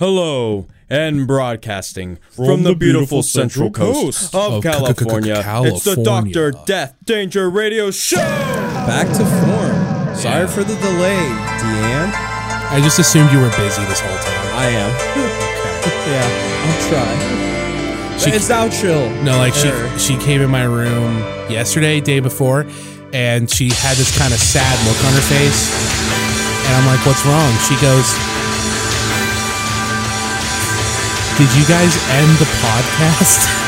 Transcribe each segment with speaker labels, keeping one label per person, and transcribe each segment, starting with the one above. Speaker 1: Hello and broadcasting from, the, beautiful, central coast, of,
Speaker 2: of
Speaker 1: California. It's the
Speaker 2: California.
Speaker 1: Doctor Death Danger Radio Show.
Speaker 3: Back to form. Sorry for the delay, Deanne.
Speaker 2: I just assumed you were busy this whole time.
Speaker 3: I am. yeah, I'll try.
Speaker 2: She-
Speaker 3: it's out chill.
Speaker 2: No, like she
Speaker 3: Err.
Speaker 2: she came in my room yesterday, day before, and she had this kind of sad look on her face. And I'm like, "What's wrong?" She goes, "Did you guys end the podcast?"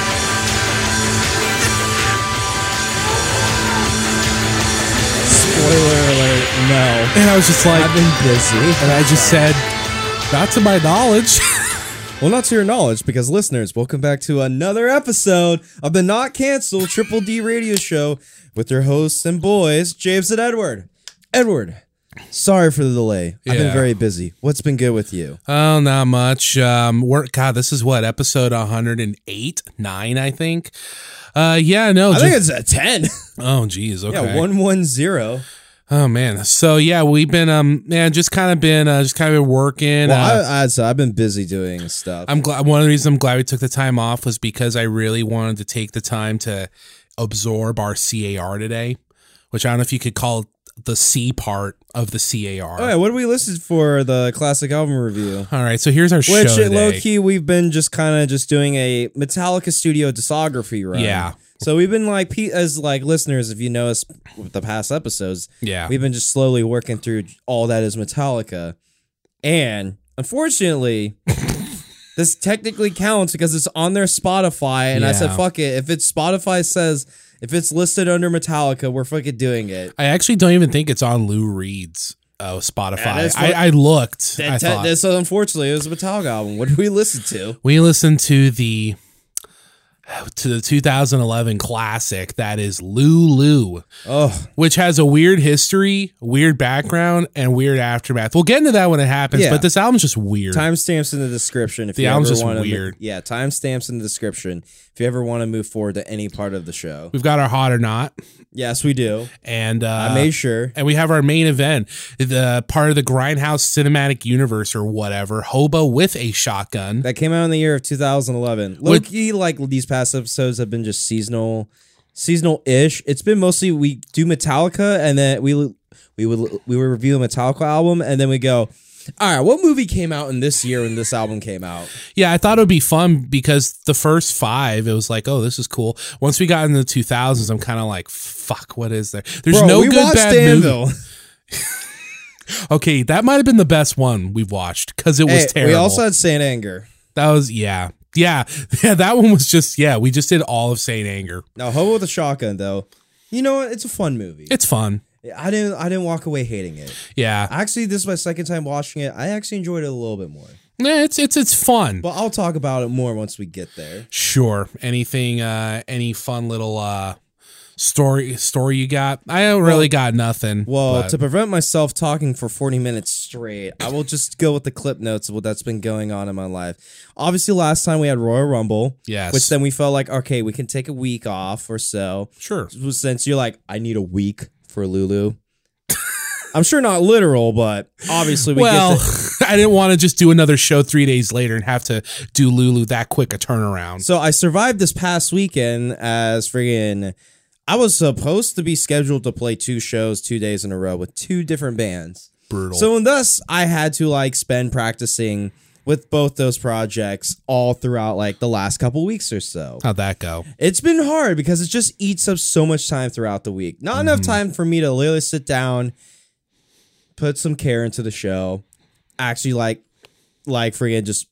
Speaker 3: Spoiler alert. No,
Speaker 2: And I was just like,
Speaker 3: I've been busy.
Speaker 2: and I just said, "Not to my knowledge."
Speaker 3: Well, not to your knowledge, because listeners, welcome back to another episode of the Not Cancelled Triple D Radio Show with your hosts and boys, James and Edward. Edward, sorry for the delay. I've
Speaker 2: Yeah.
Speaker 3: been very busy. What's been good with you?
Speaker 2: Oh, not much. Um, work. God, this is what episode 108, nine, I think. Uh, yeah, no.
Speaker 3: I
Speaker 2: just-
Speaker 3: think it's a ten.
Speaker 2: oh, geez. Okay.
Speaker 3: yeah, one one zero.
Speaker 2: Oh man. So yeah, we've been um man, just kind of been uh, just kind of been working. uh,
Speaker 3: Well, I, I, so I've been busy doing stuff.
Speaker 2: I, am glad one of the reasons I'm glad we took the time off was because I really wanted to take the time to absorb our CAR today, which I don't know if you could call the C part of the CAR.
Speaker 3: All right, Oh, what do we listed for the classic album review?
Speaker 2: All right, so here's our
Speaker 3: Which,
Speaker 2: show today.
Speaker 3: low key, we've been just kind of just doing a Metallica studio discography run.
Speaker 2: Yeah.
Speaker 3: So we've been like, pe- as like listeners, if you notice with the past episodes,
Speaker 2: yeah.
Speaker 3: we've been just slowly working through all that is Metallica, and unfortunately, this technically counts because it's on their Spotify. And I said,
Speaker 2: Yeah.
Speaker 3: "Fuck it." If it's Spotify says if it's listed under Metallica, we're fucking doing it.
Speaker 2: I actually don't even think it's on Lou Reed's uh, Spotify.
Speaker 3: that's what-
Speaker 2: I, I looked. I
Speaker 3: That te-
Speaker 2: thought.
Speaker 3: so unfortunately, it was a Metallica album. What did we listen to?
Speaker 2: we listened to the to the 2011 classic that is Lulu,
Speaker 3: Oh,
Speaker 2: which has a weird history, weird background, and weird aftermath. We'll get into that when it happens,
Speaker 3: Yeah.
Speaker 2: but this album's just weird.
Speaker 3: timestamps in the description. If
Speaker 2: The
Speaker 3: you
Speaker 2: album's
Speaker 3: ever
Speaker 2: just
Speaker 3: want to,
Speaker 2: weird.
Speaker 3: yeah, timestamps in the description. If you ever want to move forward to any part of the show,
Speaker 2: We've got our hot or not,
Speaker 3: yes, we do.
Speaker 2: and uh,
Speaker 3: I made sure.
Speaker 2: and we have our main event, the part of the Grindhouse cinematic universe or whatever, Hobo with a shotgun.
Speaker 3: That came out in the year of 2011.
Speaker 2: Which-
Speaker 3: Loki, like these past episodes, have been just seasonal, seasonal ish. It's been mostly we do Metallica, and then we we would we would review a Metallica album, and then we go, all right, what movie came out in this year when this album came out?
Speaker 2: Yeah, I thought it would be fun because the first five, it was like, oh, this is cool. Once we got into the 2000s, I'm kind of like, fuck, what is there? There's
Speaker 3: Bro,
Speaker 2: no
Speaker 3: we
Speaker 2: good
Speaker 3: watched
Speaker 2: bad
Speaker 3: Anvil.
Speaker 2: movie. Okay, that might have been the best one we've watched because it was
Speaker 3: Hey,
Speaker 2: terrible.
Speaker 3: We also had Saint Anger.
Speaker 2: that was yeah, yeah, yeah. That one was just yeah. We just did all of Saint Anger.
Speaker 3: Now, Hobo with a Shotgun, though, you know what? It's a fun movie.
Speaker 2: It's fun.
Speaker 3: I didn't I didn't walk away hating it.
Speaker 2: Yeah,
Speaker 3: Actually, this is my second time watching it. I actually enjoyed it a little bit more.
Speaker 2: Nah, it's it's it's fun.
Speaker 3: But I'll talk about it more once we get there.
Speaker 2: Sure. Anything? uh Any fun little uh story story you got? I don't really got nothing.
Speaker 3: Well,
Speaker 2: but-
Speaker 3: to prevent myself talking for 40 minutes straight, I will just go with the clip notes of what that's been going on in my life. Obviously, last time we had Royal Rumble,
Speaker 2: Yes.
Speaker 3: which then we felt like, okay, we can take a week off or so.
Speaker 2: sure.
Speaker 3: Since you're like, I need a week for Lulu. I'm sure not literal, but obviously we
Speaker 2: well,
Speaker 3: get the-
Speaker 2: I didn't want to just do another show three days later and have to do Lulu that quick a turnaround.
Speaker 3: So I survived this past weekend as friggin' I was supposed to be scheduled to play two shows two days in a row with two different bands.
Speaker 2: Brutal.
Speaker 3: So and thus I had to like spend practicing with both those projects all throughout like the last couple weeks or so.
Speaker 2: How'd that go?
Speaker 3: It's been hard because it just eats up so much time throughout the week. Not enough time for me to literally sit down, put some care into the show, actually like like friggin' just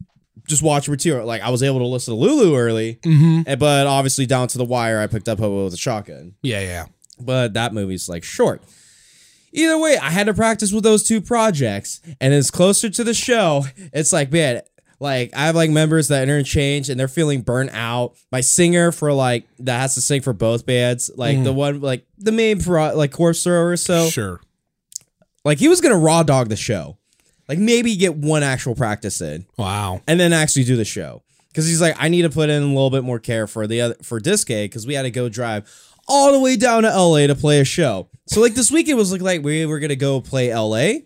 Speaker 3: just watch material. Like I was able to listen to Lulu early, and- but obviously down to the wire I picked up Hobo with a shotgun.
Speaker 2: Yeah, yeah.
Speaker 3: But that movie's like short. Either way, I had to practice with those two projects, and it's closer to the show. It's like, man, like I have like members that interchange and they're feeling burnt out. My singer for like that has to sing for both bands, like the one like the main pro like corpse thrower. So
Speaker 2: sure.
Speaker 3: like he was gonna raw dog the show, like maybe get one actual practice in
Speaker 2: Wow.
Speaker 3: and then actually do the show because he's like, I need to put in a little bit more care for the other for Disque because we had to go drive all the way down to LA to play a show. So like this weekend was like like we were gonna go play LA,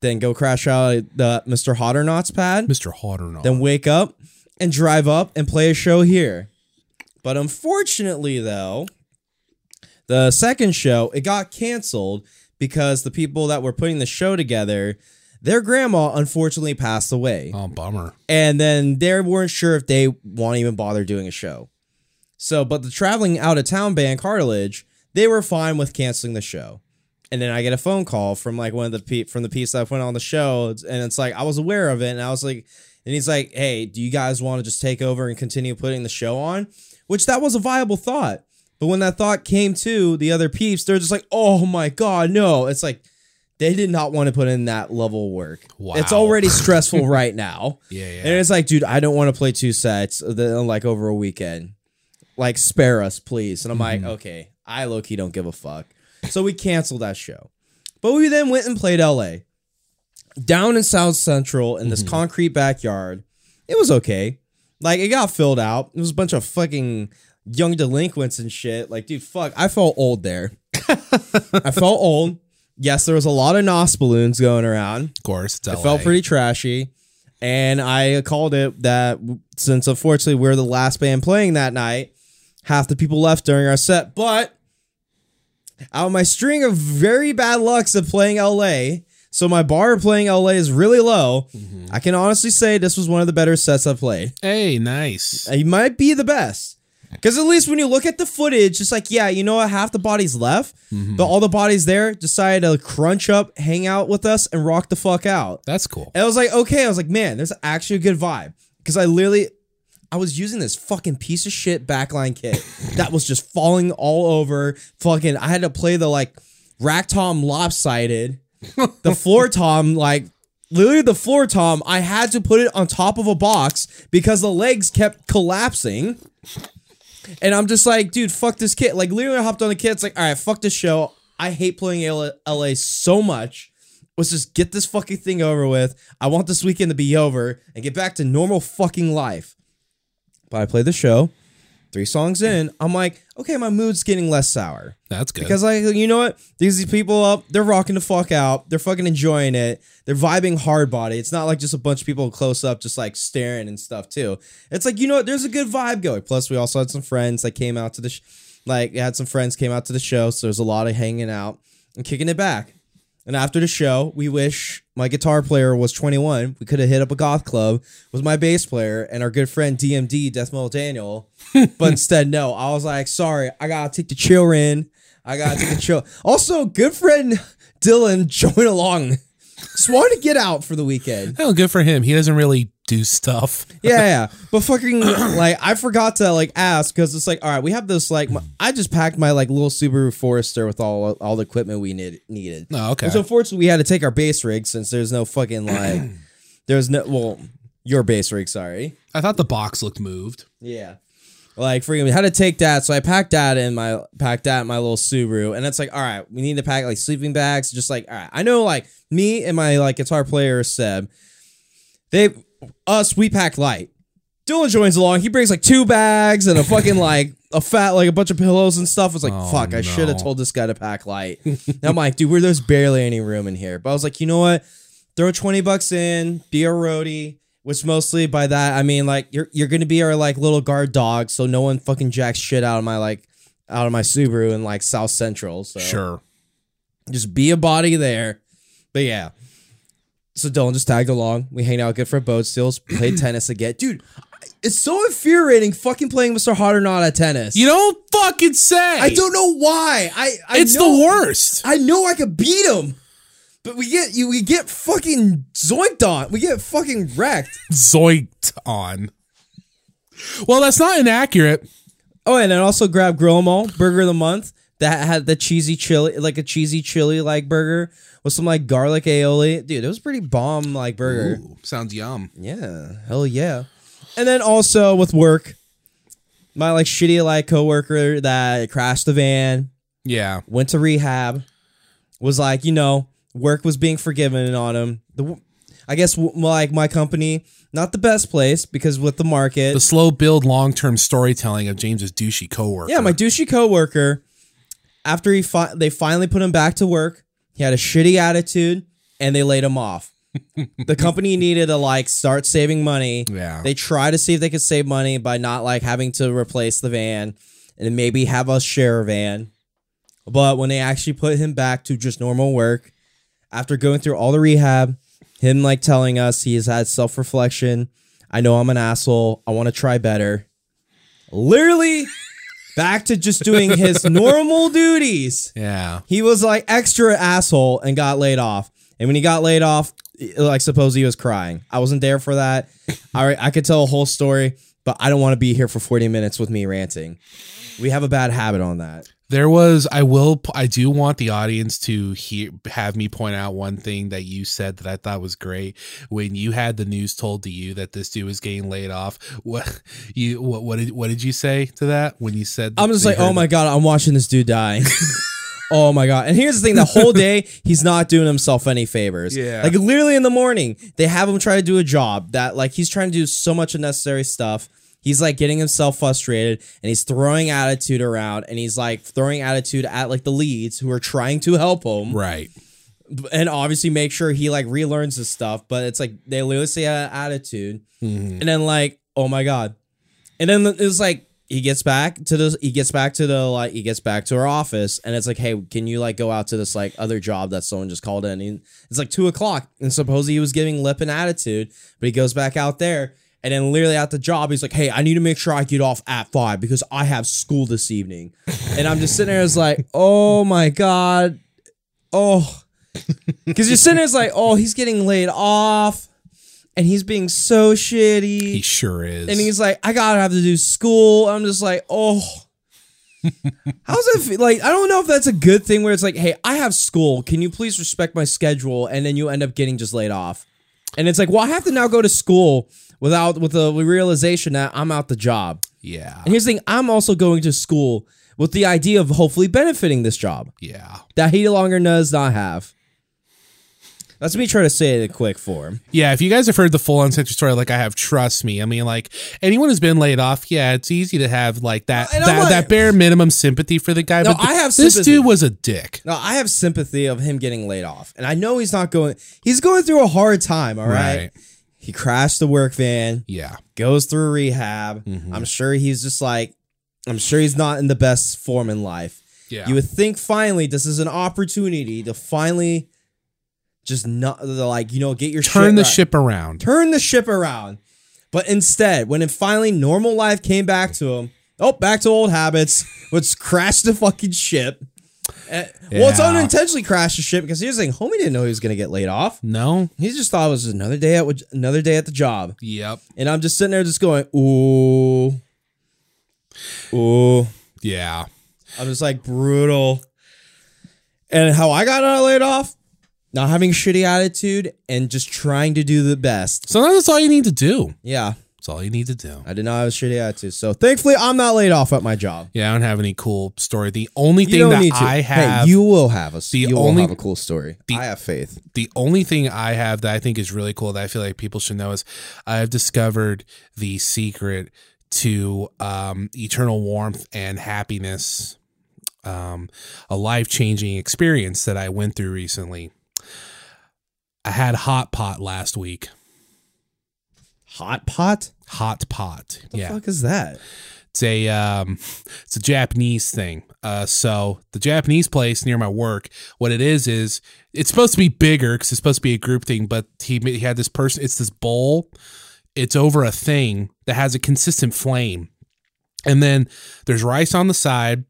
Speaker 3: then go crash out at the Mr. Hotternot's pad,
Speaker 2: Mr. Hot or not.
Speaker 3: then wake up and drive up and play a show here. But unfortunately, though, the second show it got canceled because the people that were putting the show together, their grandma unfortunately passed away
Speaker 2: oh, bummer.
Speaker 3: and then they weren't sure if they want to even bother doing a show. So, but the traveling out of town band Cartilage, they were fine with canceling the show. And then I get a phone call from like one of the pe- from the piece that went on the show, and it's like I was aware of it, and I was like, and he's like, "Hey, do you guys want to just take over and continue putting the show on?" Which that was a viable thought, but when that thought came to the other peeps, they're just like, "Oh my god, no!" It's like they did not want to put in that level of work.
Speaker 2: Wow.
Speaker 3: It's already stressful right now.
Speaker 2: Yeah, yeah.
Speaker 3: And it's like, dude, I don't want to play two sets uh, the- like over a weekend. Like, spare us, please. And I'm
Speaker 2: Mm-hmm.
Speaker 3: like, okay, I low key don't give a fuck. So we canceled that show. But we then went and played LA. Down in South Central in
Speaker 2: Mm-hmm.
Speaker 3: this concrete backyard. It was okay. Like it got filled out. It was a bunch of fucking young delinquents and shit. Like, dude, fuck. I felt old there. I felt old. Yes, there was a lot of NOS balloons going around.
Speaker 2: Of course, it's
Speaker 3: It felt pretty trashy. And I called it that since unfortunately we're the last band playing that night, half the people left during our set. But out of my string of very bad lucks of playing LA, so my bar of playing LA is really low. I can honestly say this was one of the better sets I've played.
Speaker 2: Hey, nice.
Speaker 3: He might be the best. Because at least when you look at the footage, it's like, yeah, you know what? Half the bodies left, but all the bodies there decided to crunch up, hang out with us, and rock the fuck out.
Speaker 2: That's cool.
Speaker 3: And I was like, okay. I was like, man, there's actually a good vibe. Because I literally, I was using this fucking piece of shit backline kit that was just falling all over. Fucking, I had to play the like rack tom lopsided, the floor tom, like literally the floor tom. I had to put it on top of a box because the legs kept collapsing. And I'm just like, dude, fuck this kit. Like, literally, I hopped on the kit. It's like, all right, fuck this show. I hate playing L- LA so much. Let's just get this fucking thing over with. I want this weekend to be over and get back to normal fucking life. But I play the show. Three songs in, I'm like, okay, my mood's getting less sour.
Speaker 2: That's good.
Speaker 3: Because like you know what, these people up, they're rocking the fuck out, they're fucking enjoying it, they're vibing hard body. It's not like just a bunch of people close up, just like staring and stuff too. It's like you know what, there's a good vibe going. Plus, we also had some friends that came out to the, sh- like had some friends came out to the show, so there's a lot of hanging out and kicking it back. And after the show, we wish my guitar player was 21. We could have hit up a goth club with my bass player and our good friend DMD, Death Metal Daniel. but instead, no. I was like, sorry, I gotta take the children. I gotta take the chill. Also, good friend Dylan joined along. Just wanted to get out for the weekend.
Speaker 2: oh, good for him. He doesn't really do stuff.
Speaker 3: Yeah, yeah. But fucking like I forgot to like ask because it's like, all right, we have this like my, I just packed my like little Subaru Forester with all all the equipment we need, needed.
Speaker 2: Oh, okay.
Speaker 3: Which unfortunately we had to take our base rig since there's no fucking like there's no well your base rig sorry
Speaker 2: I thought the box looked moved.
Speaker 3: yeah like freaking we had to take that so I packed that in my packed that in my little Subaru and it's like all right we need to pack like sleeping bags just like all right I know like me and my like guitar player Seb they us we pack light Dylan joins along he brings like two bags and a fucking like a fat like a bunch of pillows and stuff it's like
Speaker 2: Oh,
Speaker 3: fuck I
Speaker 2: no.
Speaker 3: should have told this guy to pack light and I'm like dude we're, there's barely any room in here but I was like you know what throw 20 bucks in be a roadie which mostly by that I mean like you're you're gonna be our like little guard dog so no one fucking jacks shit out of my like out of my Subaru in like South Central so
Speaker 2: Sure.
Speaker 3: just be a body there. But yeah. So Dylan just tagged along. We hang out, good for boat steals, play tennis again. Dude, it's so infuriating fucking playing Mr. Hot or Not at tennis.
Speaker 2: You don't fucking say.
Speaker 3: I don't know why. I, I
Speaker 2: It's
Speaker 3: know,
Speaker 2: the worst.
Speaker 3: I know I could beat him. But we get you we get fucking zoinked on. We get fucking wrecked.
Speaker 2: Zoinked on. Well, that's not inaccurate.
Speaker 3: Oh, and then also grab Gromo Burger of the Month that had the cheesy chili, like a cheesy chili like burger with some like garlic aioli. Dude, it was pretty bomb like burger.
Speaker 2: Ooh, sounds yum.
Speaker 3: Yeah, hell yeah. And then also with work, my like shitty like coworker that crashed the van,
Speaker 2: Yeah.
Speaker 3: went to rehab, was like, you know, work was being forgiven on him. The, w- I guess w- like my company, not the best place because with the market,
Speaker 2: The slow build, long term storytelling of James's douchey coworker.
Speaker 3: Yeah, my douchey coworker. After he fi- they finally put him back to work, he had a shitty attitude. and they laid him off. the company needed to like start saving money.
Speaker 2: Yeah.
Speaker 3: They try to see if they could save money by not like having to replace the van and maybe have us share a van. But when they actually put him back to just normal work, after going through all the rehab, him like telling us he has had self reflection. I know I'm an asshole. I want to try better. Literally back to just doing his normal duties.
Speaker 2: yeah.
Speaker 3: He was like extra asshole and got laid off. And when he got laid off, like suppose he was crying. I wasn't there for that. I I could tell a whole story, but I don't want to be here for 40 minutes with me ranting. We have a bad habit on that.
Speaker 2: There was I will p- I do want the audience to hear have me point out one thing that you said that I thought was great when you had the news told to you that this dude was getting laid off. What you what what did what did you say to that when you said
Speaker 3: I'm just
Speaker 2: you
Speaker 3: like,
Speaker 2: heard
Speaker 3: oh my god, I'm watching this dude die. oh my god! And here's the thing: the whole day he's not doing himself any favors.
Speaker 2: Yeah.
Speaker 3: Like literally in the morning, they have him try to do a job that like he's trying to do so much unnecessary stuff. He's like getting himself frustrated and he's throwing attitude around and he's like throwing attitude at like the leads who are trying to help him
Speaker 2: right
Speaker 3: and obviously make sure he like relearns his stuff. But it's like they literally say an attitude,
Speaker 2: Mm-hmm.
Speaker 3: and then like oh my god, and then it's like he gets back to the he gets back to the like he gets back to our office, and it's like hey, can you like go out to this like other job that someone just called in? And it's like two o'clock, and supposedly he was giving lip and attitude, but he goes back out there. And then literally at the job, he's like, "Hey, I need to make sure I get off at five because I have school this evening." and I'm just sitting there, it's like, "Oh my god, oh, because you're sitting there, it's like, oh, he's getting laid off, and he's being so shitty,
Speaker 2: he sure is
Speaker 3: and he's like, I gotta have to do school. I'm just like, oh, how's that? Feel? Like, I don't know if that's a good thing. Where it's like, hey, I have school. Can you please respect my schedule? And then you end up getting just laid off, and it's like, well, I have to now go to school without with the realization that I'm out the job.
Speaker 2: yeah
Speaker 3: And here's the thing: I'm also going to school with the idea of hopefully benefiting this job
Speaker 2: yeah
Speaker 3: that he no longer does not have. That's me trying to say it in quick form.
Speaker 2: yeah if you guys have heard the full uncensored story like I have trust me I mean like anyone who's been laid off yeah it's easy to have like that
Speaker 3: And
Speaker 2: that,
Speaker 3: I'm like-
Speaker 2: that bare minimum sympathy for the guy
Speaker 3: No,
Speaker 2: but th-
Speaker 3: I have
Speaker 2: this
Speaker 3: sympathy.
Speaker 2: dude was a dick
Speaker 3: Now I have sympathy of him getting laid off, and I know he's not going. He's going through a hard time. All right,
Speaker 2: Right.
Speaker 3: he crashed the work van,
Speaker 2: yeah
Speaker 3: goes through rehab.
Speaker 2: Mm-hmm.
Speaker 3: I'm sure he's just like, I'm sure he's not in the best form in life.
Speaker 2: yeah
Speaker 3: You would think finally this is an opportunity to finally just not like you know get your
Speaker 2: turn
Speaker 3: shit
Speaker 2: the
Speaker 3: right.
Speaker 2: ship around
Speaker 3: turn the ship around. But instead, when it finally normal life came back to him, oh, back to old habits, which crashed the fucking ship. Eh, Well, it's
Speaker 2: Yeah.
Speaker 3: unintentionally crashed the ship because here's the thing: homie didn't know he was gonna get laid off.
Speaker 2: no
Speaker 3: He just thought it was another day at another day at the job,
Speaker 2: Yep.
Speaker 3: and I'm just sitting there just going, ooh, ooh.
Speaker 2: Yeah.
Speaker 3: I'm just like brutal. And how I got uh, laid off, not having a shitty attitude and just trying to do the best.
Speaker 2: Sometimes that's all you need to do.
Speaker 3: Yeah.
Speaker 2: That's all you need to do.
Speaker 3: I did not have a shitty attitude. So thankfully, I'm not laid off at my job.
Speaker 2: Yeah, I don't have any cool story. The only
Speaker 3: You
Speaker 2: thing
Speaker 3: don't
Speaker 2: that
Speaker 3: need to.
Speaker 2: I have,
Speaker 3: hey, you will have a. you will
Speaker 2: only-
Speaker 3: have a cool story. I have faith.
Speaker 2: the only thing I have that I think is really cool that I feel like people should know is I have discovered the secret to um, eternal warmth and happiness. Um, a life changing experience that I went through recently. I had hot pot last week.
Speaker 3: Hot pot?
Speaker 2: Hot pot.
Speaker 3: The
Speaker 2: yeah.
Speaker 3: fuck is that?
Speaker 2: it's a um, it's a Japanese thing. Uh, so the Japanese place near my work, what it is is it's supposed to be bigger because it's supposed to be a group thing. But he ma- he had this person. It's this bowl. It's over a thing that has a consistent flame, and then there's rice on the side,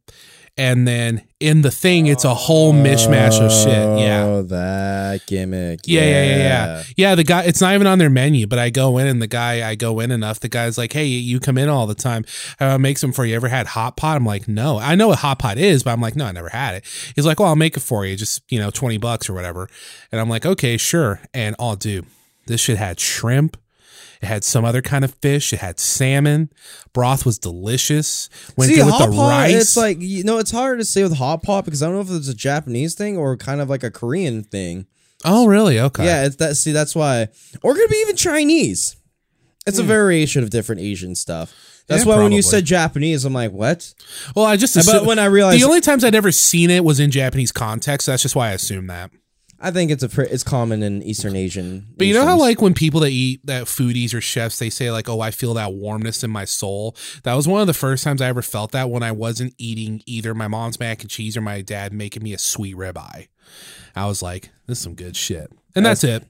Speaker 2: and then in the thing it's a whole mishmash of shit. Yeah.
Speaker 3: Oh, that gimmick.
Speaker 2: Yeah, yeah, yeah, yeah. Yeah, the guy it's not even on their menu, but I go in and the guy I go in enough, the guy's like, Hey, you come in all the time. I'll make some for you. Ever had hot pot? I'm like, No. I know what hot pot is, but I'm like, No, I never had it. He's like, Well, I'll make it for you, just you know, twenty bucks or whatever. And I'm like, Okay, sure. And I'll do. This shit had shrimp. It had some other kind of fish. It had salmon. Broth was delicious. Went
Speaker 3: See,
Speaker 2: good with
Speaker 3: hot
Speaker 2: the
Speaker 3: pot.
Speaker 2: rice.
Speaker 3: It's like you know, it's hard to say with hot pot because I don't know if it's a Japanese thing or kind of like a Korean thing.
Speaker 2: oh, really? Okay.
Speaker 3: Yeah, it's that. See, that's why, or it could be even Chinese. It's a variation of different Asian stuff. That's
Speaker 2: Hmm. Yeah,
Speaker 3: why when you
Speaker 2: probably.
Speaker 3: said Japanese, I'm like, what?
Speaker 2: Well, I just
Speaker 3: But
Speaker 2: assume-
Speaker 3: when I realized-
Speaker 2: the only times I'd ever seen it was in Japanese context. That's just why I assumed that.
Speaker 3: I think it's a pre- it's common in Eastern Asian.
Speaker 2: But you know how
Speaker 3: Asians.
Speaker 2: like when people that eat that foodies or chefs, they say like, "Oh, I feel that warmness in my soul." That was one of the first times I ever felt that when I wasn't eating either my mom's mac and cheese or my dad making me a sweet ribeye. I was like, "This is some good shit," and that's, it.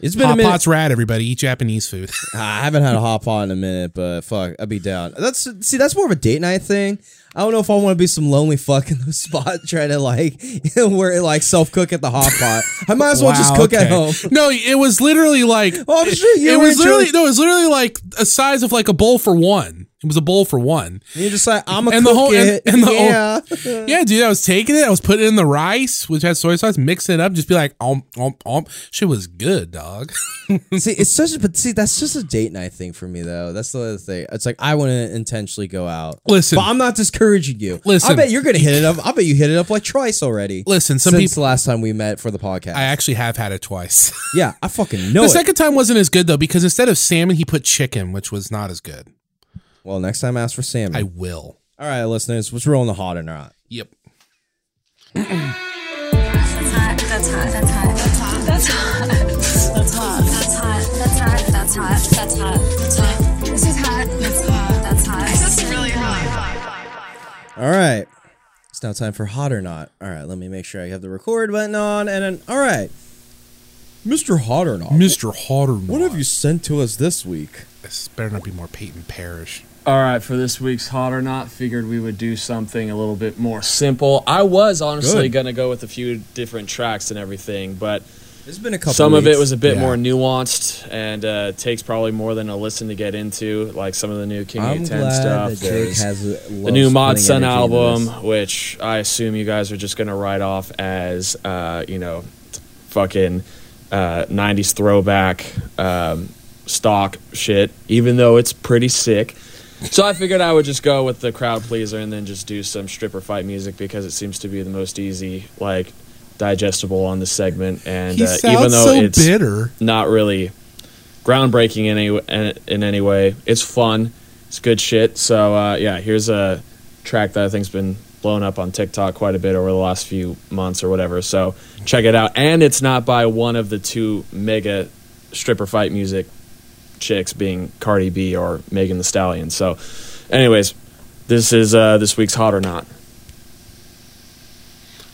Speaker 3: it's been a
Speaker 2: Hot
Speaker 3: minute. Ah,
Speaker 2: pot's rad, everybody. Eat Japanese food.
Speaker 3: I haven't had a hot pot in a minute, but fuck, I'd be down. That's see, that's more of a date night thing. I don't know if I want to be some lonely fuck in the spot trying to like where like self cook at the hot pot. I might as well just
Speaker 2: Wow,
Speaker 3: cook at
Speaker 2: okay.
Speaker 3: home.
Speaker 2: No, it was literally like
Speaker 3: Oh, I'm sure you
Speaker 2: it
Speaker 3: were
Speaker 2: was
Speaker 3: enjoying-
Speaker 2: literally no, it was literally like a size of like a bowl for one. It was a bowl for one.
Speaker 3: You're just like I'm a
Speaker 2: And
Speaker 3: cook
Speaker 2: the whole- and-
Speaker 3: it.
Speaker 2: and the whole-
Speaker 3: yeah.
Speaker 2: Yeah, dude, I was taking it. I was putting it in the rice, which has soy sauce, mixing it up, just be like, um, um, um. Shit was good, dog.
Speaker 3: see, it's such a but see, that's just a date night thing for me though. That's the other thing. It's like I want to intentionally go out.
Speaker 2: Listen.
Speaker 3: but I'm not discouraging you. I
Speaker 2: Listen.
Speaker 3: bet you're gonna hit it up. I bet you hit it up like twice already.
Speaker 2: Listen, some
Speaker 3: since
Speaker 2: people-
Speaker 3: the last time we met for the podcast.
Speaker 2: I actually have had it twice.
Speaker 3: yeah, I fucking know
Speaker 2: the
Speaker 3: it.
Speaker 2: second time wasn't as good though, because instead of salmon, he put chicken, which was not as good.
Speaker 3: well, next time ask for salmon.
Speaker 2: I will.
Speaker 3: All right, listeners, what's rolling the hot or not?
Speaker 2: Yep.
Speaker 4: That's hot. That's hot. That's hot. That's hot. That's hot. That's hot. That's hot. That's hot. That's hot. That's hot. That's hot. This is hot. That's hot. That's hot. That's really hot.
Speaker 3: All right, it's now time for hot or not. All right, let me make sure I have the record button on. And then, all right, Mr. Hot or not,
Speaker 2: Mr. Hotter.
Speaker 3: what have you sent to us this week?
Speaker 2: This better not be more Peyton Parrish.
Speaker 5: All right, for this week's hot or not, figured we would do something a little bit more simple. I was honestly
Speaker 3: Good.
Speaker 5: gonna go with a few different tracks and everything, but
Speaker 3: There's been a couple.
Speaker 5: some of it
Speaker 3: weeks.
Speaker 5: was a bit
Speaker 2: Yeah.
Speaker 5: more nuanced and uh, takes probably more than a listen to get into, like some of the new King
Speaker 3: I'm
Speaker 5: A10
Speaker 3: glad
Speaker 5: stuff.
Speaker 3: that Jake
Speaker 5: There's
Speaker 3: has
Speaker 5: the new Mod Sun album, which I assume you guys are just gonna write off as, uh, you know, fucking uh, '90s throwback um, stock shit, even though it's pretty sick. So I figured I would just go with the crowd pleaser and then just do some stripper fight music because it seems to be the most easy, like digestible on the segment. And
Speaker 2: he
Speaker 5: uh,
Speaker 2: sounds
Speaker 5: even though
Speaker 2: so
Speaker 5: it's
Speaker 2: bitter.
Speaker 5: not really groundbreaking in any in any way. It's fun. It's good shit. So uh, yeah, here's a track that I think's been blown up on TikTok quite a bit over the last few months or whatever. So check it out. And it's not by one of the two mega stripper fight music chicks, being Cardi B or Megan The Stallion. So, anyways, this is uh, this week's hot or not.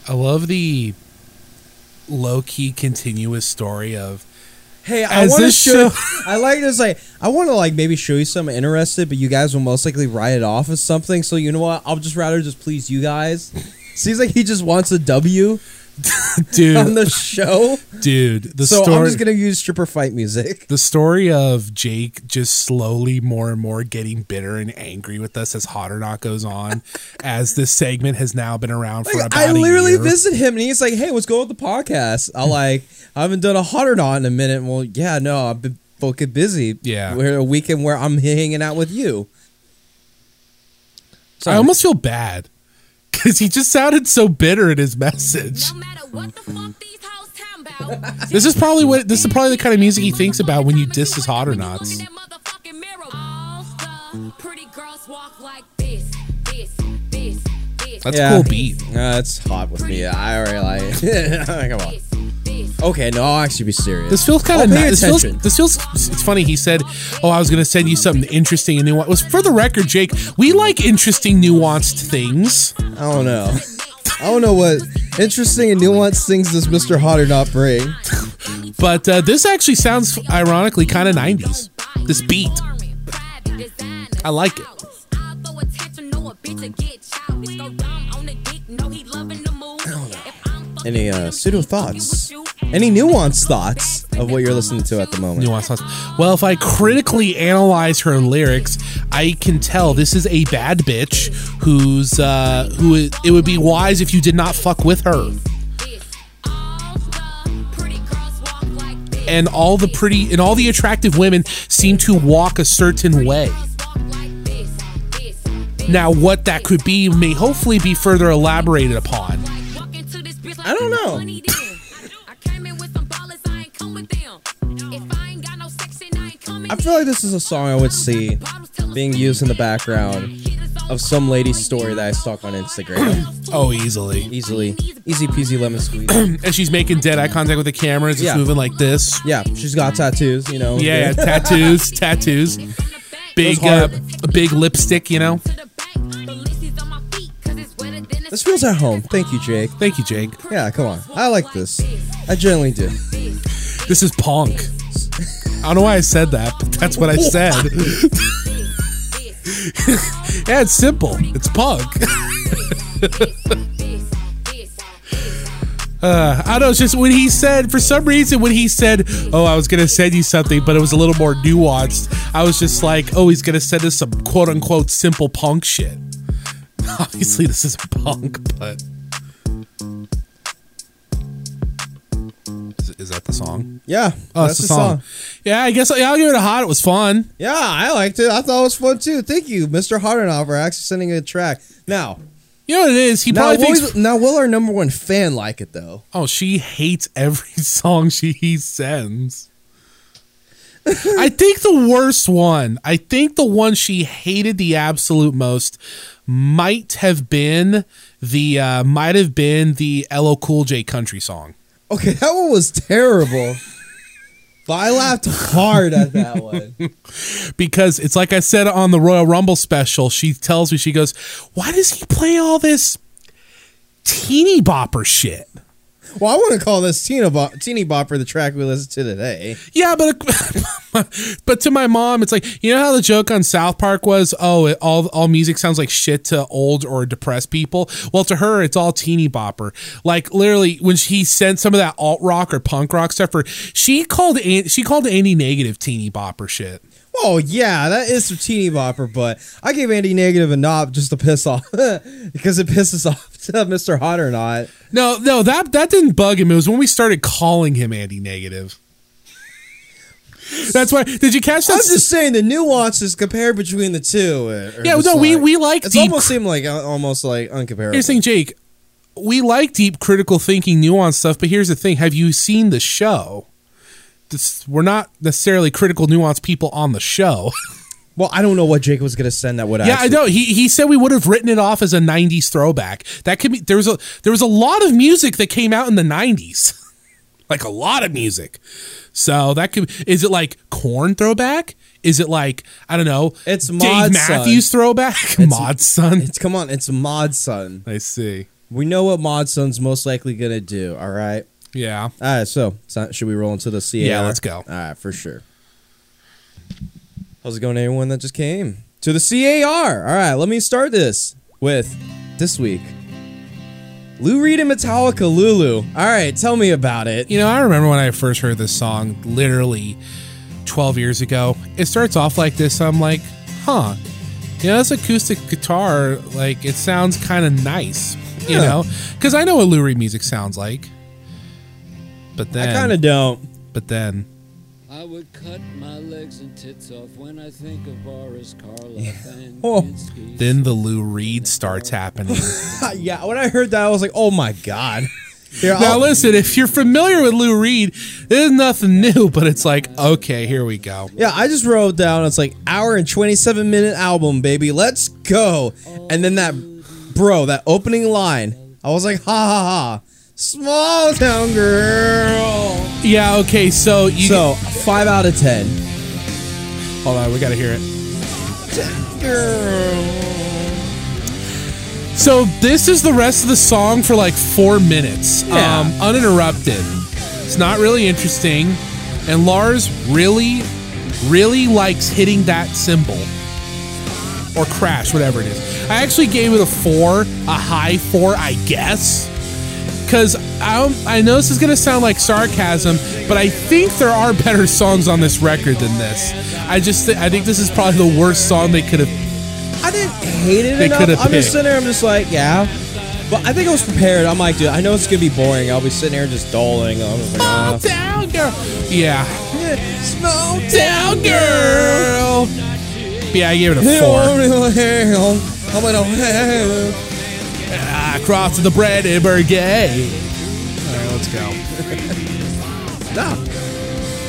Speaker 2: I love the low key continuous story of
Speaker 3: Hey, I
Speaker 2: As
Speaker 3: want to
Speaker 2: this
Speaker 3: show.
Speaker 2: show-
Speaker 3: I like this. Like, I want to like maybe show you something interested, but you guys will most likely write it off as something. So you know what? I'll just rather just please you guys. Seems like he just wants a W on
Speaker 2: dude,
Speaker 3: the show.
Speaker 2: dude. The
Speaker 3: so I'm
Speaker 2: story.
Speaker 3: just gonna use stripper fight music.
Speaker 2: the story of Jake just slowly more and more getting bitter and angry with us as Hot or Not goes on, as this segment has now been around for about
Speaker 3: I literally
Speaker 2: a year.
Speaker 3: visit him and he's like, "Hey, what's going with the podcast?" I like, I haven't done a hot or not in a minute. Well, yeah, no, I've been fucking busy.
Speaker 2: Yeah.
Speaker 3: we're a weekend where I'm hanging out with you.
Speaker 2: I almost feel bad because he just sounded so bitter in his message.
Speaker 4: No matter what the fuck these hoes talking about.
Speaker 2: This is probably what this is probably the kind of music he
Speaker 4: motherfucking
Speaker 2: thinks about when you
Speaker 4: time
Speaker 2: diss
Speaker 4: if
Speaker 2: his
Speaker 4: want
Speaker 2: hot or
Speaker 4: them, you
Speaker 2: nots.
Speaker 4: look in that motherfucking mirror. All the pretty girls walk like this, this, this, this.
Speaker 2: That's
Speaker 3: Yeah.
Speaker 2: a cool beat.
Speaker 3: Uh, it's hot with me. I already like. Come on.
Speaker 4: this, this.
Speaker 3: Okay, no, I'll actually be serious.
Speaker 2: This feels kind
Speaker 3: I'll
Speaker 2: of
Speaker 3: pay
Speaker 2: nice. This feels,
Speaker 3: attention.
Speaker 2: this feels. It's funny. He said, "Oh, I was going to send you something interesting and nuanced." Was for the record, Jake. We like interesting, nuanced things.
Speaker 3: I don't know. I don't know what interesting and nuanced things does Mr. Hot or Not bring.
Speaker 2: But uh, this actually sounds ironically kind of 90s. This beat. I like it.
Speaker 4: Any uh, pseudo thoughts?
Speaker 3: Any nuanced thoughts of what you're listening to at the moment?
Speaker 2: Nuance sauce. Well, if I critically analyze her lyrics, I can tell this is a bad bitch who's uh who i- it would be wise if you did not fuck with her. And all the pretty and all the attractive women seem to walk a certain way. Now, what that could be may hopefully be further elaborated upon.
Speaker 4: I
Speaker 3: don't know.
Speaker 4: I feel like this is a song I would see being used in the background
Speaker 3: of some lady's story that I stalk on Instagram.
Speaker 2: Oh, easily.
Speaker 3: Easily. Easy peasy lemon squeezy.
Speaker 2: And she's making dead eye contact with the camera. It's
Speaker 3: Yeah.
Speaker 2: moving like this.
Speaker 3: yeah, she's got tattoos, you know.
Speaker 2: Yeah, tattoos, tattoos. Big, uh,
Speaker 3: hard.
Speaker 2: big lipstick. You know.
Speaker 3: This feels at home. Thank you, Jake.
Speaker 2: Thank you, Jake.
Speaker 3: Yeah, come on. I like this. I generally do.
Speaker 2: This is punk. I don't know why I said that, but that's what I said. yeah, it's simple. It's punk. Uh, I don't know. It's just when he said, for some reason, when he said, "Oh, I was gonna send you something," but it was a little more nuanced. I was just like, "Oh, he's gonna send us some quote unquote simple punk shit." Obviously, this is punk, but is, is that the song?
Speaker 3: Yeah.
Speaker 2: Oh, that's, the, song. Yeah, I guess yeah, I'll give it a hot. It was fun.
Speaker 3: Yeah, I liked it. I thought it was fun too. Thank you, Mr. Hardenoff, for actually sending a track. Now,
Speaker 2: You know what it is? He
Speaker 3: now,
Speaker 2: probably
Speaker 3: what
Speaker 2: thinks.
Speaker 3: was- now, will our number one fan like it though?
Speaker 2: oh, she hates every song she he sends. I think the worst one. I think the one she hated the absolute most might have been the uh, might have been the LL Cool J country song.
Speaker 3: Okay, that one was terrible. but I laughed hard at that one.
Speaker 2: because it's like I said on the Royal Rumble special, she tells me, she goes, Why does he play all this teeny bopper shit?
Speaker 3: Well, I want to call this Tina Bop- Teeny Bopper the track we listened to today.
Speaker 2: Yeah, but but to my mom, it's like you know how the joke on South Park was, oh, it, all all music sounds like shit to old or depressed people. Well, to her, it's all teeny bopper. Like literally, when she sent some of that alt rock or punk rock stuff, for she called An- she called Andy negative teeny bopper shit.
Speaker 3: Oh yeah, that is some teeny bopper, but I gave Andy negative a knob just to piss off because it pisses off to Mr. Hot or not.
Speaker 2: No, no, that that didn't bug him. It was when we started calling him Andy Negative. That's why. Did you catch
Speaker 3: I'm
Speaker 2: that?
Speaker 3: just saying the nuances compared between the two. uh, are- are
Speaker 2: Yeah,
Speaker 3: just
Speaker 2: no, we- we like
Speaker 3: it's
Speaker 2: the-
Speaker 3: almost seem like uh, almost like uncomparable.
Speaker 2: Here's the thing, Jake. We like deep critical thinking, nuanced stuff, but here's the thing: Have you seen the show? This, we're not necessarily critical, nuanced people on the show.
Speaker 3: Well, I don't know what Jake was gonna send that would.
Speaker 2: yeah, I know. He he said we would have written it off as a '90s throwback. That could be. There was a there was a lot of music that came out in the '90s, like a lot of music. So that could is it like corn throwback? Is it like I don't know?
Speaker 3: It's
Speaker 2: Dave
Speaker 3: Mod Sun.
Speaker 2: Matthews throwback. Mod Sun.
Speaker 3: It's come on, it's Mod Sun.
Speaker 2: I see.
Speaker 3: We know what Mod Sun's most likely gonna do. All right.
Speaker 2: Yeah.
Speaker 3: All right. So, so- should we roll into the CAR?
Speaker 2: Yeah, let's go.
Speaker 3: All right, for sure. How's it going, everyone that just came to the CAR? All right, let me start this with this week. Lou Reed and Metallica Lulu. All right, tell me about it.
Speaker 2: You know, I remember when I first heard this song literally 12 years ago. It starts off like this. I'm like, huh. You know, this acoustic guitar, like, it sounds kind of nice, you
Speaker 3: Yeah.
Speaker 2: know? Because I know what Lou Reed music sounds like. But
Speaker 3: I
Speaker 2: then,
Speaker 3: kind of don't.
Speaker 2: but then,
Speaker 6: I would cut my legs and tits off when I think of Boris Karloff and
Speaker 3: Oh.
Speaker 6: Kinski.
Speaker 2: then the Lou Reed starts happening.
Speaker 3: yeah, when I heard that, I was like, oh my god. Here,
Speaker 2: now,
Speaker 3: I'll-
Speaker 2: listen, if you're familiar with Lou Reed, there's nothing new, but it's like, okay, here we go.
Speaker 3: Yeah, I just wrote down. It's like hour and twenty seven minute album, baby. Let's go. And then that, bro, that opening line. I was like, ha ha ha, small town girl.
Speaker 2: Yeah, okay, so you.
Speaker 3: So five out of ten.
Speaker 2: hold on, we got to hear it. So this is the rest of the song for like four minutes,
Speaker 3: Yeah.
Speaker 2: um, uninterrupted. It's not really interesting, and Lars really, really likes hitting that cymbal or crash, whatever it is. I actually gave it a four, a high four, I guess, because I I know this is gonna sound like sarcasm, but I think there are better songs on this record than this. I just th- I think this is probably the worst song they could have
Speaker 3: I didn't hate it
Speaker 2: They
Speaker 3: enough.
Speaker 2: could've
Speaker 3: I'm
Speaker 2: picked.
Speaker 3: just sitting there. I'm just like, yeah. But I think I was prepared. I'm like, dude, I know it's gonna be boring. I'll be sitting here just dulling. I'm just like,
Speaker 2: Small
Speaker 3: "Ah."
Speaker 2: town girl. Yeah.
Speaker 3: Small
Speaker 2: Town girl. Yeah, I gave it a four.
Speaker 3: I'm like, oh,
Speaker 2: I crossed the bread and burgay. All right, let's go.
Speaker 3: Nah.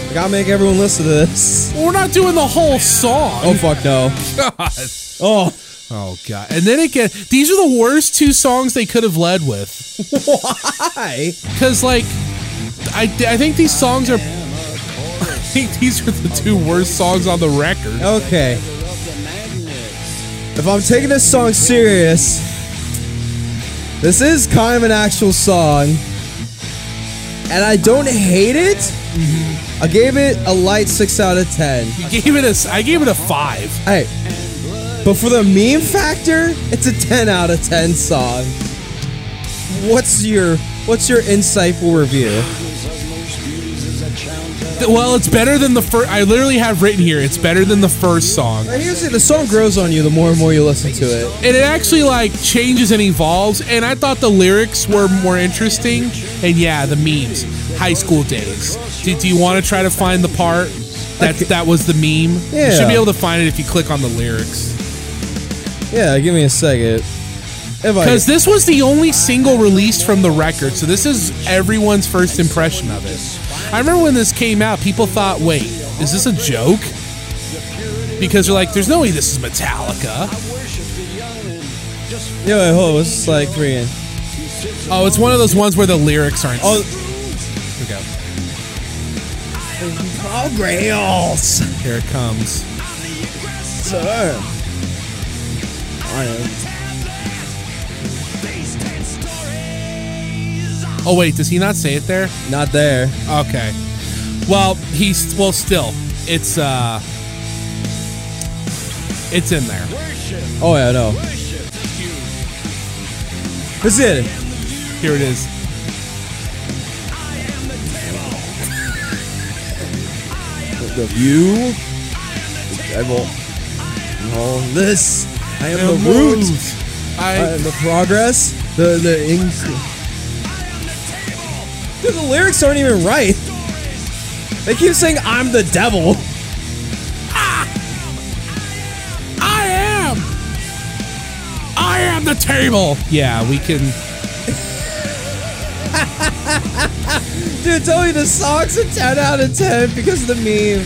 Speaker 3: I gotta make everyone listen to this.
Speaker 2: We're not doing the whole song.
Speaker 3: Oh fuck no.
Speaker 2: God.
Speaker 3: Oh.
Speaker 2: All Oh god. And then again, these are the worst two songs they could have led with.
Speaker 3: Why?
Speaker 2: Cause like I, I think these songs are I think these are the two worst songs on the record.
Speaker 3: Okay. If I'm taking this song serious, this is kind of an actual song. And I don't hate it. I gave it a light 6 out of 10.
Speaker 2: You gave it a s- I gave it a five.
Speaker 3: Hey. But for the meme factor, it's a 10 out of 10 song. What's your what's your insightful review?
Speaker 2: Th- Well, it's better than the first. I literally have written here. It's better than the first song,
Speaker 3: Now, Here's it. The song grows on you the more and more you listen to it.
Speaker 2: and it actually like changes and evolves. And I thought the lyrics were more interesting. And yeah, the memes, high school days. Do, do you want to try to find the part that that was the meme? You should
Speaker 3: Yeah.
Speaker 2: be able to find it if you click on the lyrics.
Speaker 3: Yeah, give me a second. If I,
Speaker 2: Because this was the only single released from the record, so this is everyone's first impression of it. I remember when this came out, people thought, "Wait, is this a joke?" Because they're like, "There's no way this is Metallica."
Speaker 3: yo, wait, hold on, what's this like Korean?
Speaker 2: Oh, it's one of those ones where the lyrics aren't.
Speaker 3: Oh.
Speaker 2: here we go.
Speaker 3: Oh, grails.
Speaker 2: Here it comes.
Speaker 3: Sir.
Speaker 2: Oh wait, does he not say it there?
Speaker 3: Not there.
Speaker 2: Okay. Well, he's well still. It's uh, it's in there.
Speaker 3: Oh yeah, no. This is it.
Speaker 2: Here it is.
Speaker 3: You, devil. All this. I am the root. I
Speaker 2: I
Speaker 3: am the progress. The the increase. Dude, the lyrics aren't even right. They keep saying I'm the devil.
Speaker 2: Ah! I am. I am the table. Yeah, we can.
Speaker 3: Dude, tell me the song's a 10 out of 10 because of the meme.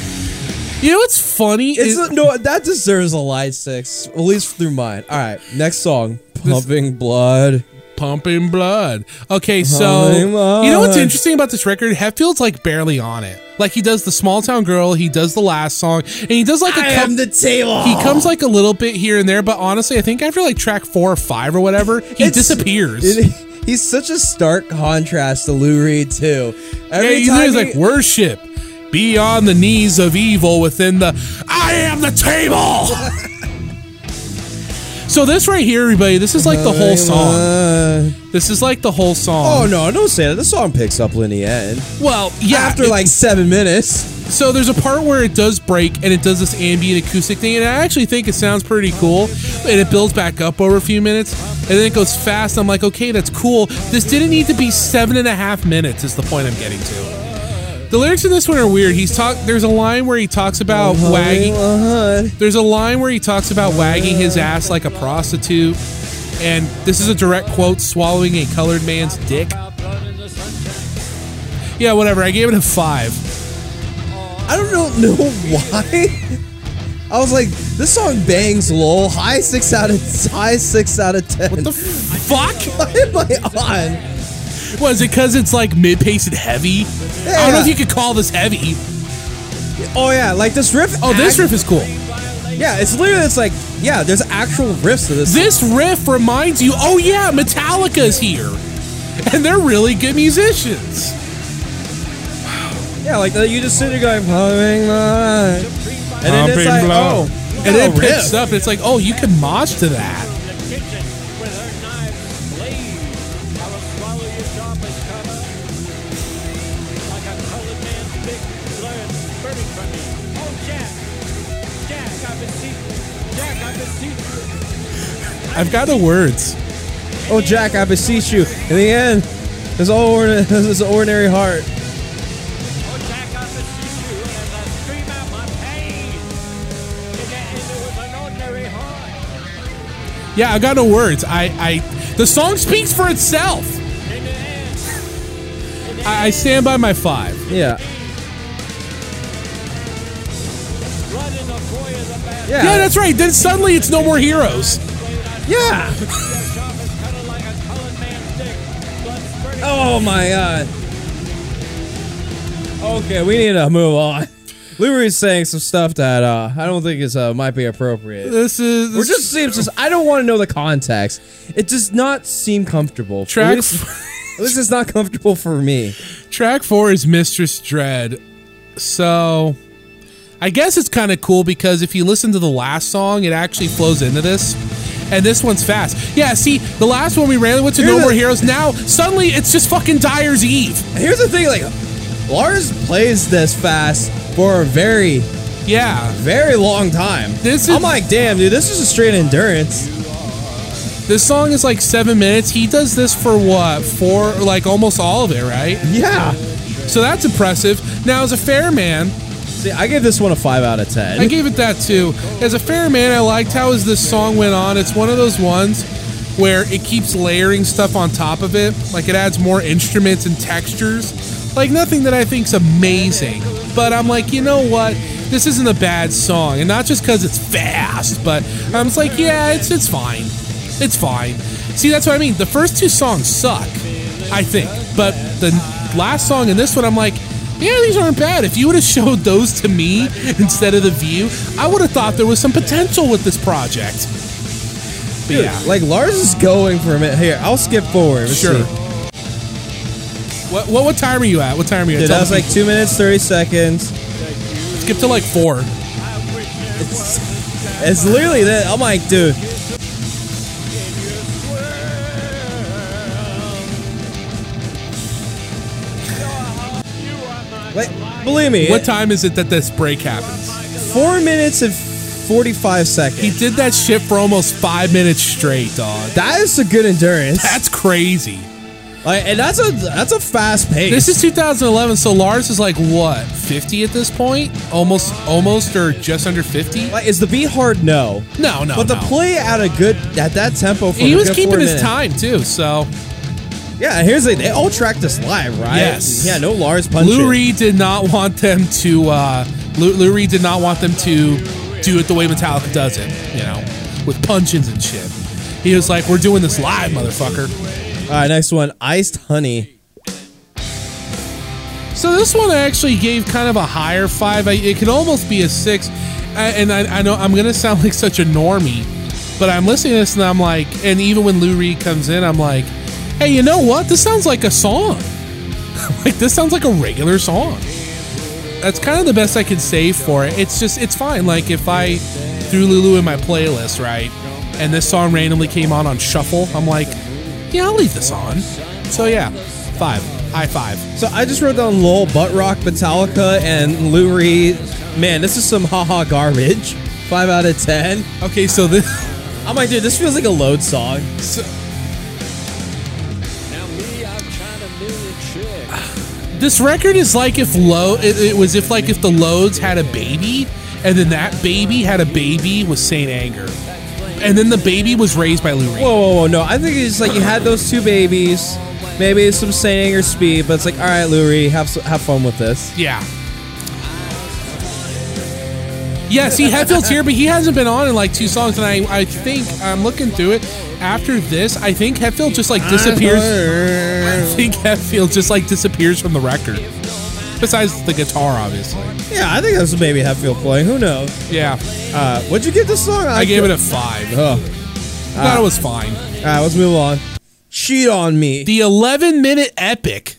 Speaker 2: You know what's funny? is-
Speaker 3: It's a, no, that deserves a light six, at least through mine. All right, next song, pumping blood.
Speaker 2: pumping blood. Okay, so
Speaker 3: Pumping blood.
Speaker 2: you know what's interesting about this record? Hetfield's like barely on it. Like he does the small town girl, he does the last song, and he does like a couple.
Speaker 3: the table.
Speaker 2: he comes like a little bit here and there, but honestly, I think after like track four or five or whatever, he
Speaker 3: It's-
Speaker 2: disappears.
Speaker 3: It- he's such a stark contrast to Lou Reed too.
Speaker 2: yeah,
Speaker 3: Every
Speaker 2: he's
Speaker 3: time
Speaker 2: always like
Speaker 3: he-
Speaker 2: worship. Be on the knees of evil within the I am the table. so this right here, everybody, this is like the whole song.
Speaker 3: Uh,
Speaker 2: This is like the whole song.
Speaker 3: oh no, don't say that. The song picks up in the end
Speaker 2: Well, yeah.
Speaker 3: after
Speaker 2: it-
Speaker 3: like seven minutes.
Speaker 2: So there's a part where it does break and it does this ambient acoustic thing, and I actually think it sounds pretty cool. And it builds back up over a few minutes, and then it goes fast. I'm like, okay, that's cool. This didn't need to be seven and a half minutes. Is the point I'm getting to? The lyrics in this one are weird. He's talk. There's a line where he talks about wagging.
Speaker 3: Uh-huh.
Speaker 2: There's a line where he talks about wagging his ass like a prostitute, and this is a direct quote: "swallowing a colored man's dick." Yeah, whatever. I gave it a five.
Speaker 3: I don't know, know why. I was like, this song bangs, lol. High six out of high six out of ten. What
Speaker 2: The fuck.
Speaker 3: Why am I on?
Speaker 2: Was it because it's like mid paced and heavy? I don't know if you could call this heavy.
Speaker 3: Oh yeah, like this riff.
Speaker 2: Oh, this riff is cool.
Speaker 3: Yeah, it's literally it's like yeah, there's actual riffs to this.
Speaker 2: This riff reminds you, oh yeah, Metallica's here. And they're really good musicians.
Speaker 3: yeah, like you just sit there going pumping blood, and then it's
Speaker 2: Pumping
Speaker 3: like
Speaker 2: blood.
Speaker 3: oh,
Speaker 2: And then
Speaker 3: oh,
Speaker 2: it picks
Speaker 3: riff.
Speaker 2: up and it's like, oh, you can mosh to that. I've got the words.
Speaker 3: Oh Jack, I beseech you. In the end, there's all ordinary, there's an ordinary heart.
Speaker 2: Yeah, I've got no words. I, I, the song speaks for itself. I, I stand by my five.
Speaker 3: Yeah.
Speaker 2: Yeah, that's right. Then suddenly it's no more heroes.
Speaker 3: Yeah. Oh my god. Okay, we need to move on. Lou is saying some stuff that uh, I don't think is uh, might be appropriate.
Speaker 2: This is
Speaker 3: It
Speaker 2: Uh, this
Speaker 3: just seems just, I don't want to know the context. It does not seem comfortable.
Speaker 2: track.
Speaker 3: At least, at least it's not comfortable for me.
Speaker 2: Track four is Mistress Dread. So I guess it's kind of cool because if you listen to the last song, it actually flows into this. And this one's fast. Yeah, see, the last one we ran went to
Speaker 3: Here's
Speaker 2: No
Speaker 3: the-
Speaker 2: More Heroes. Now, suddenly, it's just fucking Dyer's Eve.
Speaker 3: Here's the thing, like Lars plays this fast for a very,
Speaker 2: Yeah.
Speaker 3: very long time.
Speaker 2: This is-
Speaker 3: I'm like, damn, dude, this is a straight endurance.
Speaker 2: This song is like seven minutes. He does this for what? Four, like almost all of it, right?
Speaker 3: Yeah.
Speaker 2: So that's impressive. Now, as a fair man,
Speaker 3: See, I give this one a five out of ten.
Speaker 2: I gave it that too. As a fair man, I liked how as this song went on. It's one of those ones where it keeps layering stuff on top of it. Like it adds more instruments and textures. Like nothing that I think's amazing, but I'm like, you know what? This isn't a bad song, and not just because it's fast, but I'm just like, yeah, it's it's fine. It's fine. See, that's what I mean. The first two songs suck, I think, but the last song and this one, I'm like, yeah, these aren't bad. If you would have showed those to me instead of the view, I would have thought there was some potential with this project. But
Speaker 3: Dude,
Speaker 2: yeah,
Speaker 3: Like Lars is going for a minute. Here, I'll skip forward. Let's
Speaker 2: sure.
Speaker 3: see.
Speaker 2: What, what what time are you at? What time are you at?
Speaker 3: Dude,
Speaker 2: Tell
Speaker 3: that was
Speaker 2: me.
Speaker 3: like two minutes thirty seconds.
Speaker 2: skip to like four.
Speaker 3: It's literally that. I'm like, dude. Like, believe me,
Speaker 2: What time is it that this break happens?
Speaker 3: Four minutes and forty-five
Speaker 2: He
Speaker 3: seconds.
Speaker 2: did that shit for almost five minutes straight, dog.
Speaker 3: That is a good endurance.
Speaker 2: That's crazy.
Speaker 3: Like, and that's a that's a fast pace.
Speaker 2: This is 2011, so Lars is like what 50 at this point? Almost, almost, or just under 50?
Speaker 3: like, is the beat hard? No,
Speaker 2: No, no.
Speaker 3: but the
Speaker 2: no.
Speaker 3: play at a good at that tempo for
Speaker 2: He
Speaker 3: a
Speaker 2: was
Speaker 3: good
Speaker 2: keeping
Speaker 3: four
Speaker 2: his
Speaker 3: minutes.
Speaker 2: time too, so
Speaker 3: Yeah, here's the they all tracked us live, right?
Speaker 2: Yes.
Speaker 3: Yeah, no Lars punching.
Speaker 2: Lou Reed did not want them to. Uh, Lou, Lou Reed did not want them to do it the way Metallica does it. You know, with punch-ins and shit. He was like, "We're doing this live, motherfucker."
Speaker 3: All right, next one, Iced Honey.
Speaker 2: So this one I actually gave kind of a higher five. I, it could almost be a six. I, and I, I know I'm gonna sound like such a normie, but I'm listening to this and I'm like, and even when Lou Reed comes in, I'm like, "Hey, you know what? This sounds like a song. like this sounds like a regular song." that's kind of the best I can say for it. It's just it's fine. Like if I threw Lulu in my playlist, right, and this song randomly came on on shuffle, I'm like, yeah, I'll leave this on. So yeah, five, high five.
Speaker 3: So I just wrote down Lowell Butt Rock, Metallica, and Lou Reed. Man, this is some haha garbage. Five out of ten.
Speaker 2: Okay, so this
Speaker 3: I'm like, dude, this feels like a load song.
Speaker 2: this record is like if low it, it was if like if the loads had a baby, and then that baby had a baby with Saint Anger, and then the baby was raised by Lou Reed.
Speaker 3: Whoa, whoa, whoa! No, I think it's like you had those two babies. Maybe it's some saying or speed, but it's like, all right, Lou Reed, have s- have fun with this.
Speaker 2: Yeah. Yeah, see, Hetfield's here, but he hasn't been on in like two songs, and I, I think I'm looking through it. After this, I think Hetfield just like disappears. I think Hetfield just like disappears from the record. Besides the guitar, obviously.
Speaker 3: Yeah, I think that's maybe Hetfield playing. Who knows?
Speaker 2: Yeah,
Speaker 3: Uh, what'd you give this song?
Speaker 2: I Uh, gave it a five.
Speaker 3: Oh.
Speaker 2: Thought it was fine.
Speaker 3: All right, let's move on. Cheat on me.
Speaker 2: The 11 minute epic.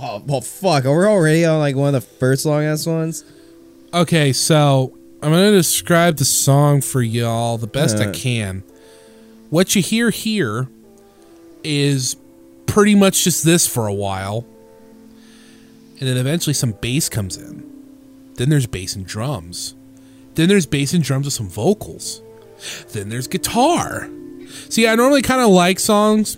Speaker 3: Oh, well, fuck. Are we already on like one of the first long ass ones?
Speaker 2: Okay, so I'm going to describe the song for y'all the best I
Speaker 3: Uh.
Speaker 2: can. What you hear here is pretty much just this for a while. And then eventually some bass comes in. Then there's bass and drums. Then there's bass and drums with some vocals. Then there's guitar. See, I normally kind of like songs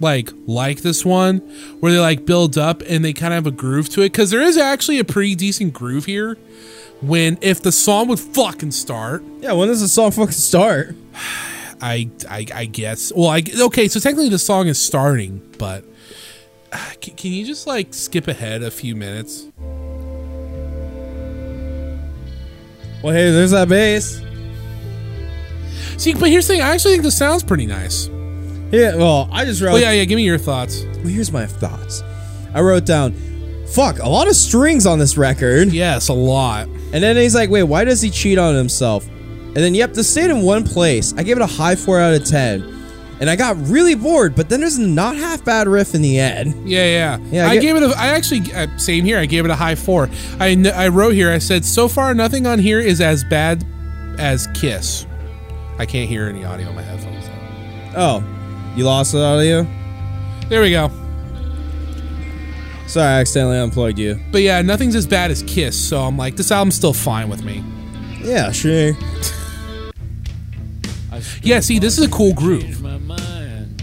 Speaker 2: like like this one where they like build up and they kind of have a groove to it cuz there is actually a pretty decent groove here when if the song would fucking start
Speaker 3: Yeah, when does the song fucking start?
Speaker 2: I, I I guess. Well, I okay. So technically, the song is starting, but ah, can, can you just like skip ahead a few minutes?
Speaker 3: Well, hey, there's that bass.
Speaker 2: See, but here's the thing. I actually think this sounds pretty nice.
Speaker 3: Yeah, well, I just wrote.
Speaker 2: Oh yeah, yeah. Give me your thoughts.
Speaker 3: Well, here's my thoughts. I wrote down, fuck, a lot of strings on this record.
Speaker 2: Yes, a lot.
Speaker 3: And then he's like, wait, why does he cheat on himself? And then, yep, this stayed in one place. I gave it a high four out of 10. And I got really bored, but then there's a not half bad riff in the end.
Speaker 2: Yeah, yeah.
Speaker 3: Yeah, I
Speaker 2: I,
Speaker 3: get-
Speaker 2: gave it a. I actually uh, same here. I gave it a high four. I kn- I wrote here. I said so far nothing on here is as bad as Kiss. I can't hear any audio on my headphones.
Speaker 3: Oh, you lost the audio?
Speaker 2: There we go.
Speaker 3: Sorry, I accidentally unplugged you.
Speaker 2: But yeah, nothing's as bad as Kiss. So I'm like, this album's still fine with me.
Speaker 3: Yeah, sure.
Speaker 2: Yeah, see, this is a cool groove.
Speaker 6: My mind.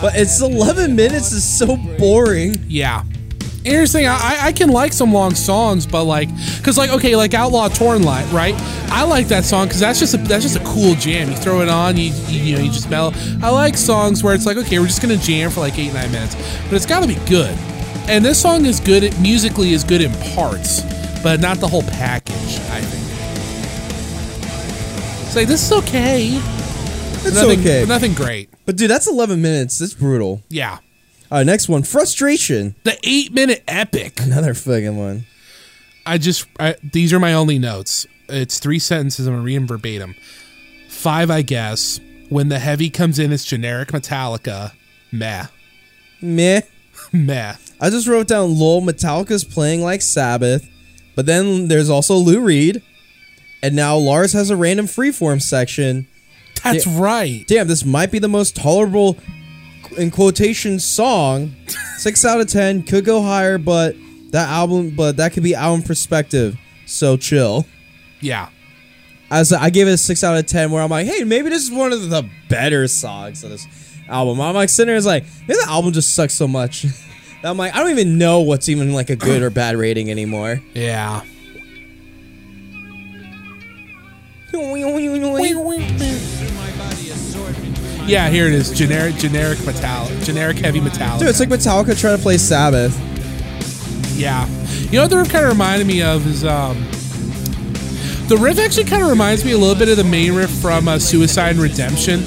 Speaker 3: But it's 11 minutes is so boring.
Speaker 2: Yeah. And here's the thing, I, I- I can like some long songs, but like, cause like, okay, like Outlaw Torn Light, right? I like that song because that's just a, that's just a cool jam. You throw it on, you, you you know, you just mellow. I like songs where it's like, okay, we're just gonna jam for like eight nine minutes, but it's gotta be good. And this song is good it musically is good in parts, but not the whole package. I think. It's like this is okay.
Speaker 3: It's
Speaker 2: nothing,
Speaker 3: okay.
Speaker 2: Nothing great.
Speaker 3: But dude, that's 11 minutes. That's brutal.
Speaker 2: Yeah.
Speaker 3: All right, next one. Frustration.
Speaker 2: The eight minute epic.
Speaker 3: Another fucking one.
Speaker 2: I just I, these are my only notes. It's three sentences. I'm gonna read them verbatim. Five, I guess. When the heavy comes in, it's generic Metallica. Meh,
Speaker 3: Meh.
Speaker 2: meh.
Speaker 3: I just wrote down lol Metallica's playing like Sabbath, but then there's also Lou Reed, and now Lars has a random freeform section.
Speaker 2: That's right.
Speaker 3: Damn, this might be the most tolerable in quotation song. Six out of ten could go higher, but that album, but that could be album perspective. So chill.
Speaker 2: Yeah,
Speaker 3: As I gave it a six out of ten, where I'm like, hey, maybe this is one of the better songs of this album. I'm like sitting there, it's like, maybe the album just sucks so much. that I'm like, I don't even know what's even like a good or bad rating anymore.
Speaker 2: yeah. Yeah, here it is. Generic, generic Metallica. Generic heavy Metallica.
Speaker 3: Dude, it's like Metallica trying to play Sabbath.
Speaker 2: Yeah. You know what the riff kind of reminded me of is um the riff actually kind of reminds me a little bit of the main riff from uh, Suicide and Redemption,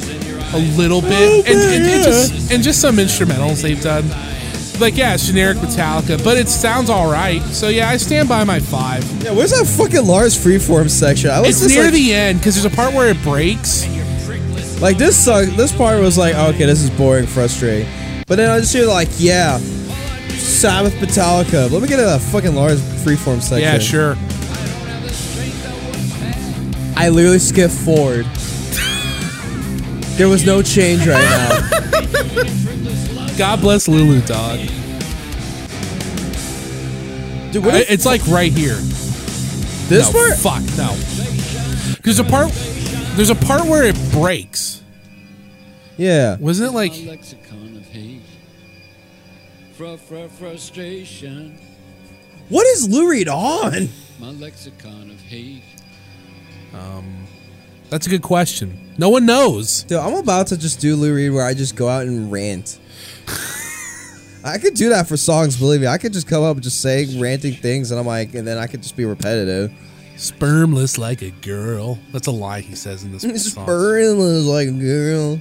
Speaker 2: a little
Speaker 3: Oh,
Speaker 2: bit, and, and, and just and just some instrumentals they've done. Like yeah, it's generic Metallica, but it sounds all right. So yeah, I stand by my five.
Speaker 3: Yeah, where's that fucking Lars freeform section? I was
Speaker 2: It's
Speaker 3: just
Speaker 2: near
Speaker 3: like,
Speaker 2: the end because there's a part where it breaks.
Speaker 3: like this suck. This part was like, okay, this is boring, frustrating. But then I just hear like, yeah, Sabbath Metallica. Let me get to that fucking Lars freeform section.
Speaker 2: Yeah, sure.
Speaker 3: I literally skipped forward. there was no change right now.
Speaker 2: God bless Lulu, dog.
Speaker 3: Dude, what if
Speaker 2: it's like right here. no,
Speaker 3: this part?
Speaker 2: Fuck no. There's a part. There's a part where it breaks.
Speaker 3: Yeah.
Speaker 2: Wasn't it
Speaker 6: My
Speaker 2: like?
Speaker 6: lexicon of hate. Fru- fru- frustration.
Speaker 3: What is Lou Reed on?
Speaker 6: My lexicon of hate.
Speaker 2: That's a good question. No one knows.
Speaker 3: Dude, I'm about to just do Lou Reed where I just go out and rant. I could do that for songs, believe me. I could just come up and just saying ranting things, and I'm like, and then I could just be repetitive.
Speaker 2: Spermless like a girl. That's a lie he says in this song.
Speaker 3: Spurless like a girl.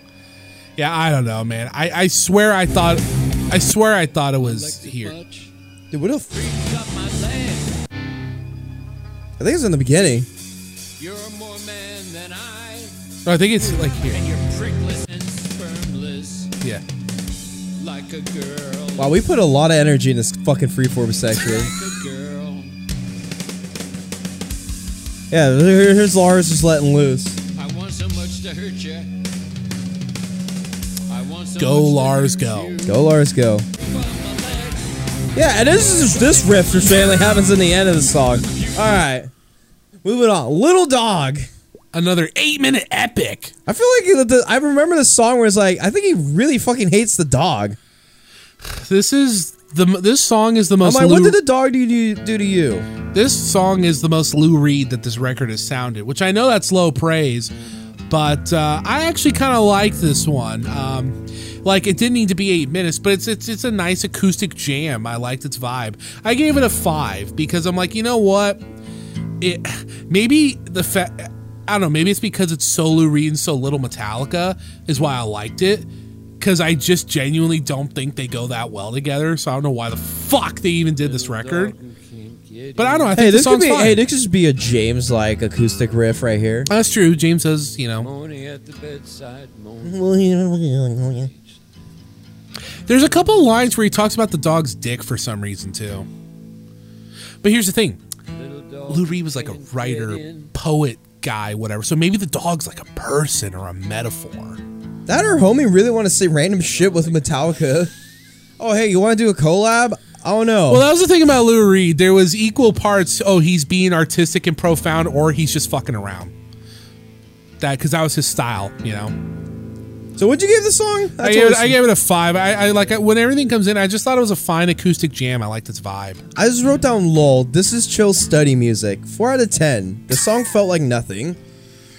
Speaker 2: yeah, I don't know, man. I, I swear I thought, I swear I thought it was
Speaker 6: Lexi
Speaker 2: here.
Speaker 6: Fudge.
Speaker 3: Dude, what if? I think it's in the beginning.
Speaker 6: You're more man than I.
Speaker 2: No, I think it's like here.
Speaker 6: You're prickless and spermless
Speaker 2: Yeah.
Speaker 6: like a girl.
Speaker 3: Wow, we put a lot of energy in this fucking freeform section.
Speaker 6: Like a girl.
Speaker 3: yeah, here- here's Lars just letting loose.
Speaker 6: I want so much to hurt you. I want so
Speaker 2: Go
Speaker 6: much
Speaker 2: Lars,
Speaker 6: to hurt
Speaker 2: go.
Speaker 6: you.
Speaker 3: Go Lars, go. Yeah, and this is this riff just randomly happens in the end of the song. All right, moving on. Little Dog.
Speaker 2: Another eight minute epic.
Speaker 3: I feel like the, I remember the song where it's like I think he really fucking hates the dog.
Speaker 2: This is the this song is the
Speaker 3: I'm
Speaker 2: most.
Speaker 3: like, what
Speaker 2: Lou-
Speaker 3: did the dog do to, do to you?
Speaker 2: this song is the most Lou Reed that this record has sounded, which I know that's low praise, but uh, I actually kind of like this one. Um, like it didn't need to be eight minutes, but it's it's it's a nice acoustic jam. I liked its vibe. I gave it a five because I'm like, you know what? It maybe the fa- I don't know. Maybe it's because it's so Lou Reed and so little Metallica is why I liked it. Because I just genuinely don't think they go that well together. So I don't know why the fuck they even did this record. But I don't. know. I think
Speaker 3: Hey,
Speaker 2: the
Speaker 3: this could
Speaker 2: song's
Speaker 3: be.
Speaker 2: fine.
Speaker 3: Hey, this could just be a James like acoustic riff right here.
Speaker 2: That's true. James does. You know,
Speaker 6: Moaning at the bedside, moaning.
Speaker 3: That's
Speaker 2: there's a couple of lines where he talks about the dog's dick for some reason too. But here's the thing:
Speaker 6: Little dog
Speaker 2: Lou Reed was like a
Speaker 6: can't get
Speaker 2: writer,
Speaker 6: in.
Speaker 2: poet guy, whatever. So maybe the dog's like a person or a metaphor.
Speaker 3: That or homie really want to say random shit with Metallica. Oh, hey, you want to do a collab? Oh no.
Speaker 2: Well, that was the thing about Lou Reed. There was equal parts. Oh, he's being artistic and profound, or he's just fucking around. That because that was his style, you know.
Speaker 3: so, what'd you give the song? That's
Speaker 2: I gave, it,
Speaker 3: always-
Speaker 2: I gave it a five. I, I like I, when everything comes in. I just thought it was a fine acoustic jam. I liked its vibe.
Speaker 3: I just wrote down lol. This is chill study music. Four out of ten. The song felt like nothing.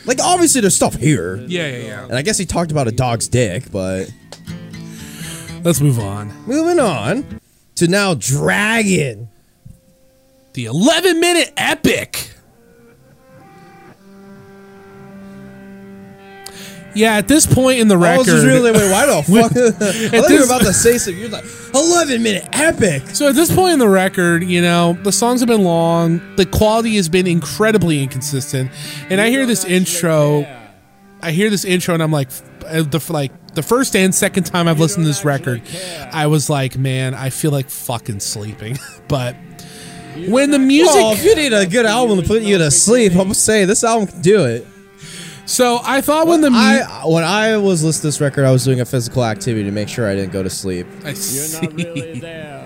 Speaker 3: Like obviously there's stuff here,
Speaker 2: Yeah, yeah,
Speaker 3: and I guess he talked about a dog's dick, but
Speaker 2: yeah. Let's move on.
Speaker 3: moving on to now Dragon.
Speaker 2: The eleven minute epic. Yeah, at this point in the record,
Speaker 3: I was just Oh, really wait, why the fuck? I thought you were
Speaker 2: this-
Speaker 3: about to say something. You're like eleven minute epic.
Speaker 2: So at this point in the record, you know, the songs have been long, the quality has been incredibly inconsistent. And I hear this intro, I hear this intro and I'm like uh, the like the first and second time I've listened to this record, I was like, man, I feel like fucking sleeping. But when the music
Speaker 3: Oh, if you need a good album to put you to sleep, I'm saying this album can do it.
Speaker 2: So I thought when the mu-
Speaker 3: I when I was listening to this record, I was doing a physical activity to make sure I didn't go to sleep.
Speaker 2: I
Speaker 6: You're
Speaker 2: see.
Speaker 6: not really there.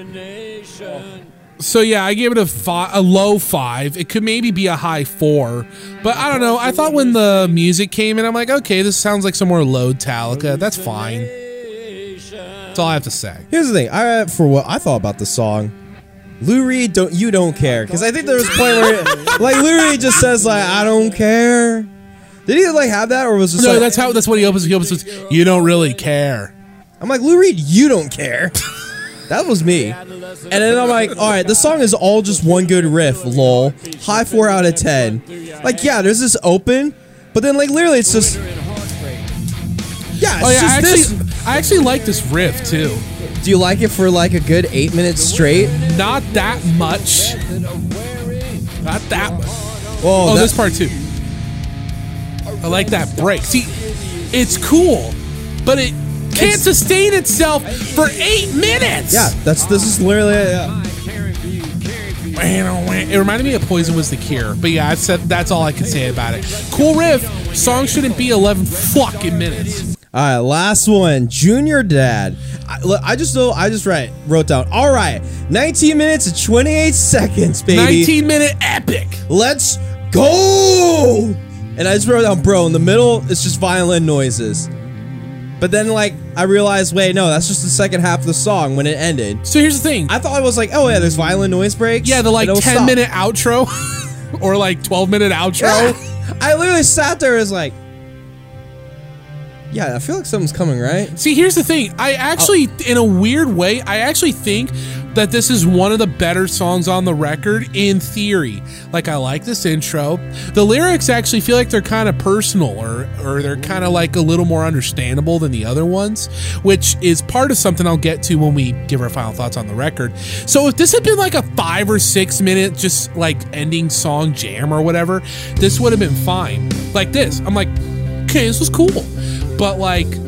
Speaker 6: Hallucination.
Speaker 2: So yeah, I gave it a fi- a low five. It could maybe be a high four, but I don't know. I thought when the music came in, I'm like, okay, this sounds like some more load Talica. That's fine. That's all I have to say.
Speaker 3: Here's the thing. I for what I thought about the song. Lou Reed, don't you don't care? Because I think there was a point where, like, Lou Reed just says like, "I don't care." Did he like have that, or was it just
Speaker 2: No,
Speaker 3: like,
Speaker 2: that's how. That's what he opens. He opens. with, You don't really care.
Speaker 3: I'm like Lou Reed, you don't care. that was me. And then I'm like, all right, the song is all just one good riff. Lol. High four out of ten. Like, yeah, there's this open, but then like literally, it's just yeah, it's
Speaker 2: Oh yeah, I
Speaker 3: just
Speaker 2: actually, I actually like this riff too.
Speaker 3: this. Do you like it for like a good eight minutes straight?
Speaker 2: Not that much. Not that much.
Speaker 3: Whoa,
Speaker 2: Oh,
Speaker 3: that-
Speaker 2: this part too. I like that break. See, it's cool, but it can't sustain itself for eight minutes.
Speaker 3: Yeah, that's this is literally. Yeah.
Speaker 2: oh, It reminded me of Poison was the Cure, but yeah, I said that's all I could say about it. Cool riff. Song shouldn't be eleven fucking minutes.
Speaker 3: All right, last one. Junior Dad. I, look, I just know. I just write, wrote down. All right, 19 minutes and 28 seconds, baby.
Speaker 2: Nineteen minute epic.
Speaker 3: Let's go. And I just wrote down, bro. In the middle, it's just violin noises. But then, like, I realized, wait, no, that's just the second half of the song when it ended.
Speaker 2: So here's the thing.
Speaker 3: I thought I was like, oh yeah, there's violin noise breaks.
Speaker 2: Yeah, the like
Speaker 3: and it'll
Speaker 2: ten
Speaker 3: stop.
Speaker 2: minute outro, or like twelve minute outro.
Speaker 3: I literally sat there and was like, yeah, I feel like something's coming, right?
Speaker 2: See, here's the thing. I actually, in a weird way, I actually think that this is one of the better songs on the record in theory. Like, I like this intro. The lyrics actually feel like they're kind of personal or, or they're kind of like a little more understandable than the other ones, which is part of something I'll get to when we give our final thoughts on the record. So, if this had been like a five or six minute, just like ending song jam or whatever, this would have been fine. Like this. I'm like, okay, this was cool. But like, it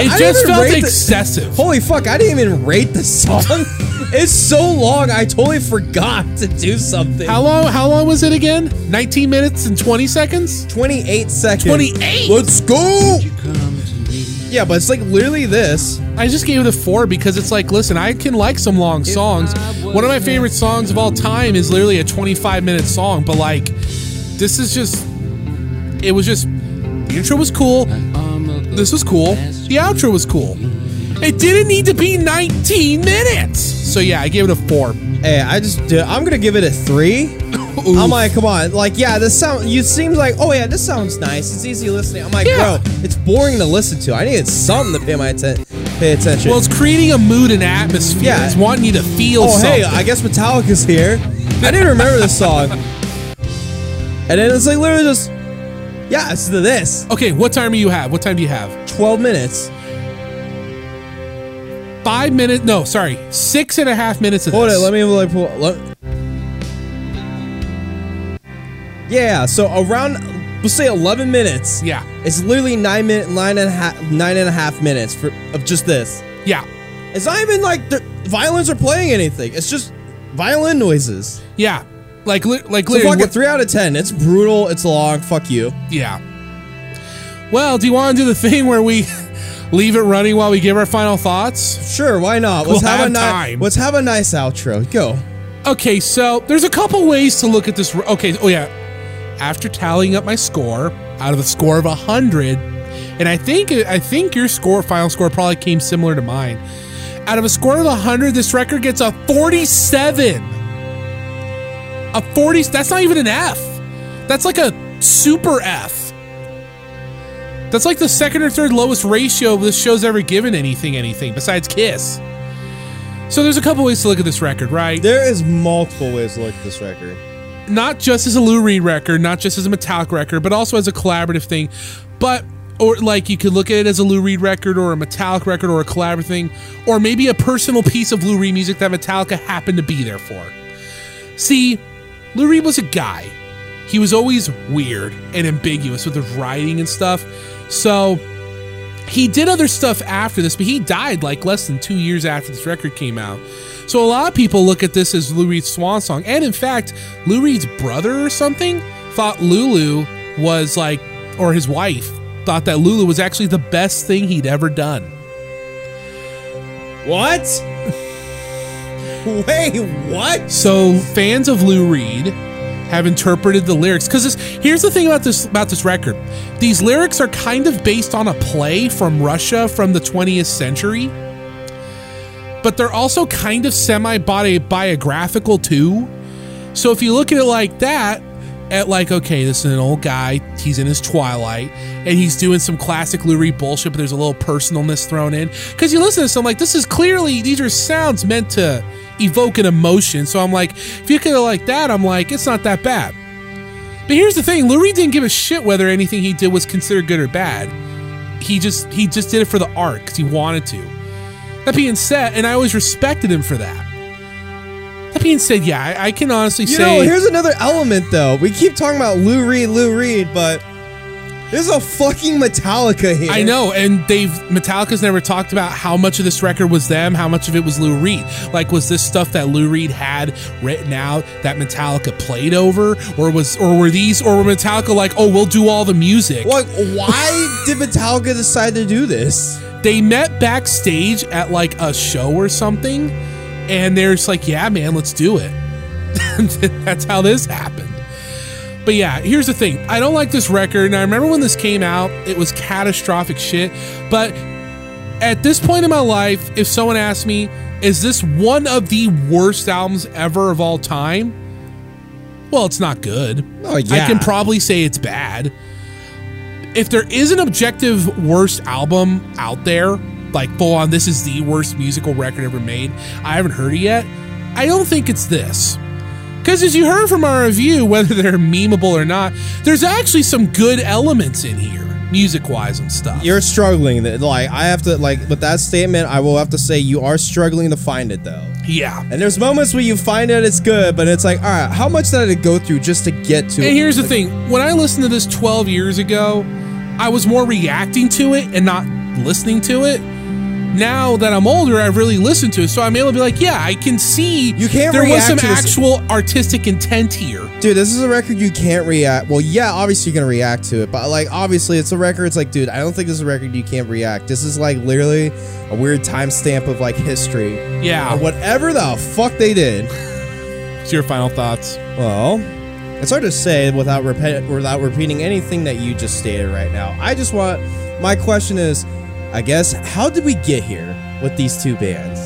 Speaker 3: I
Speaker 2: just
Speaker 3: even
Speaker 2: felt
Speaker 3: rate the-
Speaker 2: excessive.
Speaker 3: Holy fuck, I didn't even rate the song. it's so long, I totally forgot to do something.
Speaker 2: How long? How long was it again? 19 minutes and 20 seconds.
Speaker 3: 28 seconds.
Speaker 2: 28?
Speaker 3: Let's go! Yeah, but it's like literally this.
Speaker 2: I just gave it a four because it's like, listen, I can like some long songs. One of my favorite songs of all time is literally a 25 minute song, but like, this is just. It was just. The intro was cool. This was cool. The outro was cool. It didn't need to be 19 minutes. So yeah, I gave it a four.
Speaker 3: Hey, I just dude, I'm gonna give it a three. I'm like, come on, like, yeah, this sound. You seems like, oh yeah, this sounds nice. It's easy listening. I'm like,
Speaker 2: Yeah.
Speaker 3: bro, it's boring to listen to. I needed something to pay my atten- pay attention.
Speaker 2: Well, it's creating a mood and atmosphere.
Speaker 3: Yeah.
Speaker 2: It's wanting you to feel
Speaker 3: oh
Speaker 2: something.
Speaker 3: hey, I guess Metallica's here. I didn't remember this song. And then it's like literally just, yeah, it's the this.
Speaker 2: Okay, what time do you have? What time do you have?
Speaker 3: 12 minutes.
Speaker 2: Five minutes? No, sorry, six and a half minutes of
Speaker 3: Hold
Speaker 2: this.
Speaker 3: it, let me like pull. Let, yeah, so around, we'll say 11 minutes.
Speaker 2: Yeah,
Speaker 3: It's literally nine minute, nine and a half, nine and a half minutes for of just this.
Speaker 2: yeah,
Speaker 3: It's not even like the violins are playing anything. It's just violin noises.
Speaker 2: yeah. Like, li- like,
Speaker 3: So fuck
Speaker 2: literally,
Speaker 3: it, three out of ten. It's brutal. It's long. Fuck you.
Speaker 2: yeah. Well, do you want to do the thing where we leave it running while we give our final thoughts?
Speaker 3: Sure, why not?
Speaker 2: We'll
Speaker 3: Let's have, a
Speaker 2: have
Speaker 3: ni-
Speaker 2: time.
Speaker 3: Let's have a nice outro. Go.
Speaker 2: Okay, so there's a couple ways to look at this. Okay, oh yeah. After tallying up my score out of a score of 100, and I think I think your score final score probably came similar to mine. Out of a score of 100, this record gets a 47. A 40 that's not even an F. That's like a super F. That's like the second or third lowest ratio this show's ever given anything anything besides Kiss. So there's a couple ways to look at this record, right?
Speaker 3: There is multiple ways to look at this record.
Speaker 2: not just as a Lou Reed record, not just as a Metallic record, but also as a collaborative thing. But or like you could look at it as a Lou Reed record or a Metallic record or a collaborative thing, or maybe a personal piece of Lou Reed music that Metallica happened to be there for. See, Lou Reed was a guy. He was always weird and ambiguous with his writing and stuff. So he did other stuff after this, but he died like less than two years after this record came out. So a lot of people look at this as Lou Reed's swan song. And in fact, Lou Reed's brother or something thought Lulu was like, or his wife thought that Lulu was actually the best thing he'd ever done.
Speaker 3: What? Wait, what?
Speaker 2: So fans of Lou Reed have interpreted the lyrics because here's the thing about this about this record. These lyrics are kind of based on a play from Russia from the 20th century, but they're also kind of semi biographical too. So if you look at it like that, at like okay, this is an old guy. He's in his twilight and he's doing some classic Lou Reed bullshit, but there's a little personalness thrown in because you listen to this. I'm like, this is clearly these are sounds meant to evoke an emotion. So I'm like, if you could like that, I'm like, it's not that bad. But here's the thing: Lou Reed didn't give a shit whether anything he did was considered good or bad. He just he just did it for the art because he wanted to. That being said, and I always respected him for that. That being said, yeah, I, I can honestly
Speaker 3: You
Speaker 2: say
Speaker 3: know, here's another element though. We keep talking about Lou Reed, Lou Reed, but there's a fucking Metallica here.
Speaker 2: I know, and they've Metallica's never talked about how much of this record was them, how much of it was Lou Reed. Like, was this stuff that Lou Reed had written out that Metallica played over, or was, or were these, or were Metallica like, oh, we'll do all the music?
Speaker 3: Like, why did Metallica decide to do this?
Speaker 2: They met backstage at like a show or something, and they're just like, yeah, man, let's do it. That's how this happened. But yeah, here's the thing. I don't like this record, and I remember when this came out, it was catastrophic shit. But at this point in my life, if someone asked me, is this one of the worst albums ever of all time? Well, it's not good.
Speaker 3: Oh,
Speaker 2: I
Speaker 3: yeah.
Speaker 2: can probably say it's bad. If there is an objective worst album out there, like full on, this is the worst musical record ever made, I haven't heard it yet. I don't think it's this. Because as you heard from our review, whether they're memeable or not, there's actually some good elements in here, music wise and stuff.
Speaker 3: You're struggling. Like I have to like with that statement, I will have to say you are struggling to find it though.
Speaker 2: yeah.
Speaker 3: And there's moments where you find out it's good, but it's like, all right, how much did I go through just to get to? it?
Speaker 2: And here's the thing: when I listened to this 12 years ago, I was more reacting to it and not listening to it. Now that I'm older, I've really listened to it, so I'm able to be like, yeah, I can see
Speaker 3: You can't
Speaker 2: there was
Speaker 3: react
Speaker 2: some
Speaker 3: to this-
Speaker 2: actual artistic intent here.
Speaker 3: dude, this is a record you can't react. Well, yeah, obviously you're gonna react to it, but like, obviously it's a record. It's like, dude, I don't think this is a record you can't react. This is like literally a weird timestamp of like history or
Speaker 2: Yeah.
Speaker 3: whatever the fuck they did.
Speaker 2: What's your final thoughts?
Speaker 3: Well, it's hard to say without repeat, without repeating anything that you just stated right now. I just want my question is, I guess, how did we get here with these two bands?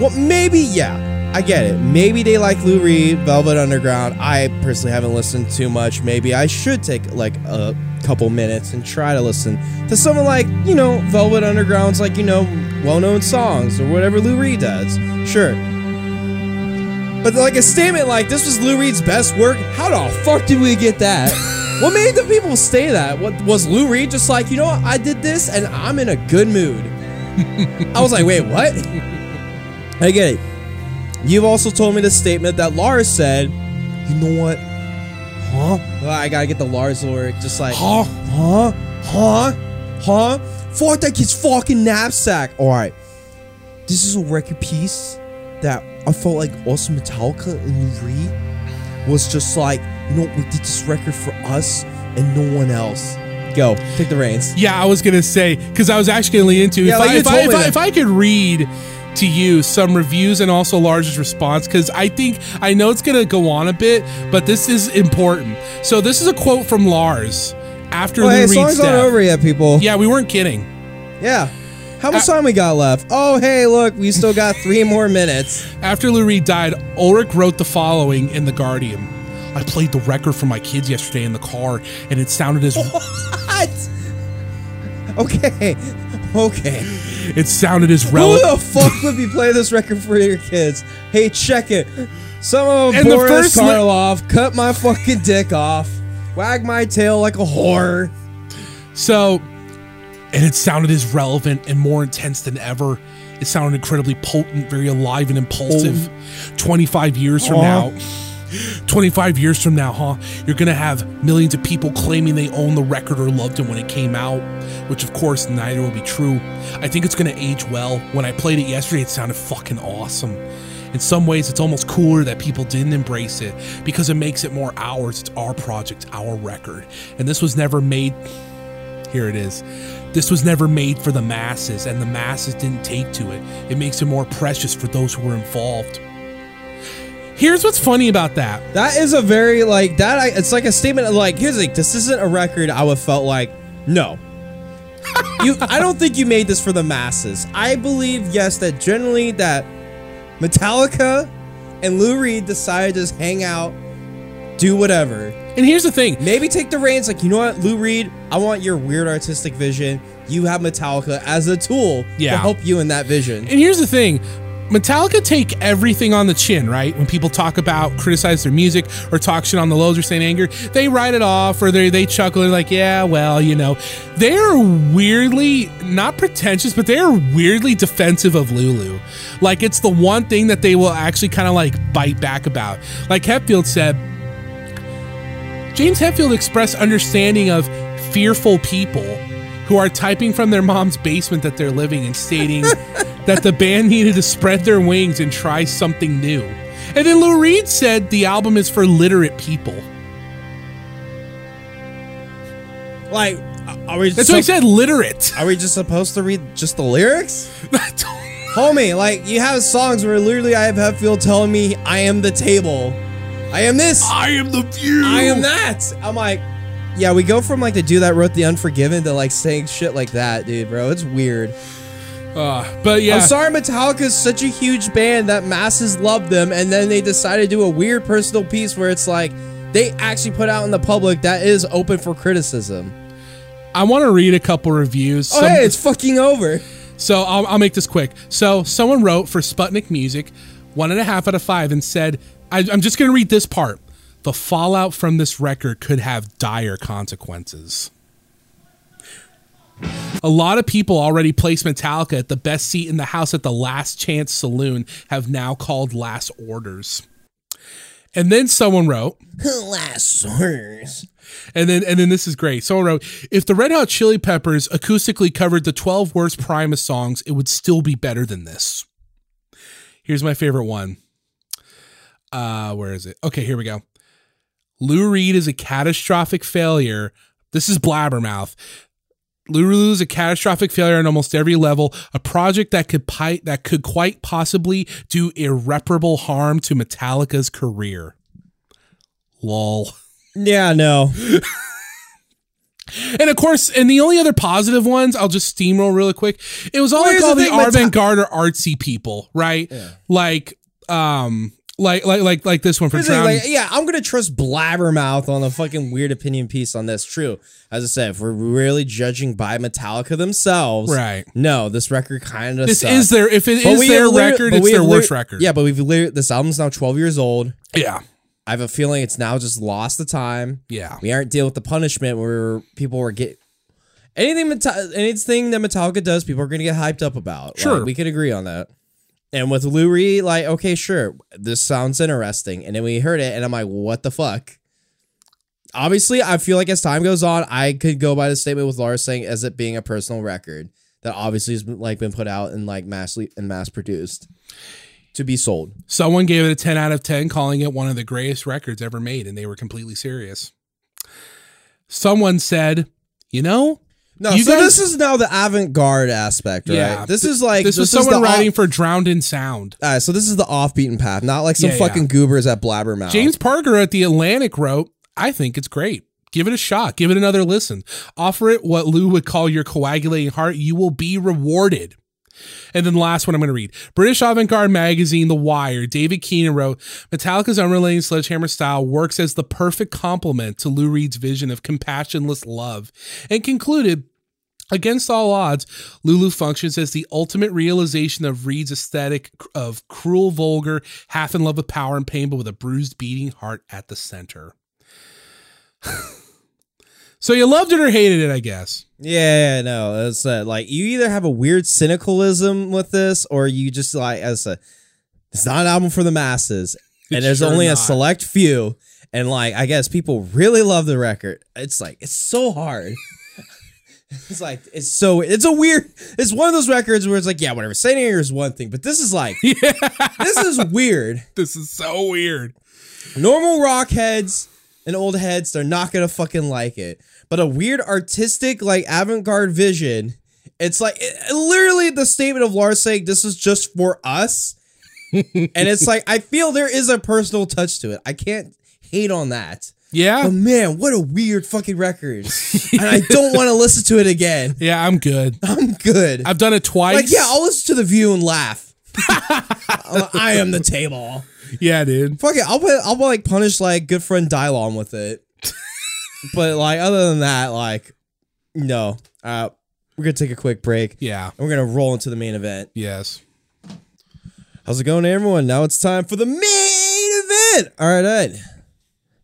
Speaker 3: Well, maybe yeah, I get it. Maybe they like Lou Reed, Velvet Underground. I personally haven't listened too much. Maybe I should take like a couple minutes and try to listen to someone like you know Velvet Underground's like you know well-known songs or whatever Lou Reed does. Sure, But like a statement like this was Lou Reed's best work. How the fuck did we get that? what made the people say that? What was Lou Reed just like? You know what? I did this and I'm in a good mood. I was like, wait, what? I get it. You've also told me the statement that Lars said. You know what?
Speaker 2: Huh?
Speaker 3: Well, I gotta get the Lars lyric. Just like, huh,
Speaker 2: Huh?
Speaker 3: huh, huh, huh. Fuck that kid's fucking knapsack. All right, this is a record piece that I felt like also Metallica and Lou Reed was just like, you know, what? we did this record for us and no one else. Go take the reins.
Speaker 2: Yeah, I was gonna say because I was actually gonna lean into
Speaker 3: Yeah,
Speaker 2: if,
Speaker 3: like
Speaker 2: I,
Speaker 3: you
Speaker 2: if, I,
Speaker 3: told
Speaker 2: if,
Speaker 3: me
Speaker 2: I,
Speaker 3: that.
Speaker 2: if I could read to you some reviews and also Lars' response because I think I know it's gonna go on a bit, but this is important. So this is a quote from Lars after
Speaker 3: Oh,
Speaker 2: Lou
Speaker 3: hey,
Speaker 2: Reed's
Speaker 3: song's not
Speaker 2: death.
Speaker 3: over yet, people.
Speaker 2: Yeah, we weren't kidding.
Speaker 3: Yeah. How
Speaker 2: Uh,
Speaker 3: much time we got left? Oh, hey, look, we still got three more minutes.
Speaker 2: After Lou Reed died, Ulrich wrote the following in the Guardian. I played the record for my kids yesterday in the car, and it sounded as
Speaker 3: What? Okay, okay.
Speaker 2: it sounded as
Speaker 3: Who
Speaker 2: relevant.
Speaker 3: the fuck would be playing this record for your kids? Hey, check it. Some of
Speaker 2: And the
Speaker 3: Boris
Speaker 2: first li-
Speaker 3: Karloff cut my fucking dick off, wag my tail like a whore.
Speaker 2: So, and it sounded as relevant and more intense than ever. It sounded incredibly potent, very alive and impulsive. 25 years from now, 25 years from now, huh? You're going to have millions of people claiming they own the record or loved it when it came out, which of course neither will be true. I think it's going to age well. When I played it yesterday, it sounded fucking awesome. In some ways, it's almost cooler that people didn't embrace it because it makes it more ours. It's our project, our record. And this was never made here it is. This was never made for the masses, and the masses didn't take to it. It makes it more precious for those who were involved. Here's what's funny about that.
Speaker 3: That is a very like that. I, it's like a statement of like, here's like, this isn't a record. I would felt like, no. you, I don't think you made this for the masses. I believe yes that generally that Metallica and Lou Reed decided to just hang out, do whatever.
Speaker 2: And here's the thing
Speaker 3: Maybe take the reins. Like you know what, Lou Reed, I want your weird artistic vision. You have Metallica as a tool to
Speaker 2: Yeah.
Speaker 3: help you in that vision.
Speaker 2: And here's the thing. Metallica take everything on the chin, right? When people talk about criticize their music or talk shit on the lows or saying anger, they write it off or they they chuckle. They're like, yeah, well, you know, they're weirdly not pretentious, but they're weirdly defensive of Lulu. Like it's the one thing that they will actually kind of like bite back about. Like Hetfield said, James Hetfield expressed understanding of fearful people who are typing from their mom's basement that they're living and stating that the band needed to spread their wings and try something new. And then Lou Reed said the album is for literate people.
Speaker 3: Like, are we?
Speaker 2: That's
Speaker 3: so-
Speaker 2: what he said, literate.
Speaker 3: Are we just supposed to read just the lyrics? Homie, like you have songs where literally I have Hetfield telling me I am the table. I am this.
Speaker 2: I am the view.
Speaker 3: I am that. I'm like, yeah, we go from like the dude that wrote The Unforgiven to like saying shit like that, dude, bro. It's weird.
Speaker 2: Uh, but yeah,
Speaker 3: I'm sorry Metallica is such a huge band that masses love them, and then they decide to do a weird personal piece where it's like they actually put out in the public that is open for criticism.
Speaker 2: I want to read a couple reviews.
Speaker 3: Oh,
Speaker 2: Some-
Speaker 3: hey, it's fucking over.
Speaker 2: So I'll, I'll make this quick. So someone wrote for Sputnik Music one and a half out of five and said, I, I'm just going to read this part. The fallout from this record could have dire consequences. A lot of people already placed Metallica at the best seat in the house at the Last Chance Saloon have now called Last Orders. And then someone wrote,
Speaker 3: Last source.
Speaker 2: and then and then this is great. Someone wrote, if the Red Hot Chili Peppers acoustically covered the 12 worst Primus songs, it would still be better than this. Here's my favorite one. Uh, where is it? Okay, here we go. Lou Reed is a catastrophic failure. This is Blabbermouth. Lou Reed is a catastrophic failure on almost every level. A project that could pi- that could quite possibly do irreparable harm to Metallica's career. Lol.
Speaker 3: Yeah, no.
Speaker 2: And of course, and the only other positive ones, I'll just steamroll really quick. It was all
Speaker 3: Well,
Speaker 2: like
Speaker 3: here's
Speaker 2: all
Speaker 3: the
Speaker 2: the
Speaker 3: thing, Meta-
Speaker 2: avant garde or artsy people, right? Like, um, Like like like like this one for
Speaker 3: Here's the thing,
Speaker 2: drowning.
Speaker 3: like, yeah, I'm gonna trust Blabbermouth on the fucking weird opinion piece on this. True, as I said, if we're really judging by Metallica themselves,
Speaker 2: Right.
Speaker 3: No, this record kind of
Speaker 2: this is their if it is their record, it's their worst record.
Speaker 3: Yeah, but we've lit- this album's now 12 years old.
Speaker 2: yeah,
Speaker 3: I have a feeling it's now just lost the time.
Speaker 2: yeah.
Speaker 3: We aren't dealing with the punishment where people were get anything Meta- anything that Metallica does, people are gonna get hyped up about. Like,
Speaker 2: Sure.
Speaker 3: we could agree on that. And with Lou Reed, like, okay, sure, this sounds interesting. And then we heard it, and I'm like, what the fuck? Obviously, I feel like as time goes on, I could go by the statement with Lars saying as it being a personal record that obviously has been, like been put out and like mass and mass produced to be sold.
Speaker 2: Someone gave it a ten out of ten, calling it one of the greatest records ever made, and they were completely serious. Someone said, "You know,
Speaker 3: No,
Speaker 2: You
Speaker 3: so
Speaker 2: guys-
Speaker 3: this is now the avant-garde aspect, right?
Speaker 2: Yeah.
Speaker 3: This is like
Speaker 2: this was
Speaker 3: is
Speaker 2: someone
Speaker 3: the
Speaker 2: writing
Speaker 3: op-
Speaker 2: for Drowned in Sound."
Speaker 3: All right, so this is the off beaten path, not like some
Speaker 2: Yeah,
Speaker 3: fucking
Speaker 2: yeah.
Speaker 3: goobers at Blabbermouth.
Speaker 2: James Parker at the Atlantic wrote, "I think it's great." Give it a shot. Give it another listen. Offer it what Lou would call your coagulating heart. You will be rewarded. And then the last one I'm going to read. British avant-garde magazine The Wire, David Keenan wrote, Metallica's unrelenting sledgehammer style works as the perfect complement to Lou Reed's vision of compassionless love and concluded Against all odds, Lulu functions as the ultimate realization of Reed's aesthetic of cruel, vulgar, half in love with power and pain, but with a bruised, beating heart at the center. so you loved it or hated it, I guess.
Speaker 3: Yeah, yeah, no, it's uh, like you either have a weird cynicalism with this, or you just like as a it's not an album for the masses,
Speaker 2: It's
Speaker 3: and there's
Speaker 2: sure
Speaker 3: only a
Speaker 2: not.
Speaker 3: select few, and like I guess people really love the record. It's like it's so hard. it's like it's so it's a weird. It's one of those records where it's like yeah, whatever. Saint Anger is one thing, but this is like this is weird.
Speaker 2: This is so weird.
Speaker 3: normal rock heads and old heads they're not gonna fucking like it but a weird artistic like avant-garde vision it's like it- it literally the statement of lars saying this is just for us and it's like i feel there is a personal touch to it i can't hate on that but
Speaker 2: Yeah.
Speaker 3: man what a weird fucking record and i don't want to listen to it again
Speaker 2: Yeah, I'm good.
Speaker 3: i'm good
Speaker 2: I've done it twice.
Speaker 3: like yeah i'll listen to the view and laugh i am the table
Speaker 2: yeah, dude.
Speaker 3: Fuck it. I'll put, I'll like punish like good friend Dylon with it. but like other than that, like no. Uh, we're gonna take a quick break.
Speaker 2: Yeah.
Speaker 3: And we're gonna roll into the main event.
Speaker 2: Yes.
Speaker 3: How's it going, everyone? Now it's time for the main event. All right, Ed.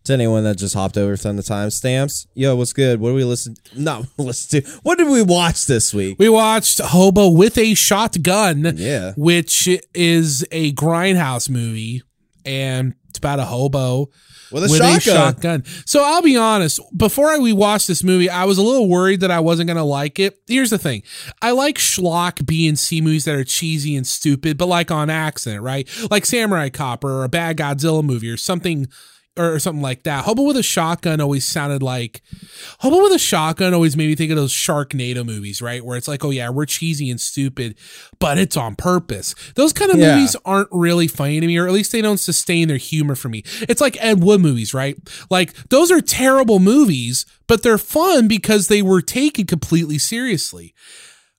Speaker 3: To anyone that just hopped over from the timestamps, yo, what's good? What do we listen? Not listen to. What did we watch this week?
Speaker 2: We watched Hobo with a Shotgun.
Speaker 3: Yeah.
Speaker 2: Which is a grindhouse movie. And it's about a hobo
Speaker 3: With
Speaker 2: with a shotgun. So I'll be honest. Before I, we watched this movie, I was a little worried that I wasn't going to like it. Here's the thing: I like schlock B and C movies that are cheesy and stupid, but like on accident, right? Like Samurai Cop or a bad Godzilla movie or something. Or something like that. Hobo with a shotgun always sounded like Hobo with a shotgun always made me think of those Sharknado movies, right? Where it's like, oh yeah, we're cheesy and stupid, but it's on purpose. Those kind of
Speaker 3: Yeah.
Speaker 2: movies aren't really funny to me, or at least they don't sustain their humor for me. It's like Ed Wood movies, right? Like those are terrible movies, but they're fun because they were taken completely seriously.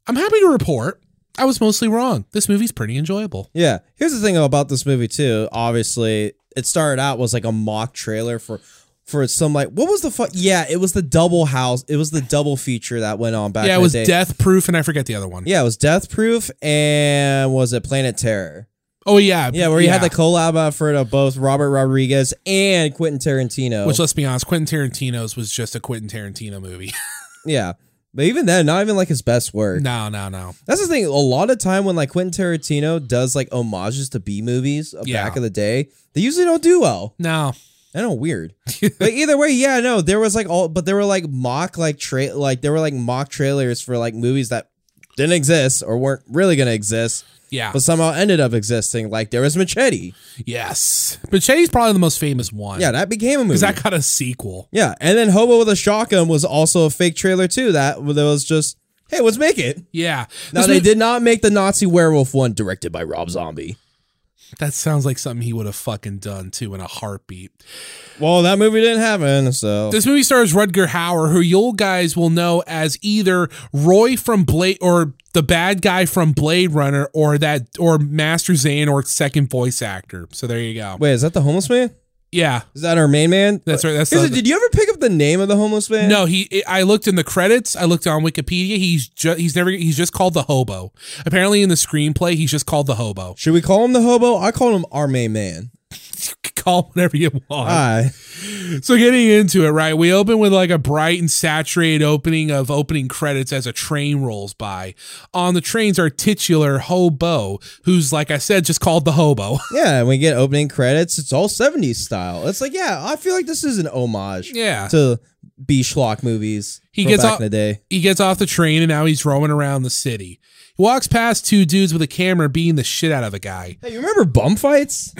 Speaker 2: I'm happy to report I was mostly wrong. This movie's pretty enjoyable.
Speaker 3: Yeah. Here's the thing about this movie too. Obviously, it started out was like a mock trailer for for some like what was the fuck? Yeah, it was the double house. It was the double feature that went on back.
Speaker 2: yeah,
Speaker 3: in
Speaker 2: it was
Speaker 3: the day.
Speaker 2: Death Proof, and I forget the other one.
Speaker 3: Yeah, it was Death Proof and was it Planet Terror?
Speaker 2: Oh yeah,
Speaker 3: Yeah, where you had the collab effort of both Robert Rodriguez and Quentin Tarantino.
Speaker 2: Which let's be honest, Quentin Tarantino's was just a Quentin Tarantino movie.
Speaker 3: yeah. But even then, not even like his best work.
Speaker 2: no, no, no.
Speaker 3: That's the thing. A lot of time when like Quentin Tarantino does like homages to B movies of
Speaker 2: Yeah.
Speaker 3: back of the day, they usually don't do well.
Speaker 2: No.
Speaker 3: I know, weird. but either way, yeah, no, there was like all, but there were like mock like tra- like there were like mock trailers for like movies that didn't exist or weren't really gonna exist,
Speaker 2: Yeah.
Speaker 3: but somehow ended up existing. Like there was Machete,
Speaker 2: yes. Machete's probably the most famous one.
Speaker 3: yeah, that became a movie.
Speaker 2: Because that got a sequel.
Speaker 3: yeah, and then Hobo with a Shotgun was also a fake trailer too. That that was just hey, let's make it.
Speaker 2: Yeah.
Speaker 3: Now
Speaker 2: This
Speaker 3: they
Speaker 2: mov-
Speaker 3: did not make the Nazi werewolf one directed by Rob Zombie.
Speaker 2: That sounds like something he would have fucking done too in a heartbeat.
Speaker 3: Well, that movie didn't happen, so
Speaker 2: This movie stars Rudger Hauer, who you guys will know as either Roy from Blade or the bad guy from Blade Runner or that or Master Zane or second voice actor. So there you go.
Speaker 3: wait, is that the homeless man?
Speaker 2: Yeah.
Speaker 3: Is that our main man?
Speaker 2: That's right, that's
Speaker 3: Is
Speaker 2: the-
Speaker 3: it- did you ever pick up the name of the homeless man?
Speaker 2: No, he. I looked in the credits. I looked on Wikipedia. He's ju- he's never. He's just called the hobo. Apparently, in the screenplay, he's just called the hobo.
Speaker 3: Should we call him the hobo? I call him our main man.
Speaker 2: Call him whatever you want.
Speaker 3: Aye.
Speaker 2: So getting into it, right? We open with like a bright and saturated opening of opening credits as a train rolls by. On the train's our titular hobo, who's like I said, just called the hobo.
Speaker 3: Yeah, and we get opening credits. It's all 70s style. It's like, yeah, I feel like this is an homage
Speaker 2: Yeah.
Speaker 3: to B schlock movies
Speaker 2: He
Speaker 3: from
Speaker 2: gets
Speaker 3: back
Speaker 2: off-
Speaker 3: in the day.
Speaker 2: He gets off the train and now he's roaming around the city. He walks past two dudes with a camera beating the shit out of a guy.
Speaker 3: Hey, you remember bum fights?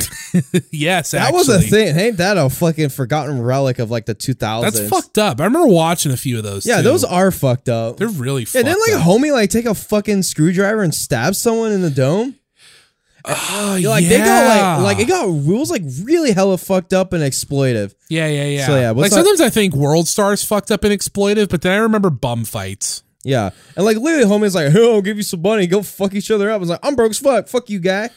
Speaker 2: yes,
Speaker 3: That was a
Speaker 2: actually.
Speaker 3: thing. Ain't that a fucking forgotten relic of like the 2000s?
Speaker 2: That's fucked up. I remember watching a few of those.
Speaker 3: Yeah,
Speaker 2: too.
Speaker 3: those are fucked up.
Speaker 2: They're really
Speaker 3: yeah,
Speaker 2: fucked
Speaker 3: didn't like
Speaker 2: up.
Speaker 3: a homie like take a fucking screwdriver and stab someone in the dome?
Speaker 2: Oh,
Speaker 3: Yeah, Like
Speaker 2: yeah.
Speaker 3: they got like like it got rules like really hella fucked up and exploitive.
Speaker 2: yeah, yeah, yeah.
Speaker 3: So, yeah,
Speaker 2: like
Speaker 3: what's that-
Speaker 2: sometimes I think World Stars fucked up and exploitive, but then I remember bum fights.
Speaker 3: Yeah. And like literally homie's like, oh, I'll give you some money, go fuck each other up. I was like, I'm broke as fuck. Fuck you guy.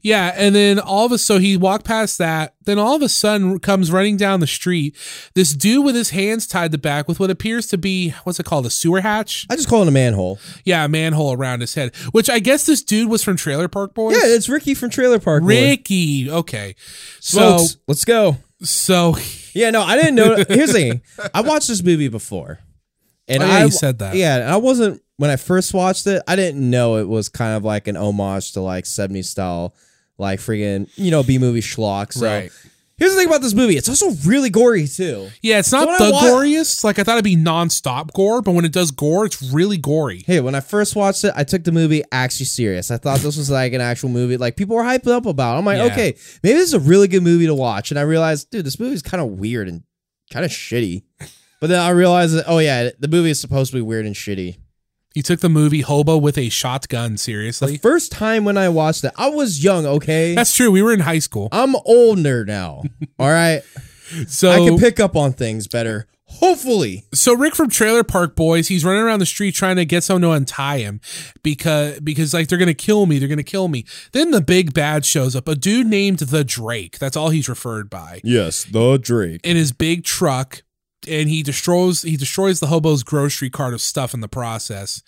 Speaker 2: Yeah, and then all of a so he walked past that. Then all of a sudden comes running down the street. This dude with his hands tied to back with what appears to be what's it called a sewer hatch?
Speaker 3: I just call it a manhole.
Speaker 2: Yeah, a manhole around his head. Which I guess this dude was from Trailer Park Boys.
Speaker 3: Yeah, it's Ricky from Trailer Park. Boys.
Speaker 2: Ricky. Okay, so
Speaker 3: Folks, let's go.
Speaker 2: so
Speaker 3: Yeah, no, I didn't know. Here's the thing. I watched this movie before. And
Speaker 2: Oh, yeah,
Speaker 3: I
Speaker 2: you said that.
Speaker 3: Yeah, and I wasn't when I first watched it, I didn't know it was kind of like an homage to like 70s style, like friggin', you know, B movie schlock. So
Speaker 2: Right.
Speaker 3: here's the thing about this movie. It's also really gory too.
Speaker 2: yeah, it's
Speaker 3: when
Speaker 2: not
Speaker 3: I
Speaker 2: the
Speaker 3: wa-
Speaker 2: goriest. Like I thought it'd be non-stop gore, but when it does gore, it's really gory.
Speaker 3: Hey, when I first watched it, I took the movie actually serious. I thought this was like an actual movie, like people were hyped up about. I'm like,
Speaker 2: Yeah.
Speaker 3: okay, maybe this is a really good movie to watch. And I realized, dude, this movie's kind of weird and kind of shitty. But then I realized that, oh yeah, the movie is supposed to be weird and shitty.
Speaker 2: You took the movie Hobo with a shotgun seriously.
Speaker 3: The first time when I watched it, I was young. Okay,
Speaker 2: That's true. We were in high school,
Speaker 3: I'm older now. All right,
Speaker 2: so
Speaker 3: I can pick up on things better. Hopefully,
Speaker 2: so Rick from Trailer Park Boys, he's running around the street trying to get someone to untie him because because like they're gonna kill me, they're gonna kill me. Then the big bad shows up, a dude named the Drake. That's all he's referred by
Speaker 1: Yes, the Drake.
Speaker 2: in his big truck, and he destroys he destroys the hobo's grocery cart of stuff in the process.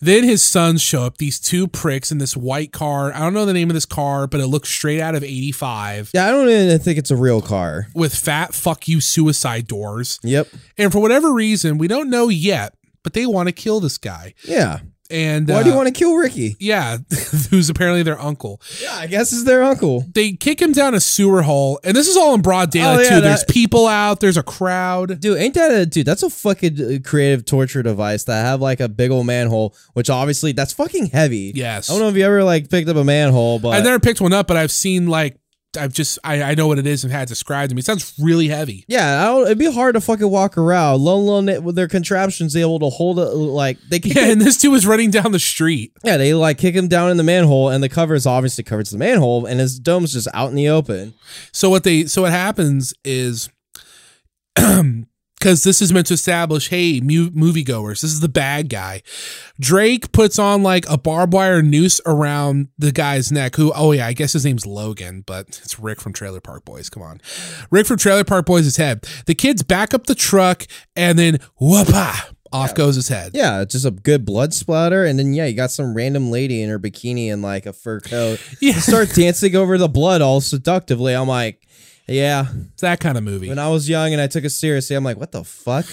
Speaker 2: Then his sons show up, these two pricks in this white car. I don't know the name of this car, but it looks straight out of '85
Speaker 3: yeah. I don't even think it's a real car.
Speaker 2: with fat fuck you suicide doors.
Speaker 3: Yep.
Speaker 2: And for whatever reason, we don't know yet, but they want to kill this guy.
Speaker 3: Yeah.
Speaker 2: And
Speaker 3: Why do you
Speaker 2: uh,
Speaker 3: want to kill Ricky?
Speaker 2: Yeah, who's apparently their uncle.
Speaker 3: Yeah, I guess it's their uncle.
Speaker 2: They kick him down a sewer hole, and this is all in broad daylight
Speaker 3: Oh, yeah,
Speaker 2: too. There's
Speaker 3: that-
Speaker 2: people out. There's a crowd.
Speaker 3: Dude, ain't that a dude? That's a fucking uh, creative torture device that have like a big old manhole, which obviously that's fucking heavy.
Speaker 2: Yes.
Speaker 3: I don't know if you ever like picked up a manhole, but
Speaker 2: I've never picked one up, but I've seen like I've just I, I know what it is and had it described to me. It sounds really heavy.
Speaker 3: yeah, I don't, it'd be hard to fucking walk around. Let alone it- with their contraptions, they able to hold it like they can.
Speaker 2: Yeah, and this dude was running down the street.
Speaker 3: yeah, they like kick him down in the manhole, and the cover is obviously covers the manhole, and his dome's just out in the open.
Speaker 2: So what they so what happens is because this is meant to establish, hey, mu- moviegoers, this is the bad guy. Drake puts on like a barbed wire noose around the guy's neck. Who, oh yeah, I guess his name's Logan, but it's Rick from Trailer Park Boys. Come on, Rick from Trailer Park Boys' head. The kids back up the truck, and then whoopah, off goes his head.
Speaker 3: Yeah, just a good blood splatter, and then yeah, you got some random lady in her bikini and like a fur coat.
Speaker 2: Yeah.
Speaker 3: They start dancing over the blood all seductively. I'm like, yeah.
Speaker 2: It's that kind of movie.
Speaker 3: When I was young and I took it seriously, I'm like, what the fuck?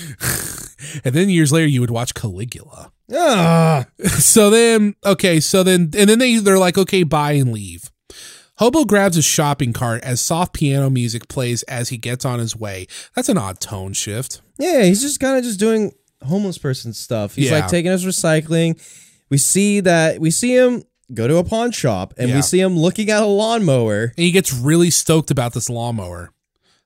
Speaker 2: And then years later, you would watch Caligula.
Speaker 3: Ah.
Speaker 2: So then, okay, so then, and then they they're like, okay, buy and leave. Hobo grabs his shopping cart as soft piano music plays as he gets on his way. That's an odd tone shift.
Speaker 3: Yeah, he's just kind of just doing homeless person stuff. He's
Speaker 2: Yeah.
Speaker 3: like taking his recycling. We see that we see him go to a pawn shop and
Speaker 2: Yeah.
Speaker 3: we see him looking at a lawnmower.
Speaker 2: And he gets really stoked about this lawnmower,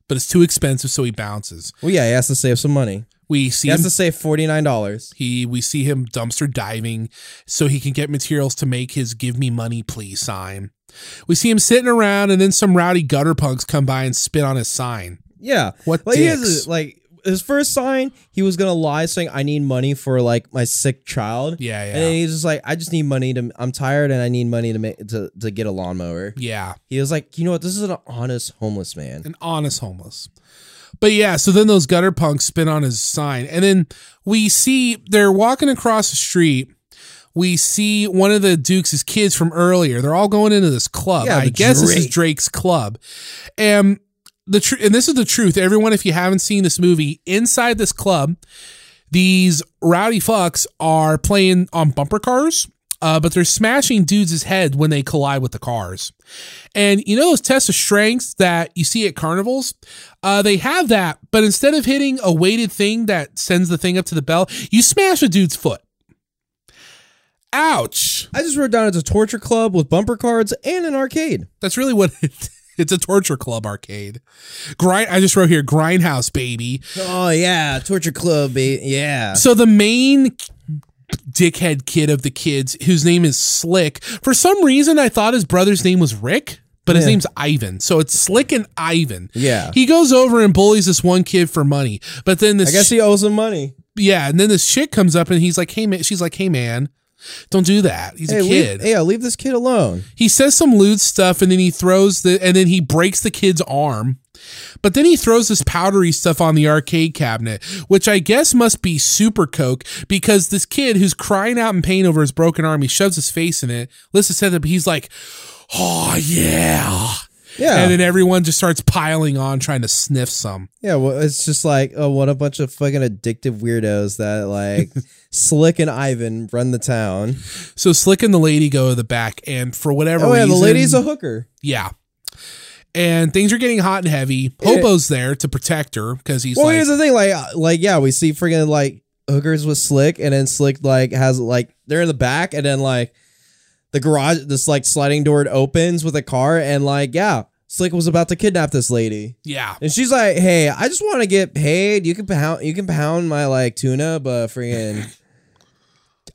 Speaker 2: but it's too expensive, so he bounces.
Speaker 3: Well, yeah, he has to save some money.
Speaker 2: We see
Speaker 3: He has
Speaker 2: him,
Speaker 3: to save forty nine dollars.
Speaker 2: he we see him dumpster diving so he can get materials to make his "Give me money, please" sign. We see him sitting around, and then some rowdy gutter punks come by and spit on his sign.
Speaker 3: Yeah.
Speaker 2: What
Speaker 3: like he has
Speaker 2: dicks?
Speaker 3: a, like his first sign, he was gonna lie saying, "I need money for like my sick child."
Speaker 2: Yeah,
Speaker 3: And then
Speaker 2: yeah.
Speaker 3: he's just like, "I just need money to. I'm tired, and I need money to make to to get a lawnmower."
Speaker 2: Yeah,
Speaker 3: He was like, "You know what? This is an honest homeless man."
Speaker 2: an honest homeless. But yeah, so then those gutter punks spit on his sign, and then we see they're walking across the street. We see one of the Dukes' kids from earlier. They're all going into this club.
Speaker 3: Yeah,
Speaker 2: I
Speaker 3: the
Speaker 2: guess this is
Speaker 3: Drake.
Speaker 2: Drake's club, and the tr- and this is the truth. Everyone, if you haven't seen this movie, inside this club, these rowdy fucks are playing on bumper cars, uh, but they're smashing dudes' head when they collide with the cars. And you know those tests of strength that you see at carnivals? Uh, they have that, but instead of hitting a weighted thing that sends the thing up to the bell, you smash a dude's foot. Ouch.
Speaker 3: I just wrote down it's a torture club with bumper cards and an arcade.
Speaker 2: That's really what it, it's a torture club arcade. Grind. I just wrote here, grindhouse baby.
Speaker 3: Oh yeah, torture club, ba- yeah.
Speaker 2: So the main dickhead kid of the kids, whose name is Slick, for some reason I thought his brother's name was Rick, but his
Speaker 3: Yeah.
Speaker 2: name's Ivan. So it's Slick and Ivan.
Speaker 3: Yeah.
Speaker 2: He goes over and bullies this one kid for money. But then this
Speaker 3: I guess he owes him money.
Speaker 2: yeah, and then this shit comes up and he's like, "Hey man," she's like, "Hey man, don't do that. He's
Speaker 3: Hey,
Speaker 2: a kid."
Speaker 3: leave, yeah, leave this kid alone.
Speaker 2: he says some lewd stuff and then he throws the and then he breaks the kid's arm but then he throws this powdery stuff on the arcade cabinet which i guess must be super coke because this kid who's crying out in pain over his broken arm he shoves his face in it listen said that but he's like oh yeah
Speaker 3: Yeah,
Speaker 2: and then everyone just starts piling on trying to sniff some
Speaker 3: yeah. Well, it's just like, oh, what a bunch of fucking addictive weirdos that like Slick and Ivan run the town.
Speaker 2: so slick and the lady go to the back and for whatever
Speaker 3: Oh yeah,
Speaker 2: reason
Speaker 3: the lady's a hooker.
Speaker 2: yeah and things are getting hot and heavy. Hobo's there to protect her because he's
Speaker 3: Well,
Speaker 2: like,
Speaker 3: here's the thing, like, uh, like yeah, we see friggin' like hookers with Slick, and then Slick like has like they're in the back, and then like the garage, this like sliding door it opens with a car, and like yeah, Slick was about to kidnap this lady,
Speaker 2: yeah,
Speaker 3: and she's like, hey, I just want to get paid. You can pound, you can pound my like tuna, but friggin'.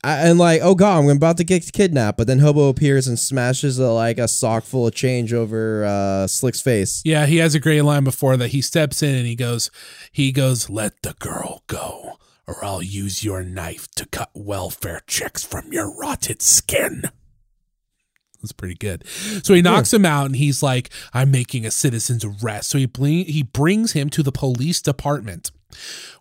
Speaker 3: I, and like, oh god, I'm about to get kidnapped, but then Hobo appears and smashes a, like a sock full of change over uh, Slick's face.
Speaker 2: Yeah, he has a great line before that. He steps in and he goes, he goes, let the girl go, or I'll use your knife to cut welfare checks from your rotted skin. That's pretty good. So he knocks him out and he's like, I'm making a citizen's arrest. So he bling- he brings him to the police department,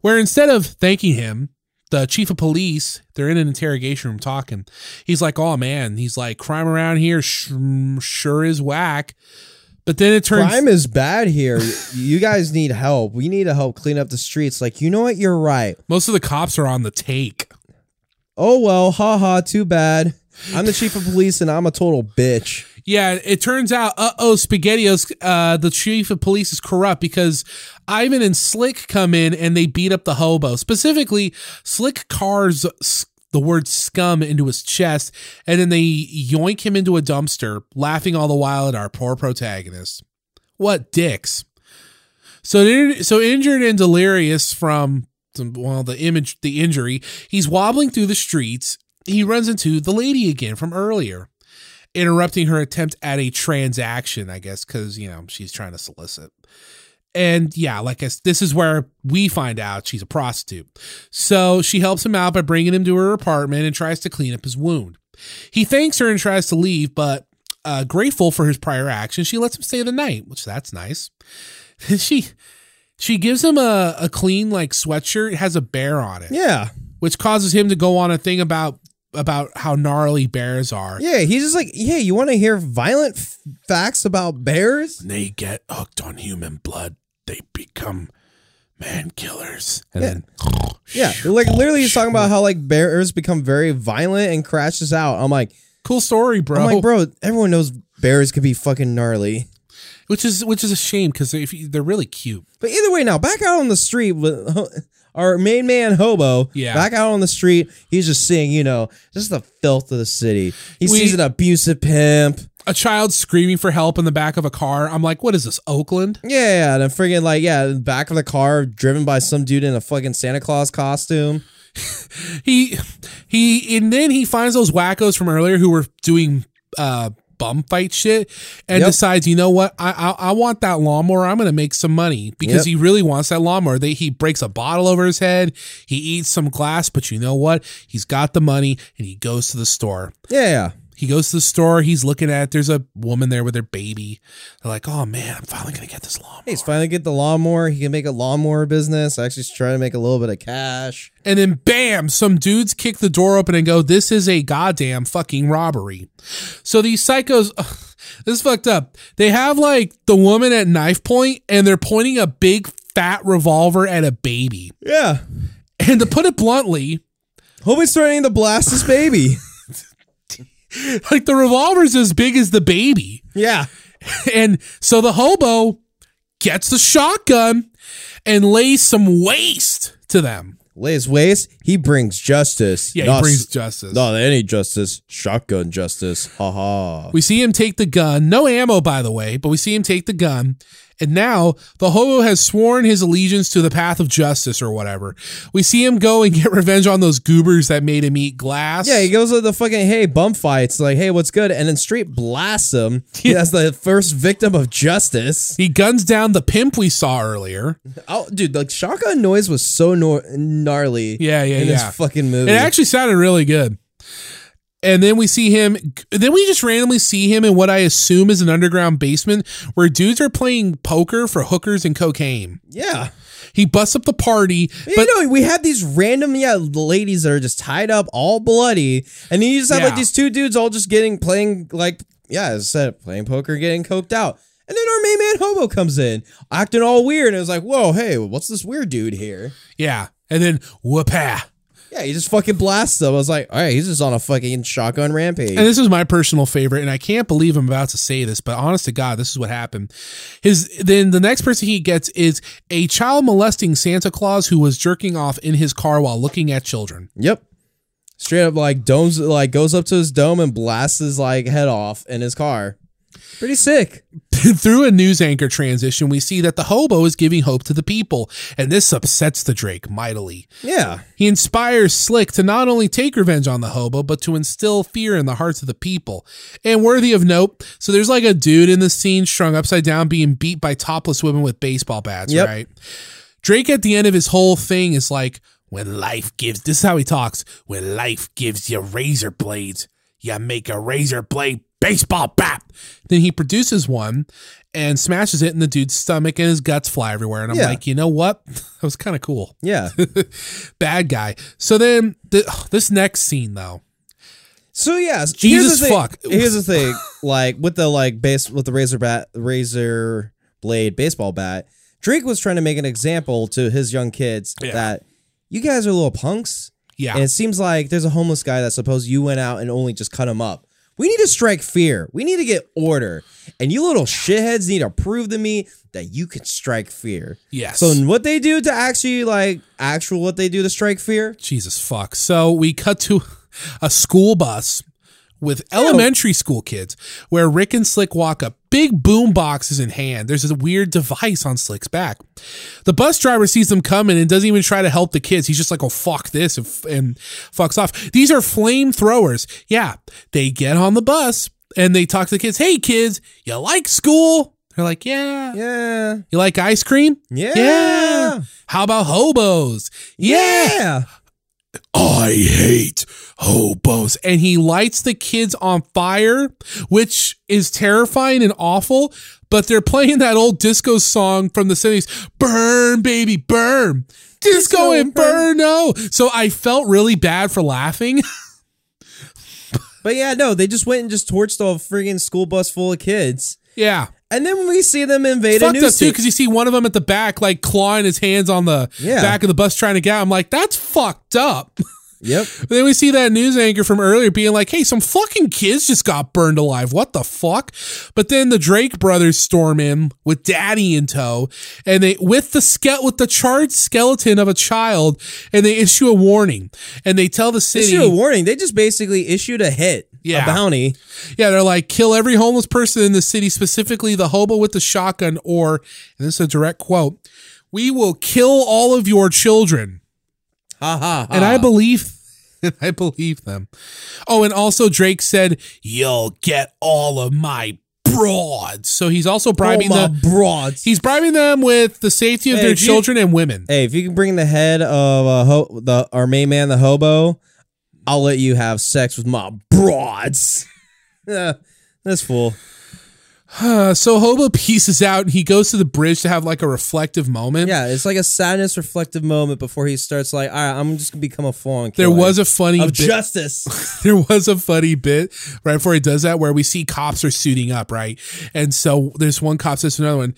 Speaker 2: where instead of thanking him, the chief of police, they're in an interrogation room talking. He's like, oh man, he's like, crime around here sh- sure is whack. But then it turns
Speaker 3: crime is bad here. you guys need help. We need to help clean up the streets. Like, you know what? You're right.
Speaker 2: Most of the cops are on the take.
Speaker 3: Oh well, haha, too bad. I'm the chief of police and I'm a total bitch.
Speaker 2: Yeah, it turns out, uh oh, Spaghettios, uh, the chief of police is corrupt because Ivan and Slick come in and they beat up the hobo. Specifically, Slick carves s- the word scum into his chest and then they yoink him into a dumpster, laughing all the while at our poor protagonist. What dicks. So, in- so injured and delirious from well the image the injury, he's wobbling through the streets. He runs into the lady again from earlier, interrupting her attempt at a transaction, I guess, because you know she's trying to solicit. And yeah, like I, s- this is where we find out she's a prostitute. So she helps him out by bringing him to her apartment and tries to clean up his wound. He thanks her and tries to leave, but uh, grateful for his prior action, she lets him stay the night, which that's nice. she she gives him a, a clean like sweatshirt. It has a bear on it,
Speaker 3: Yeah.
Speaker 2: which causes him to go on a thing about about how gnarly bears are.
Speaker 3: Yeah. He's just like, yeah, you want to hear violent f- facts about bears?
Speaker 2: they get hooked on human blood, they become man killers. And
Speaker 3: Yeah.
Speaker 2: then
Speaker 3: Yeah. Like, literally, he's talking about how, like, bears become very violent and crashes out. I'm like,
Speaker 2: cool story, bro.
Speaker 3: I'm like, bro, everyone knows bears could be fucking gnarly.
Speaker 2: Which is which is a shame because if you, they're really cute.
Speaker 3: But either way, now back out on the street with our main man Hobo.
Speaker 2: Yeah.
Speaker 3: Back out on the street, he's just seeing, you know, just the filth of the city.
Speaker 2: We-
Speaker 3: He sees an abusive pimp.
Speaker 2: A child screaming for help in the back of a car. I'm like, what is this, Oakland?
Speaker 3: Yeah, and I'm freaking like, yeah, in the back of the car, driven by some dude in a fucking Santa Claus costume.
Speaker 2: He he, and then he finds those wackos from earlier who were doing uh, bum fight shit and
Speaker 3: Yep.
Speaker 2: decides, you know what, I, I I want that lawnmower. I'm gonna make some money because
Speaker 3: Yep.
Speaker 2: he really wants that lawnmower. They, he breaks a bottle over his head. He eats some glass, but you know what? He's got the money and he goes to the store.
Speaker 3: Yeah.
Speaker 2: He goes to the store. He's looking at. There's a woman there with her baby. They're like, "Oh man, I'm finally gonna get this lawnmower."
Speaker 3: Hey, he's finally get the lawnmower. He can make a lawnmower business. Actually, he's trying to make a little bit of cash.
Speaker 2: And then bam, some dudes kick the door open and go, This is a goddamn fucking robbery. So these psychos, this is fucked up. They have like the woman at knife point and they're pointing a big fat revolver at a baby.
Speaker 3: Yeah.
Speaker 2: And to put it bluntly,
Speaker 3: Hope he's starting to blast this baby.
Speaker 2: like the revolver's as big as the baby.
Speaker 3: yeah.
Speaker 2: And so the hobo gets the shotgun and lays some waste to them.
Speaker 3: Lays waste. He brings justice.
Speaker 2: Yeah, he
Speaker 3: Not
Speaker 2: brings
Speaker 3: s-
Speaker 2: justice.
Speaker 3: Not any justice. Shotgun justice. Ha ha.
Speaker 2: We see him take the gun, no ammo, by the way, but we see him take the gun. And now the hobo has sworn his allegiance to the path of justice or whatever. We see him go and get revenge on those goobers that made him eat glass.
Speaker 3: Yeah, he goes to the fucking hey bum fights like hey what's good and then straight blasts him. That's the first victim of justice.
Speaker 2: He guns down the pimp we saw earlier.
Speaker 3: Oh, dude, like shotgun noise was so nor- gnarly.
Speaker 2: Yeah, yeah,
Speaker 3: in
Speaker 2: yeah.
Speaker 3: this fucking movie.
Speaker 2: It actually sounded really good. And then we see him. Then we just randomly see him in what I assume is an underground basement where dudes are playing poker for hookers and cocaine.
Speaker 3: yeah.
Speaker 2: He busts up the party, but
Speaker 3: you know, we have these random yeah ladies that are just tied up, all bloody, and then you just have
Speaker 2: Yeah.
Speaker 3: like these two dudes all just getting playing like yeah, as I said, playing poker, getting coked out. And then our main man Hobo comes in, acting all weird, and it was like, "Whoa, hey, what's this weird dude here?"
Speaker 2: yeah. And then whoopah.
Speaker 3: Yeah, he just fucking blasts them. I was like, "All right, he's just on a fucking shotgun rampage."
Speaker 2: And this is my personal favorite, and I can't believe I'm about to say this, but honest to God, this is what happened. His then the next person he gets is a child molesting Santa Claus who was jerking off in his car while looking at children.
Speaker 3: Yep. Straight up, like domes, like goes up to his dome and blasts his like head off in his car. Pretty sick.
Speaker 2: Through a news anchor transition, we see that the hobo is giving hope to the people, and this upsets the Drake mightily.
Speaker 3: Yeah.
Speaker 2: He inspires Slick to not only take revenge on the hobo, but to instill fear in the hearts of the people. And worthy of note, so there's like a dude in the scene strung upside down being beat by topless women with baseball bats,
Speaker 3: Yep.
Speaker 2: right? Drake at the end of his whole thing is like, when life gives, this is how he talks, when life gives you razor blades, you make a razor blade baseball bat. Then he produces one and smashes it in the dude's stomach and his guts fly everywhere. And I'm
Speaker 3: Yeah.
Speaker 2: like, you know what? That was kind of cool
Speaker 3: Yeah.
Speaker 2: bad guy. So then the, this next scene though,
Speaker 3: So yeah,
Speaker 2: Jesus
Speaker 3: here's the thing-
Speaker 2: fuck.
Speaker 3: Here's the thing, like with the like base with the razor bat, razor blade baseball bat. Drake was trying to make an example to his young kids
Speaker 2: Yeah.
Speaker 3: that you guys are little punks,
Speaker 2: yeah,
Speaker 3: and it seems like there's a homeless guy that suppose you went out and only just cut him up. We need to strike fear. We need to get order, and you little shitheads need to prove to me that you can strike fear.
Speaker 2: yes.
Speaker 3: So what they do to actually like actual what they do to strike fear?
Speaker 2: Jesus fuck. So we cut to a school bus with elementary school kids where Rick and Slick walk up, big boom boxes in hand. There's a weird device on Slick's back. The bus driver sees them coming and doesn't even try to help the kids. He's just like, oh, fuck this and, f- and fucks off. These are flamethrowers. Yeah, they get on the bus and they talk to the kids. Hey, kids, you like school? They're like, yeah.
Speaker 3: Yeah.
Speaker 2: You like ice cream?
Speaker 3: Yeah.
Speaker 2: How about hobos?
Speaker 3: yeah.
Speaker 2: I hate hobos. And he lights the kids on fire, which is terrifying and awful. But they're playing that old disco song from the 70s Burn, baby, burn. Disco
Speaker 3: Disco
Speaker 2: and burn. No. So I felt really bad for laughing.
Speaker 3: But yeah, no, they just went and just torched a friggin' school bus full of kids.
Speaker 2: yeah.
Speaker 3: And then we see them invade a
Speaker 2: Fucked
Speaker 3: new
Speaker 2: up too
Speaker 3: city.
Speaker 2: because you see one of them at the back, like clawing his hands on the
Speaker 3: Yeah.
Speaker 2: back of the bus trying to get. out. I'm like, that's fucked up.
Speaker 3: Yep.
Speaker 2: But then we see that news anchor from earlier being like, hey, some fucking kids just got burned alive. What the fuck? But then the Drake brothers storm in with daddy in tow and they, with the ske- with the charred skeleton of a child and they issue a warning and they tell the city,
Speaker 3: Issued a warning. They just basically issued a hit,
Speaker 2: Yeah.
Speaker 3: a bounty.
Speaker 2: yeah, they're like, kill every homeless person in the city, specifically the hobo with the shotgun or, and this is a direct quote, we will kill all of your children.
Speaker 3: Ha ha. ha.
Speaker 2: And I believe and I believe them. Oh, and also Drake said, "You'll get all of my broads." So he's also bribing
Speaker 3: All my
Speaker 2: the
Speaker 3: broads.
Speaker 2: he's bribing them with the safety of
Speaker 3: Hey,
Speaker 2: their
Speaker 3: if you-
Speaker 2: children and women.
Speaker 3: Hey, if you can bring the head of uh, ho- the our main man, the hobo, I'll let you have sex with my broads. Yeah, That's fool.
Speaker 2: Uh, so Hobo pieces out and he goes to the bridge to have like a reflective moment.
Speaker 3: Yeah, it's like a sadness reflective moment before he starts like, all right, I'm just gonna become a fawn.
Speaker 2: There was a funny
Speaker 3: of
Speaker 2: bit.
Speaker 3: justice.
Speaker 2: there was a funny bit right before he does that where we see cops are suiting up, right? And so there's one cop says to another one,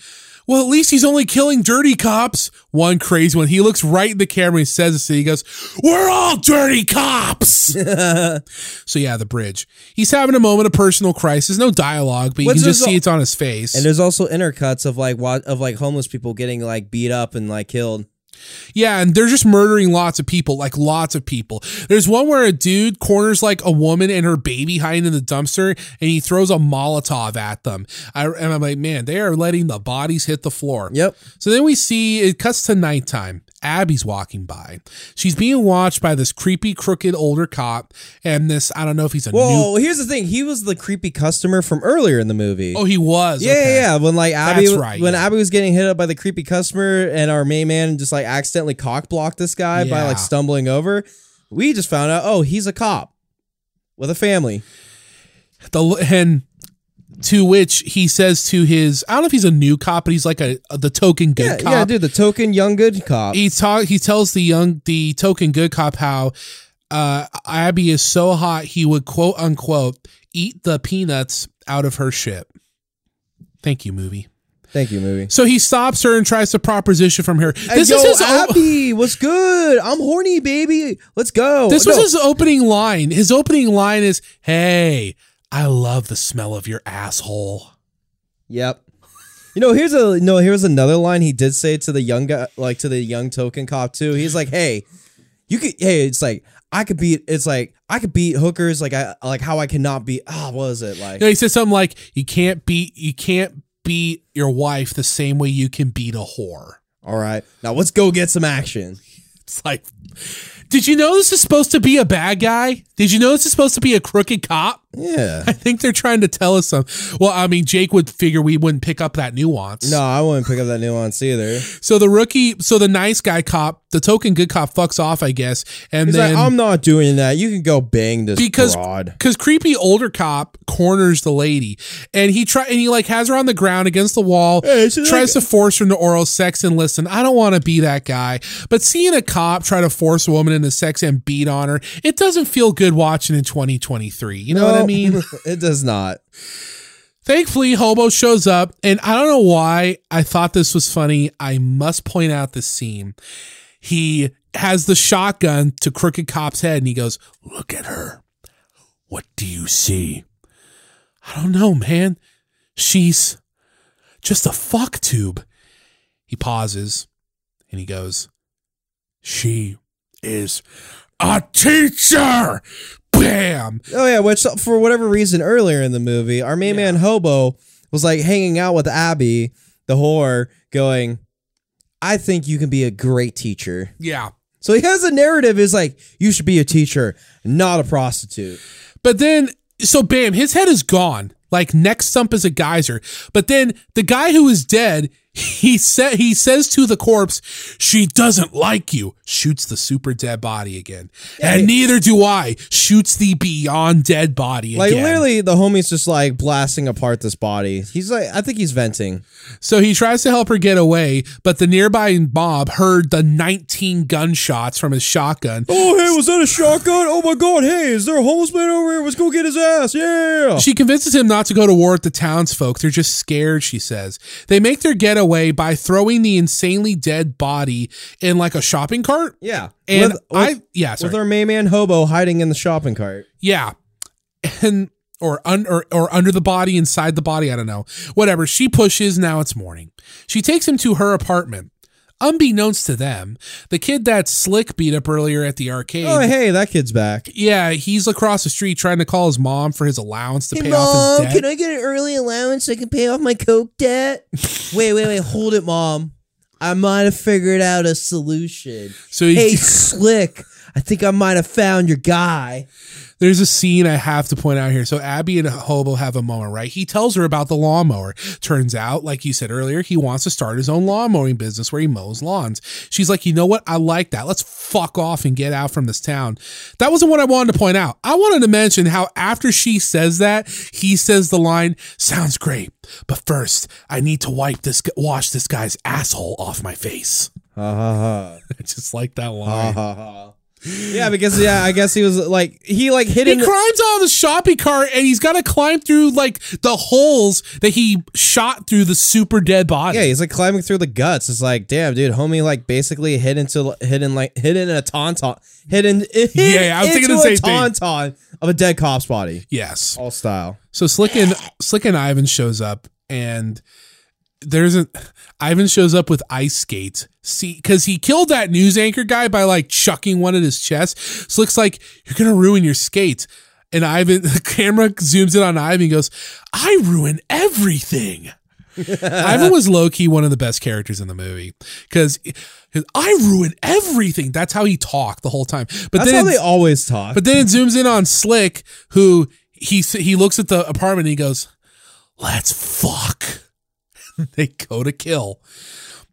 Speaker 2: Well, at least he's only killing dirty cops. One crazy one. He looks right in the camera and says this. And he goes, We're all dirty cops. so yeah, the bridge. He's having a moment of personal crisis. No dialogue, but you
Speaker 3: What's
Speaker 2: can just
Speaker 3: his-
Speaker 2: see it's on his face.
Speaker 3: and there's also intercuts of like wa- of like homeless people getting like beat up and like killed.
Speaker 2: Yeah, and they're just murdering lots of people, like lots of people. There's one where a dude corners like a woman and her baby hiding in the dumpster, and he throws a Molotov at them. I, and I'm like, man, they are letting the bodies hit the floor.
Speaker 3: Yep.
Speaker 2: So then we see it cuts to nighttime. Abby's walking by. She's being watched by this creepy, crooked older cop, and this I don't know if he's a new.
Speaker 3: Well, here's the thing. He was the creepy customer from earlier in the movie.
Speaker 2: Oh, he was.
Speaker 3: yeah,
Speaker 2: okay.
Speaker 3: yeah. yeah. When like Abby,
Speaker 2: That's right,
Speaker 3: when
Speaker 2: yeah.
Speaker 3: Abby was getting hit up by the creepy customer, and our main man just like accidentally cock blocked this guy by
Speaker 2: Yeah.
Speaker 3: like stumbling over, we just found out. Oh, he's a cop with a family.
Speaker 2: the and to which he says to his I don't know if he's a new cop, but he's like a, the token good
Speaker 3: Yeah,
Speaker 2: cop. E
Speaker 3: yeah, dude. The token young good cop.
Speaker 2: he talk he tells the young the token good cop how uh Abby is so hot he would quote unquote eat the peanuts out of her ship. Thank you, movie.
Speaker 3: Thank you, movie.
Speaker 2: So he stops her and tries to proposition from her.
Speaker 3: Hey,
Speaker 2: This
Speaker 3: yo,
Speaker 2: is his o-
Speaker 3: Abby. what's good? I'm horny, baby. Let's go.
Speaker 2: this was
Speaker 3: No,
Speaker 2: his opening line. His opening line is, "Hey, I love the smell of your asshole."
Speaker 3: Yep. You know, here's a no. Here's another line he did say to the young guy, like to the young token cop too. He's like, "Hey, you could. Hey, it's like I could beat. It's like I could beat hookers. Like I like how I cannot beat. Ah, what is it like?
Speaker 2: No, he said something like, "You can't beat you can't beat your wife the same way you can beat a whore."
Speaker 3: All right, now let's go get some action.
Speaker 2: It's like, did you know this is supposed to be a bad guy? Did you know this is supposed to be a crooked cop?
Speaker 3: Yeah.
Speaker 2: I think they're trying to tell us some. Well, I mean, Jake would figure we wouldn't pick up that nuance.
Speaker 3: No, I wouldn't pick up that nuance either. He's
Speaker 2: So the rookie, so the nice guy cop, the token good cop, fucks off, I guess, and then
Speaker 3: like, I'm not doing that. You can go bang this
Speaker 2: because
Speaker 3: broad.
Speaker 2: because creepy older cop corners the lady and he try and he like has her on the ground against the wall
Speaker 3: Hey, she's
Speaker 2: tries
Speaker 3: like-
Speaker 2: to force her into oral sex and listen i don't want to be that guy but seeing a cop try to force a woman into sex and beat on her it doesn't feel good watching in 2023 you know what i
Speaker 3: No,
Speaker 2: mean
Speaker 3: it does not.
Speaker 2: thankfully hobo shows up and i don't know why i thought this was funny i must point out this scene he has the shotgun to crooked cop's head and he goes look at her what do you see i don't know man she's just a fuck tube he pauses and he goes she is a teacher bam
Speaker 3: Oh yeah, which for whatever reason earlier in the movie, our main man Hobo was like hanging out with Abby, the whore, going, "I think you can be a great teacher."
Speaker 2: yeah
Speaker 3: So he has a narrative is like, "You should be a teacher, not a prostitute."
Speaker 2: But then, so bam, his head is gone. Like next stump is a geyser. But then the guy who is dead, he said he says to the corpse, "She doesn't like you." Shoots the super dead body again, and neither do I. Shoots the beyond dead body
Speaker 3: Like
Speaker 2: again.
Speaker 3: literally, the homie's just like blasting apart this body. He's like, "I think he's venting."
Speaker 2: So he tries to help her get away, but the nearby mob heard the 19 gunshots from his shotgun.
Speaker 3: Oh hey, was that a shotgun? Oh my god! Hey, is there a homeless man over here? Let's go get his ass! Yeah.
Speaker 2: She convinces him not to go to war with the townsfolk. They're just scared, she says. They make their getaway by throwing the insanely dead body in like a shopping cart.
Speaker 3: Yeah.
Speaker 2: And
Speaker 3: with,
Speaker 2: I,
Speaker 3: with-
Speaker 2: yeah,
Speaker 3: with
Speaker 2: sorry.
Speaker 3: our main man Hobo hiding in the shopping cart.
Speaker 2: yeah. And, or, un, or, or under the body, inside the body, I don't know. Whatever. She pushes, now it's morning. She takes him to her apartment. Unbeknownst to them, the kid that Slick beat up earlier at the arcade.
Speaker 3: Oh, hey, that kid's back.
Speaker 2: Yeah, he's across the street trying to call his mom for his allowance to pay off his debt.
Speaker 3: I get an early allowance so I can pay off my coke debt? wait, wait, wait, hold it, mom. I might have figured out a solution.
Speaker 2: so he,
Speaker 3: slick, I think I might have found your guy.
Speaker 2: There's a scene I have to point out here. So Abby and Hobo have a moment, right? He tells her about the lawnmower. Turns out, like you said earlier, he wants to start his own lawn mowing business where he mows lawns. She's like, you know what? I like that. Let's fuck off and get out from this town. That wasn't what I wanted to point out. I wanted to mention how after she says that, he says the line, sounds great, but first I need to wipe this, wash this guy's asshole off my face.
Speaker 3: Ha ha
Speaker 2: I just like that
Speaker 3: ha. Ha
Speaker 2: line.
Speaker 3: ha ha. Yeah, because yeah, I guess he was like he like hid
Speaker 2: He
Speaker 3: in.
Speaker 2: climbs out of the shopping cart and he's got to climb through like the holes that he shot through the super dead body.
Speaker 3: yeah, he's like climbing through the guts. It's like, damn, dude, homie, like basically hid into hidden like hidden a tauntaun, hidden
Speaker 2: Yeah, I was thinking
Speaker 3: into
Speaker 2: the same
Speaker 3: a
Speaker 2: thing.
Speaker 3: tauntaun of a dead cop's body.
Speaker 2: Yes.
Speaker 3: All style.
Speaker 2: So Slick and Slick and Ivan shows up and there's an Ivan shows up with ice skates. See, because he killed that news anchor guy by like chucking one at his chest. Slick's like, "You're gonna ruin your skates." And Ivan, the camera zooms in on Ivan and goes, "I ruin everything." Ivan was low key one of the best characters in the movie because I ruin everything. That's how he talked the whole time. But
Speaker 3: That's
Speaker 2: then
Speaker 3: how
Speaker 2: it's-
Speaker 3: they always talk.
Speaker 2: but then it zooms in on Slick, who he s- he looks at the apartment and he goes, "Let's fuck." they go to kill.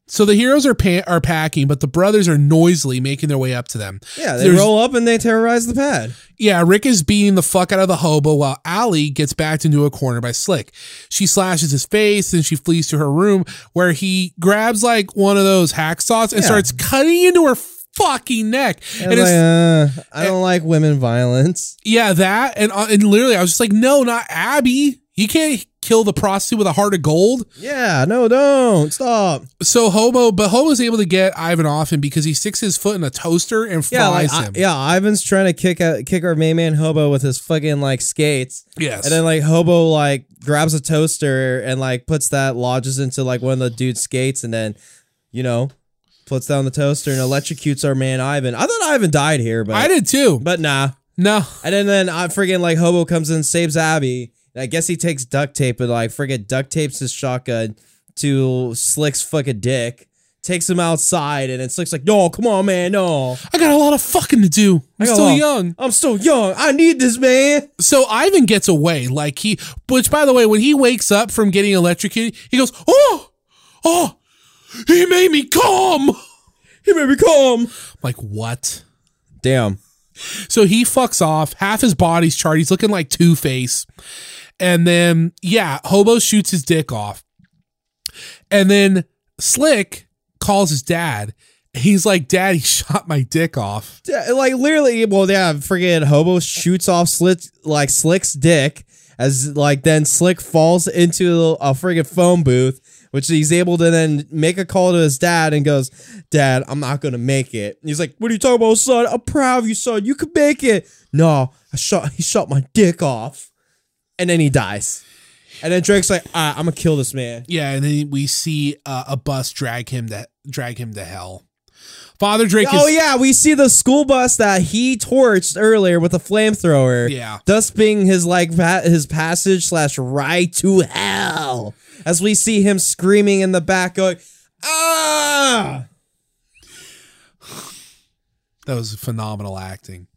Speaker 2: So the heroes are pa- are packing, but the brothers are noisily making their way up to them.
Speaker 3: yeah, they
Speaker 2: There's-
Speaker 3: roll up and they terrorize the pad.
Speaker 2: Yeah, Rick is beating the fuck out of the hobo while Allie gets backed into a corner by Slick. She slashes his face and she flees to her room where he grabs like one of those hacksaws and
Speaker 3: Yeah.
Speaker 2: starts cutting into her fucking neck.
Speaker 3: And
Speaker 2: it's-
Speaker 3: like, uh, I don't like women violence.
Speaker 2: Yeah, that and uh, and literally, I was just like, no, not Abby. You can't kill the prostitute with a heart of gold.
Speaker 3: Yeah, no, don't stop.
Speaker 2: So Hobo, but Hobo's able to get Ivan off him because he sticks his foot in a toaster and
Speaker 3: Yeah, like,
Speaker 2: flies
Speaker 3: I,
Speaker 2: him.
Speaker 3: yeah. Ivan's trying to kick out, kick our main man hobo with his fucking like skates,
Speaker 2: Yes.
Speaker 3: and then like hobo like grabs a toaster and like puts that lodges into like one of the dude's skates, and then you know puts down the toaster and electrocutes our man Ivan. I thought Ivan died here, but
Speaker 2: I did too.
Speaker 3: but nah.
Speaker 2: no,
Speaker 3: And then then I friggin' like hobo comes in saves Abby. And I guess he takes duct tape and like friggin' duct tapes his shotgun to Slick's fucking dick. Takes him outside and then Slick's like, no, come on, man, no.
Speaker 2: I got a lot of fucking to do. I'm
Speaker 3: I got
Speaker 2: still
Speaker 3: long-
Speaker 2: young.
Speaker 3: I'm still young. I need this, man.
Speaker 2: So Ivan gets away, like he. Which, by the way, when he wakes up from getting electrocuted, he goes, "Oh, oh, he made me come."
Speaker 3: He made me come.
Speaker 2: Like what?
Speaker 3: Damn.
Speaker 2: So he fucks off. Half his body's charred. He's looking like Two Face. And then, yeah, Hobo shoots his dick off. And then Slick calls his dad. He's like, Dad, he shot my dick off.
Speaker 3: Yeah, Like literally, well, yeah, friggin' hobo shoots off Slick like Slick's dick as like then Slick falls into a friggin' phone booth, which he's able to then make a call to his dad and goes, "Dad, I'm not gonna make it." And he's like, "What are you talking about, son? I'm proud of you, son. You could make it." No, I shot. He shot my dick off, and then he dies. And then Drake's like, "Ah, "I'm gonna kill this man."
Speaker 2: Yeah, and then we see uh, a bus drag him to drag him to hell. Father Drake is
Speaker 3: Oh yeah, we see the school bus that he torched earlier with a flamethrower.
Speaker 2: Yeah.
Speaker 3: thus being his like pa- his passage slash ride to hell. As we see him screaming in the back, going, "Ah!"
Speaker 2: That was phenomenal acting.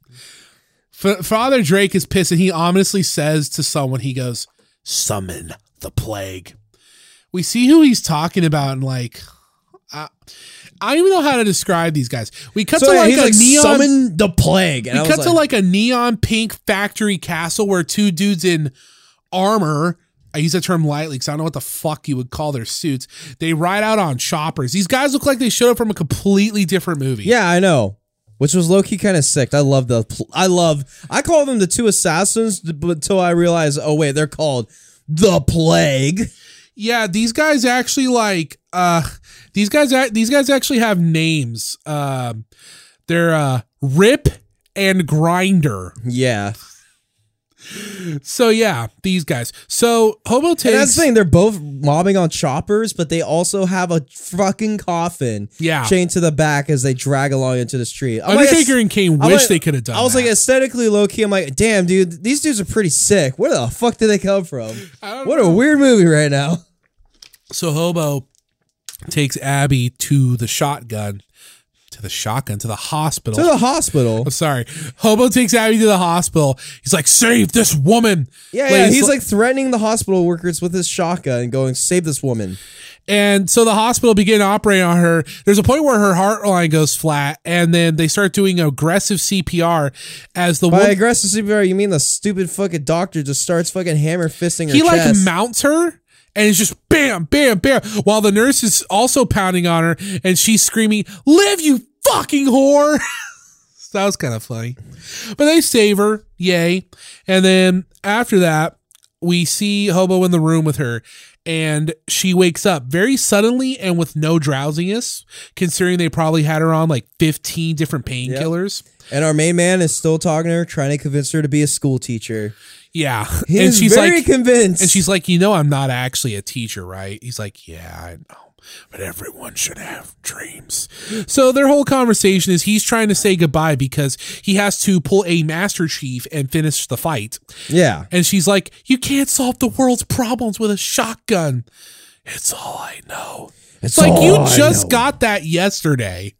Speaker 2: F- Father Drake is pissed and he ominously says to someone, he goes, Summon the plague. We see who he's talking about and like, I, I don't even know how to describe these guys. We cut
Speaker 3: So
Speaker 2: to
Speaker 3: yeah,
Speaker 2: like
Speaker 3: he's
Speaker 2: a
Speaker 3: like,
Speaker 2: neon.
Speaker 3: "Summon the plague." And
Speaker 2: we
Speaker 3: I
Speaker 2: cut
Speaker 3: was
Speaker 2: to
Speaker 3: like,
Speaker 2: like a neon pink factory castle where two dudes in armor. I use that term lightly because I don't know what the fuck you would call their suits. They ride out on choppers. These guys look like they showed up from a completely different movie.
Speaker 3: "Yeah, I know." Which was low key kind of sick. I love the. Pl- I love. I call them the two assassins d- but until I realize, oh wait, they're called the plague.
Speaker 2: Yeah, these guys actually like uh these guys ac- these guys actually have names. Um they're uh Rip and Grinder.
Speaker 3: Yeah.
Speaker 2: So yeah, these guys. So Hobo takes
Speaker 3: And that's the thing. They're both mobbing on choppers, but they also have a fucking coffin
Speaker 2: Yeah.
Speaker 3: chained to the back as they drag along into the street. I'm like,
Speaker 2: Undertaker and Kane
Speaker 3: I'm
Speaker 2: wish
Speaker 3: like-
Speaker 2: they could have done
Speaker 3: I was
Speaker 2: that.
Speaker 3: like aesthetically low key. I'm like, damn, dude, these dudes are pretty sick. Where the fuck did they come from?
Speaker 2: don't
Speaker 3: What a weird movie right now.
Speaker 2: so Hobo takes Abby to the shotgun to the shotgun, to the hospital.
Speaker 3: To the hospital.
Speaker 2: I'm sorry. Hobo takes Abby to the hospital. He's like, save this woman.
Speaker 3: Yeah, yeah. He's like threatening the hospital workers with his shotgun and going, save this woman.
Speaker 2: And so the hospital began operating on her. There's a point where her heart line goes flat, and then they start doing aggressive CPR as the
Speaker 3: By
Speaker 2: woman.
Speaker 3: aggressive CPR, you mean the stupid fucking doctor just starts fucking hammer fisting her
Speaker 2: he like
Speaker 3: chest.
Speaker 2: mounts her and it's just bam, bam, bam, while the nurse is also pounding on her and she's screaming, Live, you fucking whore. So that was kind of funny. But they save her, yay. And then after that, we see Hobo in the room with her and she wakes up very suddenly and with no drowsiness, considering they probably had her on like 15 different painkillers.
Speaker 3: and our main man is still talking to her, trying to convince her to be a school teacher.
Speaker 2: Yeah.
Speaker 3: He
Speaker 2: and
Speaker 3: is
Speaker 2: she's
Speaker 3: very
Speaker 2: like,
Speaker 3: convinced.
Speaker 2: And she's like, you know, I'm not actually a teacher, right? He's like, yeah, I know. But everyone should have dreams. So their whole conversation is he's trying to say goodbye because he has to pull a Master Chief and finish the fight.
Speaker 3: yeah.
Speaker 2: And she's like, you can't solve the world's problems with a shotgun. It's all I know. It's like you just got that yesterday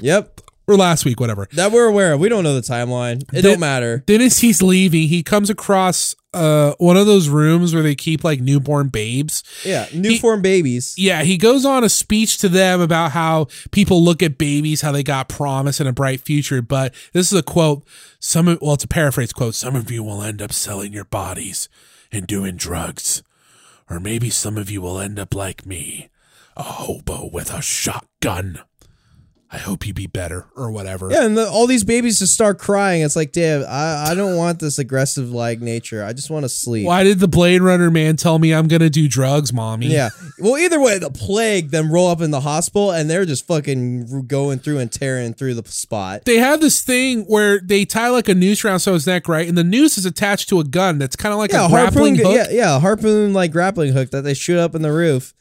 Speaker 3: Yep.
Speaker 2: or last week, whatever.
Speaker 3: That we're aware of. We don't know the timeline. It
Speaker 2: The-
Speaker 3: don't matter.
Speaker 2: Then as he's leaving, he comes across uh one of those rooms where they keep like newborn babes.
Speaker 3: Yeah. Newborn babies.
Speaker 2: Yeah, he goes on a speech to them about how people look at babies, how they got promise and a bright future. But this is a quote. Some of, well, it's a paraphrase quote. Some of you will end up selling your bodies and doing drugs, or maybe some of you will end up like me, a hobo with a shotgun. I hope you be better or whatever.
Speaker 3: Yeah, and the, all these babies just start crying. It's like, damn, I, I don't want this aggressive like nature. I just want to sleep.
Speaker 2: Why did the Blade Runner man tell me I'm gonna do drugs, mommy?
Speaker 3: Yeah. Well, either way, the plague them roll up in the hospital and they're just fucking going through and tearing through the spot.
Speaker 2: they have this thing where they tie like a noose around someone's neck, right? And the noose is attached to a gun that's kind of like
Speaker 3: Yeah,
Speaker 2: a
Speaker 3: a
Speaker 2: grappling
Speaker 3: harpoon.
Speaker 2: hook.
Speaker 3: Yeah, yeah, a harpoon like grappling hook that they shoot up in the roof.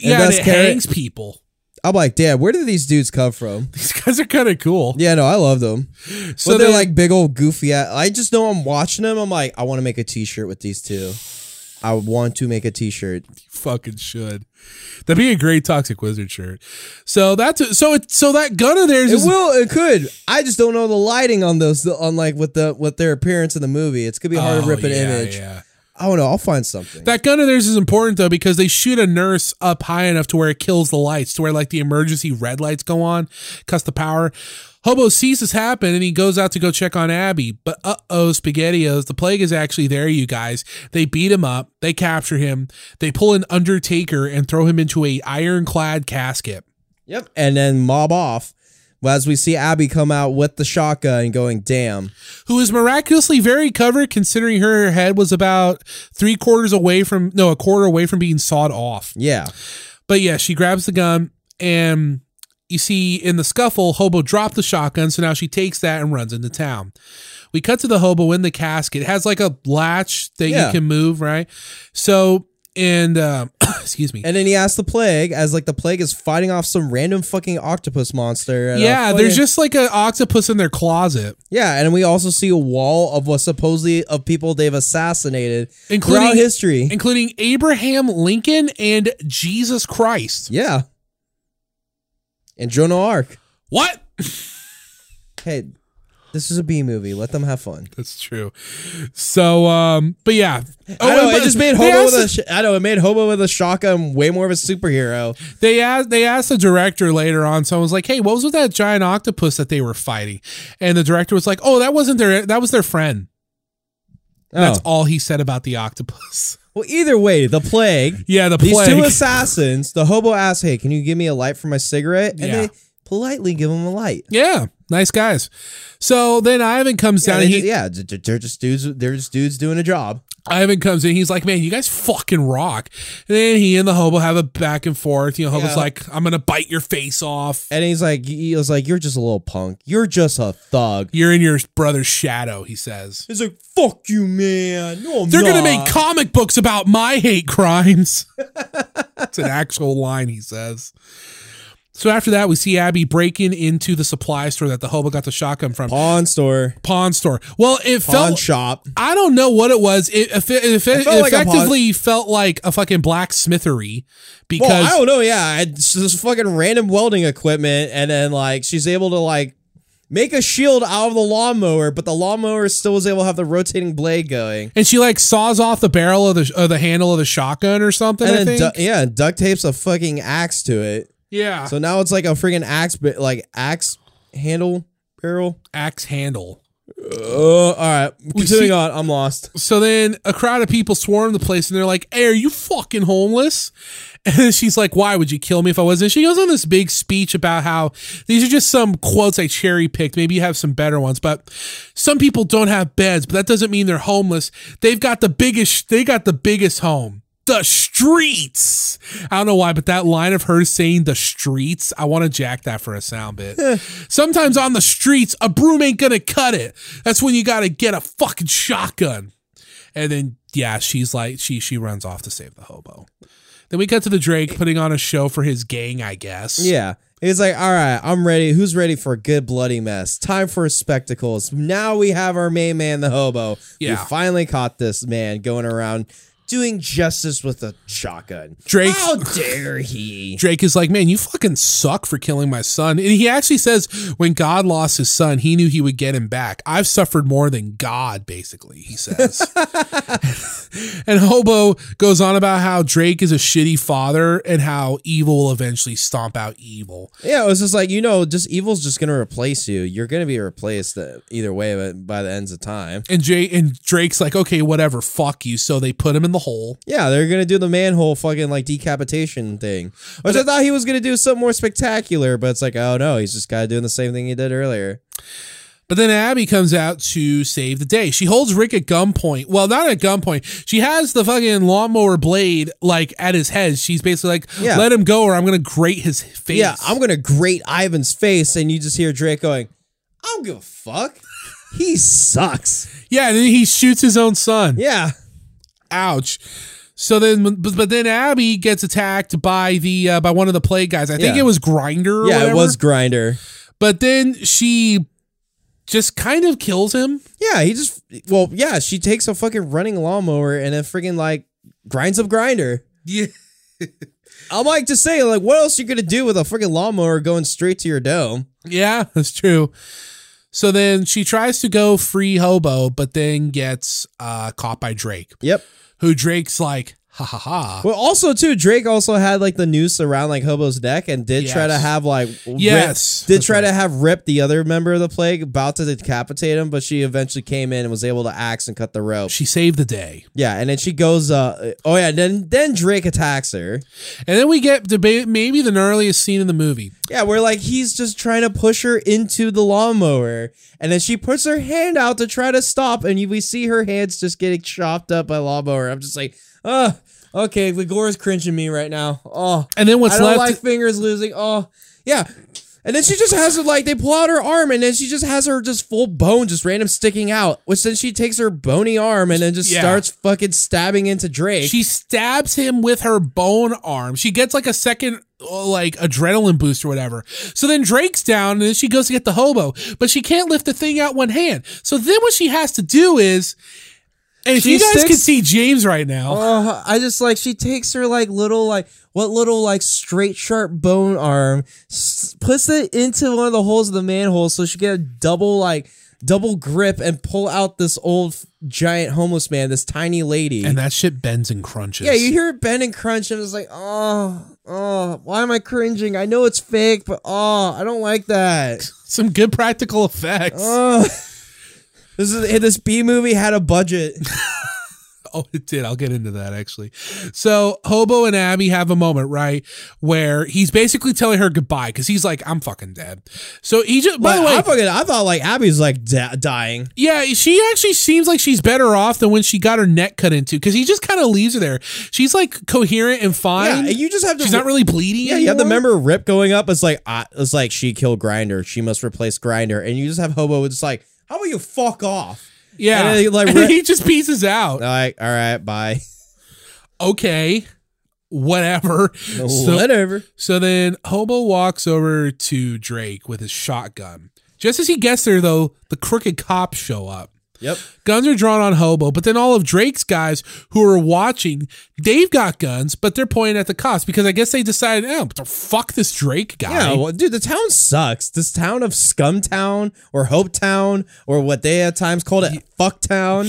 Speaker 2: Yeah, and
Speaker 3: that's
Speaker 2: it
Speaker 3: carrot-
Speaker 2: hangs people.
Speaker 3: I'm like, damn, where did these dudes come from?
Speaker 2: These guys are kind of cool.
Speaker 3: Yeah, no, I love them.
Speaker 2: So
Speaker 3: but they're
Speaker 2: they-
Speaker 3: like big old goofy. Ass. I just know I'm watching them. I'm like, I want to make a T-shirt with these two. I want to make a T-shirt.
Speaker 2: Fucking should. That'd be a great Toxic Wizard shirt. So that's so it so that gun of theirs
Speaker 3: It
Speaker 2: is
Speaker 3: will. It could. I just don't know the lighting on those. On like with the with their appearance in the movie, it's gonna be hard
Speaker 2: Oh,
Speaker 3: to rip an
Speaker 2: yeah,
Speaker 3: image.
Speaker 2: yeah.
Speaker 3: I don't know. I'll find something.
Speaker 2: That gun of theirs is important though because they shoot a nurse up high enough to where it kills the lights, to where like the emergency red lights go on, cuts the power. Hobo sees this happen and he goes out to go check on Abby. But uh oh, SpaghettiOs, the plague is actually there, you guys. They beat him up, they capture him, they pull an Undertaker and throw him into a ironclad casket.
Speaker 3: yep. And then mob off. As we see Abby come out with the shotgun, going, "Damn,
Speaker 2: who is miraculously very covered considering her head was about three quarters away from no a quarter away from being sawed off
Speaker 3: yeah."
Speaker 2: but yeah she grabs the gun and you see in the scuffle hobo dropped the shotgun so now she takes that and runs into town we cut to the hobo in the casket it has like a latch that
Speaker 3: Yeah.
Speaker 2: you can move right so and um, excuse me
Speaker 3: And then he asks the plague, as like the plague is fighting off some random fucking octopus monster. and a
Speaker 2: yeah there's
Speaker 3: fucking-
Speaker 2: just like an octopus in their closet
Speaker 3: yeah, and we also see a wall of what supposedly of people they've assassinated
Speaker 2: Including-
Speaker 3: throughout history.
Speaker 2: including abraham lincoln and jesus christ
Speaker 3: yeah, and Joan of Arc.
Speaker 2: what
Speaker 3: Hey, this is a B movie. Let them have fun.
Speaker 2: That's true. So, um, but yeah. Oh,
Speaker 3: I know,
Speaker 2: and-
Speaker 3: it just made
Speaker 2: they
Speaker 3: Hobo
Speaker 2: asked
Speaker 3: with a sh- I know it made Hobo with a shotgun way more of a superhero.
Speaker 2: the- They asked. They asked the director later on. Someone was like, "Hey, what was with that giant octopus that they were fighting?" And the director was like, "Oh, that wasn't their. That was their friend." And That's
Speaker 3: Oh.
Speaker 2: all he said about the octopus.
Speaker 3: Well, either way, the plague.
Speaker 2: yeah, the
Speaker 3: These
Speaker 2: plague.
Speaker 3: two assassins. The hobo asks, "Hey, can you give me a light for my cigarette?" And
Speaker 2: Yeah.
Speaker 3: they politely give him a light.
Speaker 2: yeah, nice guys. So then Ivan comes
Speaker 3: Yeah,
Speaker 2: down.
Speaker 3: they
Speaker 2: and
Speaker 3: ju-
Speaker 2: he,
Speaker 3: yeah, d- d- they're just dudes. They're just dudes doing a job.
Speaker 2: Ivan comes in. He's like, "Man, you guys fucking rock." And then he and the hobo have a back and forth. You know, hobo's
Speaker 3: Yeah.
Speaker 2: like, "I'm gonna bite your face off."
Speaker 3: And he's like, he was like, "You're just a little punk. You're just a thug."
Speaker 2: You're in your brother's shadow. He says.
Speaker 3: He's like, "Fuck you, man. No, I'm
Speaker 2: They're going to
Speaker 3: not."
Speaker 2: make comic books about my hate crimes. it's an actual line he says. So after that, we see Abby breaking into the supply store that the hobo got the shotgun from.
Speaker 3: Pawn store.
Speaker 2: Pawn store. Well, it
Speaker 3: Pawn
Speaker 2: felt.
Speaker 3: shop.
Speaker 2: I don't know what it was. It, if it, if it,
Speaker 3: It felt like a pawn-
Speaker 2: effectively felt like a fucking blacksmithery because
Speaker 3: Well, I don't know. Yeah, it's just fucking random welding equipment, and then like she's able to like make a shield out of the lawnmower, but the lawnmower still was able to have the rotating blade going.
Speaker 2: and she like saws off the barrel of the of the handle of the shotgun or something.
Speaker 3: And
Speaker 2: I
Speaker 3: then
Speaker 2: think.
Speaker 3: du- yeah, and duct tapes a fucking axe to it.
Speaker 2: yeah.
Speaker 3: So now it's like a freaking axe, bi- like axe handle barrel.
Speaker 2: axe handle.
Speaker 3: Oh, all right. Continuing
Speaker 2: Uh, see-
Speaker 3: on, I'm lost.
Speaker 2: So then a crowd of people swarm the place and they're like, Hey, are you fucking homeless? And then she's like, Why would you kill me if I wasn't? And she goes on this big speech about how these are just some quotes I cherry picked. Maybe you have some better ones, but some people don't have beds, but that doesn't mean they're homeless. They've got the biggest, they got the biggest home. The streets. I don't know why, but that line of her saying the streets, I want to jack that for a sound bit. Sometimes on the streets, a broom ain't gonna cut it. That's when you gotta get a fucking shotgun. And then yeah, she's like she she runs off to save the hobo. Then we cut to the Drake putting on a show for his gang, I guess.
Speaker 3: Yeah. He's like, all right, I'm ready. Who's ready for a good bloody mess? Time for spectacles. Now we have our main man, the hobo.
Speaker 2: Yeah.
Speaker 3: We finally caught this man going around doing justice with a shotgun.
Speaker 2: Drake-
Speaker 3: How dare he?
Speaker 2: Drake is like, man, you fucking suck for killing my son. And he actually says, when God lost his son, he knew he would get him back. I've suffered more than God, basically, he says. and Hobo goes on about how Drake is a shitty father and how evil will eventually stomp out evil.
Speaker 3: Yeah, it was just like, you know, just evil's just going to replace you. You're going to be replaced uh, either way but by the ends of time.
Speaker 2: And Jay and Drake's like, okay, whatever, fuck you. So they put him in the hole.
Speaker 3: Yeah, they're going to do the manhole fucking like decapitation thing. Which I thought he was going to do something more spectacular, but it's like, oh no, he's just kind of doing the same thing he did earlier.
Speaker 2: But then Abby comes out to save the day. She holds Rick at gunpoint. Well, not at gunpoint. She has the fucking lawnmower blade like at his head. She's basically like,
Speaker 3: Yeah.
Speaker 2: "Let him go, or I'm gonna grate his face."
Speaker 3: Yeah, I'm gonna grate Ivan's face, and you just hear Drake going, "I don't give a fuck. He sucks."
Speaker 2: yeah. And then he shoots his own son.
Speaker 3: Yeah,
Speaker 2: Ouch. So then, but, but then Abby gets attacked by the uh, by one of the play guys. I think
Speaker 3: Yeah.
Speaker 2: it was Grinder.
Speaker 3: yeah, it was Grinder.
Speaker 2: But then she just kind of kills him.
Speaker 3: Yeah, he just well, yeah, she takes a fucking running lawnmower and then freaking like grinds up Grinder.
Speaker 2: Yeah.
Speaker 3: I'm like to say, like, what else you gonna do with a freaking lawnmower going straight to your dome?
Speaker 2: Yeah, that's true. So then she tries to go free hobo, but then gets uh, caught by Drake,
Speaker 3: Yep.
Speaker 2: who Drake's like, ha ha ha.
Speaker 3: Well, also too, Drake also had like the noose around like Hobo's neck and did try to
Speaker 2: Yes.
Speaker 3: have like
Speaker 2: Yes.
Speaker 3: Rip, did
Speaker 2: That's
Speaker 3: try
Speaker 2: right.
Speaker 3: to have Rip, the other member of the plague, about to decapitate him, but she eventually came in and was able to axe and cut the rope.
Speaker 2: She saved the day.
Speaker 3: Yeah, and then she goes. uh Oh yeah, then then Drake attacks her.
Speaker 2: And then we get to ba- maybe the gnarliest scene in the movie.
Speaker 3: Yeah, we're like he's just trying to push her into the lawnmower, and then she puts her hand out to try to stop, and you, we see her hands just getting chopped up by lawnmower. I'm just like, oh, okay, the gore is cringing me right now. Oh,
Speaker 2: And then what's
Speaker 3: I don't
Speaker 2: left-
Speaker 3: like fingers losing. Oh, yeah. And then she just has her like they pull out her arm, and then she just has her just full bone just random sticking out. Which then she takes her bony arm and then just
Speaker 2: Yeah.
Speaker 3: starts fucking stabbing into Drake.
Speaker 2: She stabs him with her bone arm. She gets like a second, uh, like adrenaline boost or whatever. So then Drake's down, and then she goes to get the hobo, but she can't lift the thing out one hand. So then what she has to do is, and if
Speaker 3: She
Speaker 2: you guys
Speaker 3: sticks-
Speaker 2: can see James right now,
Speaker 3: Oh, I just like she takes her like little like what little like straight sharp bone arm, s- puts it into one of the holes of the manhole so she get a double like double grip and pull out this old f- giant homeless man, this tiny lady.
Speaker 2: and that shit bends and crunches.
Speaker 3: yeah, you hear it bend and crunch, and it's like, oh, oh, why am I cringing? I know it's fake, but oh, I don't like that.
Speaker 2: some good practical effects.
Speaker 3: Oh. This is this B movie had a budget.
Speaker 2: Oh, it did. I'll get into that actually. So Hobo and Abby have a moment, right? Where he's basically telling her goodbye because he's like, I'm fucking dead. So he just, by the way,
Speaker 3: I, fucking, I thought like Abby's like da- dying.
Speaker 2: yeah, she actually seems like she's better off than when she got her neck cut into because he just kind of leaves her there. She's like coherent and fine.
Speaker 3: Yeah, and you just have to.
Speaker 2: she's not really bleeding.
Speaker 3: Yeah, you have the
Speaker 2: anymore.
Speaker 3: member Rip going up. It's like I, it's like she killed Grinder. She must replace Grinder, and you just have Hobo. It's like, how about you fuck off?
Speaker 2: Yeah.
Speaker 3: and then, like,
Speaker 2: And
Speaker 3: re-
Speaker 2: he just pieces out.
Speaker 3: Like, all right, bye.
Speaker 2: okay. whatever. So-
Speaker 3: Whatever.
Speaker 2: so then Hobo walks over to Drake with his shotgun. Just as he gets there, though, the crooked cops show up.
Speaker 3: Yep.
Speaker 2: Guns are drawn on Hobo, but then all of Drake's guys who are watching, they've got guns, but they're pointing at the cops because I guess they decided, oh, but fuck this Drake guy.
Speaker 3: Yeah, well, dude, the town sucks. This town of Scumtown or Hope Town or what they at times called it, Fuck Town.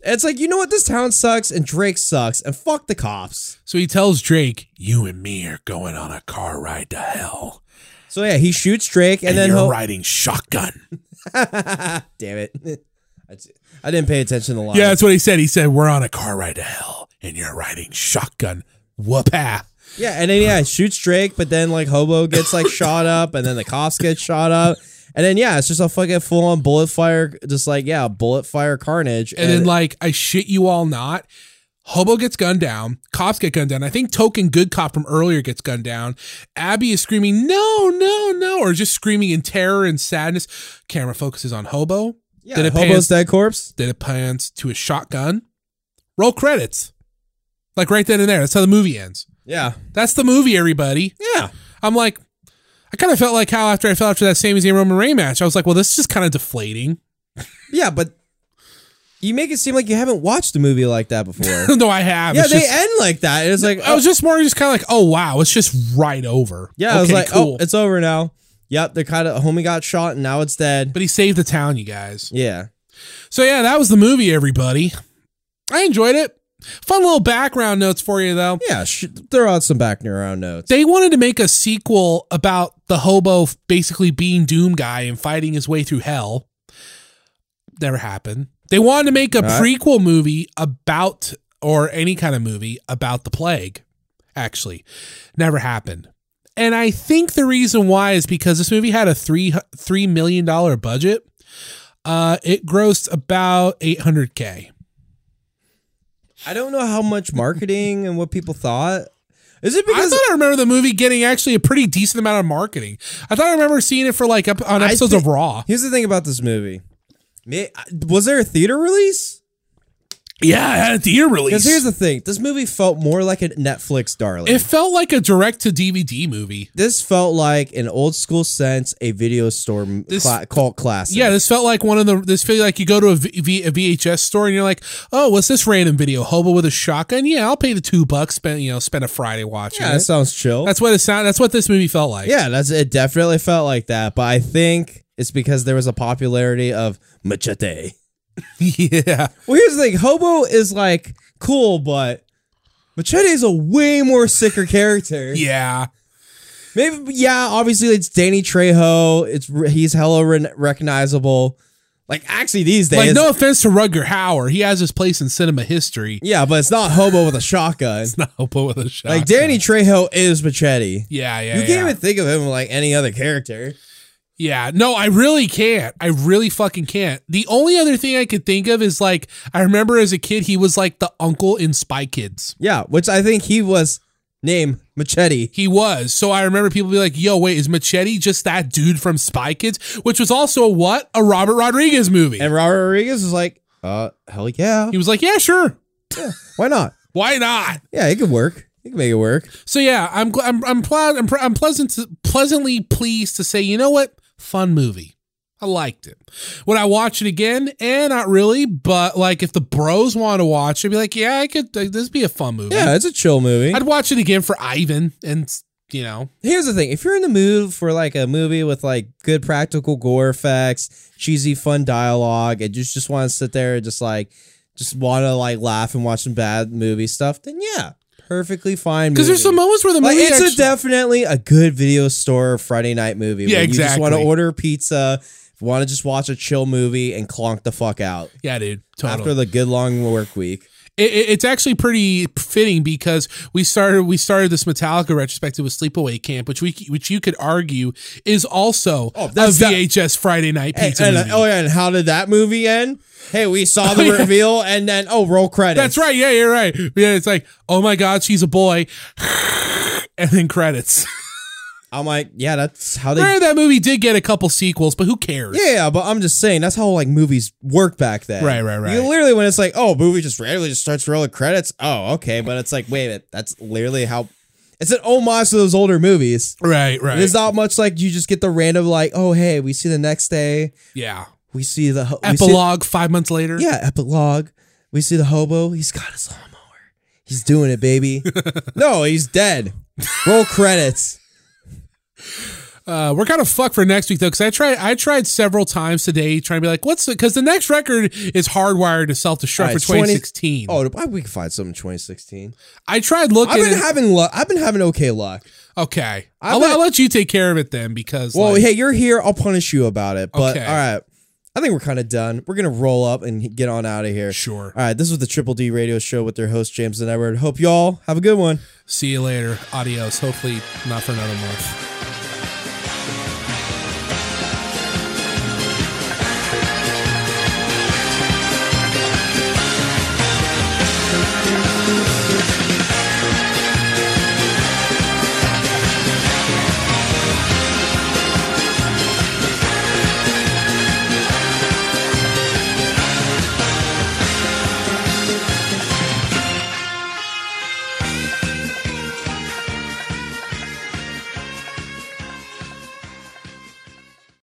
Speaker 3: It's like you know what, this town sucks and Drake sucks and fuck the cops.
Speaker 2: So he tells Drake, "You and me are going on a car ride to hell,
Speaker 3: So yeah, he shoots Drake and,
Speaker 2: and,
Speaker 3: then
Speaker 2: you're
Speaker 3: Ho-
Speaker 2: riding shotgun."
Speaker 3: damn it, I t- I didn't pay attention to the line.
Speaker 2: yeah, that's what he said. He said, "We're on a car ride to hell, and you're riding shotgun." Whoopah!
Speaker 3: Yeah, and then yeah, it shoots Drake, but then like Hobo gets like shot up, and then the cops get shot up, and then yeah, it's just a fucking full on bullet fire, just like yeah, bullet fire carnage,
Speaker 2: And then like, I shit you all not. Hobo gets gunned down. Cops get gunned down. I think Token Good Cop from earlier gets gunned down. Abby is screaming, "No, no, no!" or just screaming in terror and sadness. Camera focuses on Hobo.
Speaker 3: yeah,
Speaker 2: then it
Speaker 3: Hobo's
Speaker 2: pans-
Speaker 3: dead corpse.
Speaker 2: Then it pans to a shotgun. Roll credits. Like right then and there. That's how the movie ends.
Speaker 3: Yeah,
Speaker 2: That's the movie, everybody.
Speaker 3: yeah,
Speaker 2: I'm like, I kind of felt like how after I fell after that Sami Zayn Roman Reigns match, I was like, well, this is just kind of deflating.
Speaker 3: yeah, but you make it seem like you haven't watched a movie like that before. yeah,
Speaker 2: no, I have.
Speaker 3: they
Speaker 2: It's just-
Speaker 3: end like that. It's like
Speaker 2: I was just more just kind of like, oh wow, it's just right over.
Speaker 3: yeah, I was like, oh, it's over now. Yep, they're kind of homie got shot and now it's dead.
Speaker 2: but he saved the town, you guys.
Speaker 3: yeah,
Speaker 2: So yeah, that was the movie, everybody. I enjoyed it. Fun little background notes for you though.
Speaker 3: yeah, sh- throw out some back around notes.
Speaker 2: They wanted to make a sequel about the hobo f- basically being Doom Guy and fighting his way through hell. Never happened. They wanted to make a
Speaker 3: All right.
Speaker 2: prequel movie about, or any kind of movie about the plague, actually. Never happened. And I think the reason why is because this movie had a three three million dollar budget. Uh, it grossed about eight hundred k.
Speaker 3: I don't know how much marketing and what people thought. Is it
Speaker 2: I
Speaker 3: because
Speaker 2: thought I remember the movie getting actually a pretty decent amount of marketing. I thought I remember seeing it for like up on
Speaker 3: I
Speaker 2: episodes
Speaker 3: think-
Speaker 2: of Raw.
Speaker 3: Here's the thing about this movie. May- Was there a theater release?
Speaker 2: Yeah, it had a theater release.
Speaker 3: Because here's the thing. This movie felt more like a Netflix darling.
Speaker 2: it felt like a direct to DVD movie.
Speaker 3: this felt like an old school sense, a video store m-
Speaker 2: This-
Speaker 3: cla- cult classic.
Speaker 2: Yeah, this felt like one of the. This feel like you go to a, v, v, a VHS store and you're like, oh, what's this random video? Hobo with a shotgun? Yeah, I'll pay the two bucks. Spend you know, spend a Friday watching.
Speaker 3: yeah,
Speaker 2: it.
Speaker 3: that sounds chill.
Speaker 2: that's what it sound. That's what this movie felt like.
Speaker 3: yeah, that's it. Definitely felt like that. But I think it's because there was a popularity of machete.
Speaker 2: yeah.
Speaker 3: Well, here's the thing. Hobo is like cool, but machete is a way more sicker character.
Speaker 2: Yeah.
Speaker 3: Maybe yeah, obviously it's Danny Trejo. It's he's hella re- recognizable. Like actually these days,
Speaker 2: Like no offense to Rugger Hauer, he has his place in cinema history.
Speaker 3: yeah, but it's not hobo with a shotgun.
Speaker 2: It's not Hobo with a shotgun.
Speaker 3: Like Danny Trejo is Machete.
Speaker 2: Yeah, yeah.
Speaker 3: you
Speaker 2: yeah.
Speaker 3: can't even think of him like any other character.
Speaker 2: Yeah, no, I really can't. I really fucking can't. The only other thing I could think of is like I remember as a kid he was like the uncle in Spy Kids.
Speaker 3: Yeah, which I think he was named Machete.
Speaker 2: He was. So I remember people be like, "Yo, wait, is Machete just that dude from Spy Kids?" Which was also a what? A Robert Rodriguez movie.
Speaker 3: And Robert Rodriguez was like, uh, hell yeah.
Speaker 2: he was like, "Yeah, sure.
Speaker 3: Why not?
Speaker 2: Why not?"
Speaker 3: Yeah, it could work. You can make it work.
Speaker 2: So yeah, I'm gl- I'm I'm, pl- I'm, pr- I'm pleasant to, pleasantly pleased to say, you know what? Fun movie. I liked it. Would I watch it again? Eh, not really. But like, if the bros want to watch, it, I'd be like, yeah, I could. Like, this would be a fun movie.
Speaker 3: Yeah, it's a chill movie.
Speaker 2: I'd watch it again for Ivan, and you know,
Speaker 3: Here's the thing: if you're in the mood for like a movie with like good practical gore effects, cheesy fun dialogue, and just just want to sit there and just like just want to like laugh and watch some bad movie stuff, then yeah, perfectly fine.
Speaker 2: because there's some
Speaker 3: movie.
Speaker 2: moments where the
Speaker 3: like
Speaker 2: movie
Speaker 3: it's
Speaker 2: actually-
Speaker 3: a definitely a good video store Friday night movie.
Speaker 2: Yeah,
Speaker 3: when You just want to
Speaker 2: exactly.
Speaker 3: order a pizza, want to just watch a chill movie and clonk the fuck out
Speaker 2: yeah, dude. Totally.
Speaker 3: after the good long work week.
Speaker 2: it, it- it's actually pretty fitting because we started we started this Metallica retrospective with Sleepaway Camp, which we which you could argue is also
Speaker 3: Oh,
Speaker 2: a
Speaker 3: that's that-
Speaker 2: VHS Friday night
Speaker 3: Hey,
Speaker 2: pizza
Speaker 3: and,
Speaker 2: movie.
Speaker 3: oh yeah, and how did that movie end? Hey, we saw the
Speaker 2: Oh, yeah.
Speaker 3: reveal and then oh, roll credits.
Speaker 2: That's right. Yeah, you're right. Yeah, it's like, oh my God, she's a boy, and then credits.
Speaker 3: I'm like, yeah, that's how they.
Speaker 2: Granted, that movie did get a couple sequels, but who cares?
Speaker 3: Yeah, but I'm just saying that's how like movies work back then.
Speaker 2: Right, right, right.
Speaker 3: You literally when it's like, oh, movie just randomly just starts rolling credits. Oh, okay, but it's like, wait a minute, that's literally how. It's an homage to those older movies.
Speaker 2: Right, right.
Speaker 3: It's not much like you just get the random like, oh hey, we see the next day,
Speaker 2: yeah.
Speaker 3: we see the ho- we see-
Speaker 2: Epilogue five months later.
Speaker 3: yeah, epilogue. We see the hobo. He's got his lawnmower. He's doing it, baby. no, he's dead. Roll credits.
Speaker 2: Uh, we're kind of fucked for next week though, because I tried I tried several times today trying to be like, what's because the next record is hardwired to self destruct
Speaker 3: All
Speaker 2: for
Speaker 3: right, 20
Speaker 2: 2016.
Speaker 3: Oh, I- we can find something in 2016.
Speaker 2: I tried looking.
Speaker 3: I've been
Speaker 2: at-
Speaker 3: having luck. I've been having okay luck.
Speaker 2: okay,
Speaker 3: I've
Speaker 2: I'll,
Speaker 3: been-
Speaker 2: I'll let you take care of it then because
Speaker 3: Well,
Speaker 2: like,
Speaker 3: hey, you're here. I'll punish you about it. But
Speaker 2: Okay.
Speaker 3: all right. I think we're kind of done. We're going to roll up and get on out of here.
Speaker 2: Sure.
Speaker 3: All right. This was the Triple D Radio Show with their host, James and Edward. Hope y'all have a good one.
Speaker 2: see you later. Adios. Hopefully not for another month.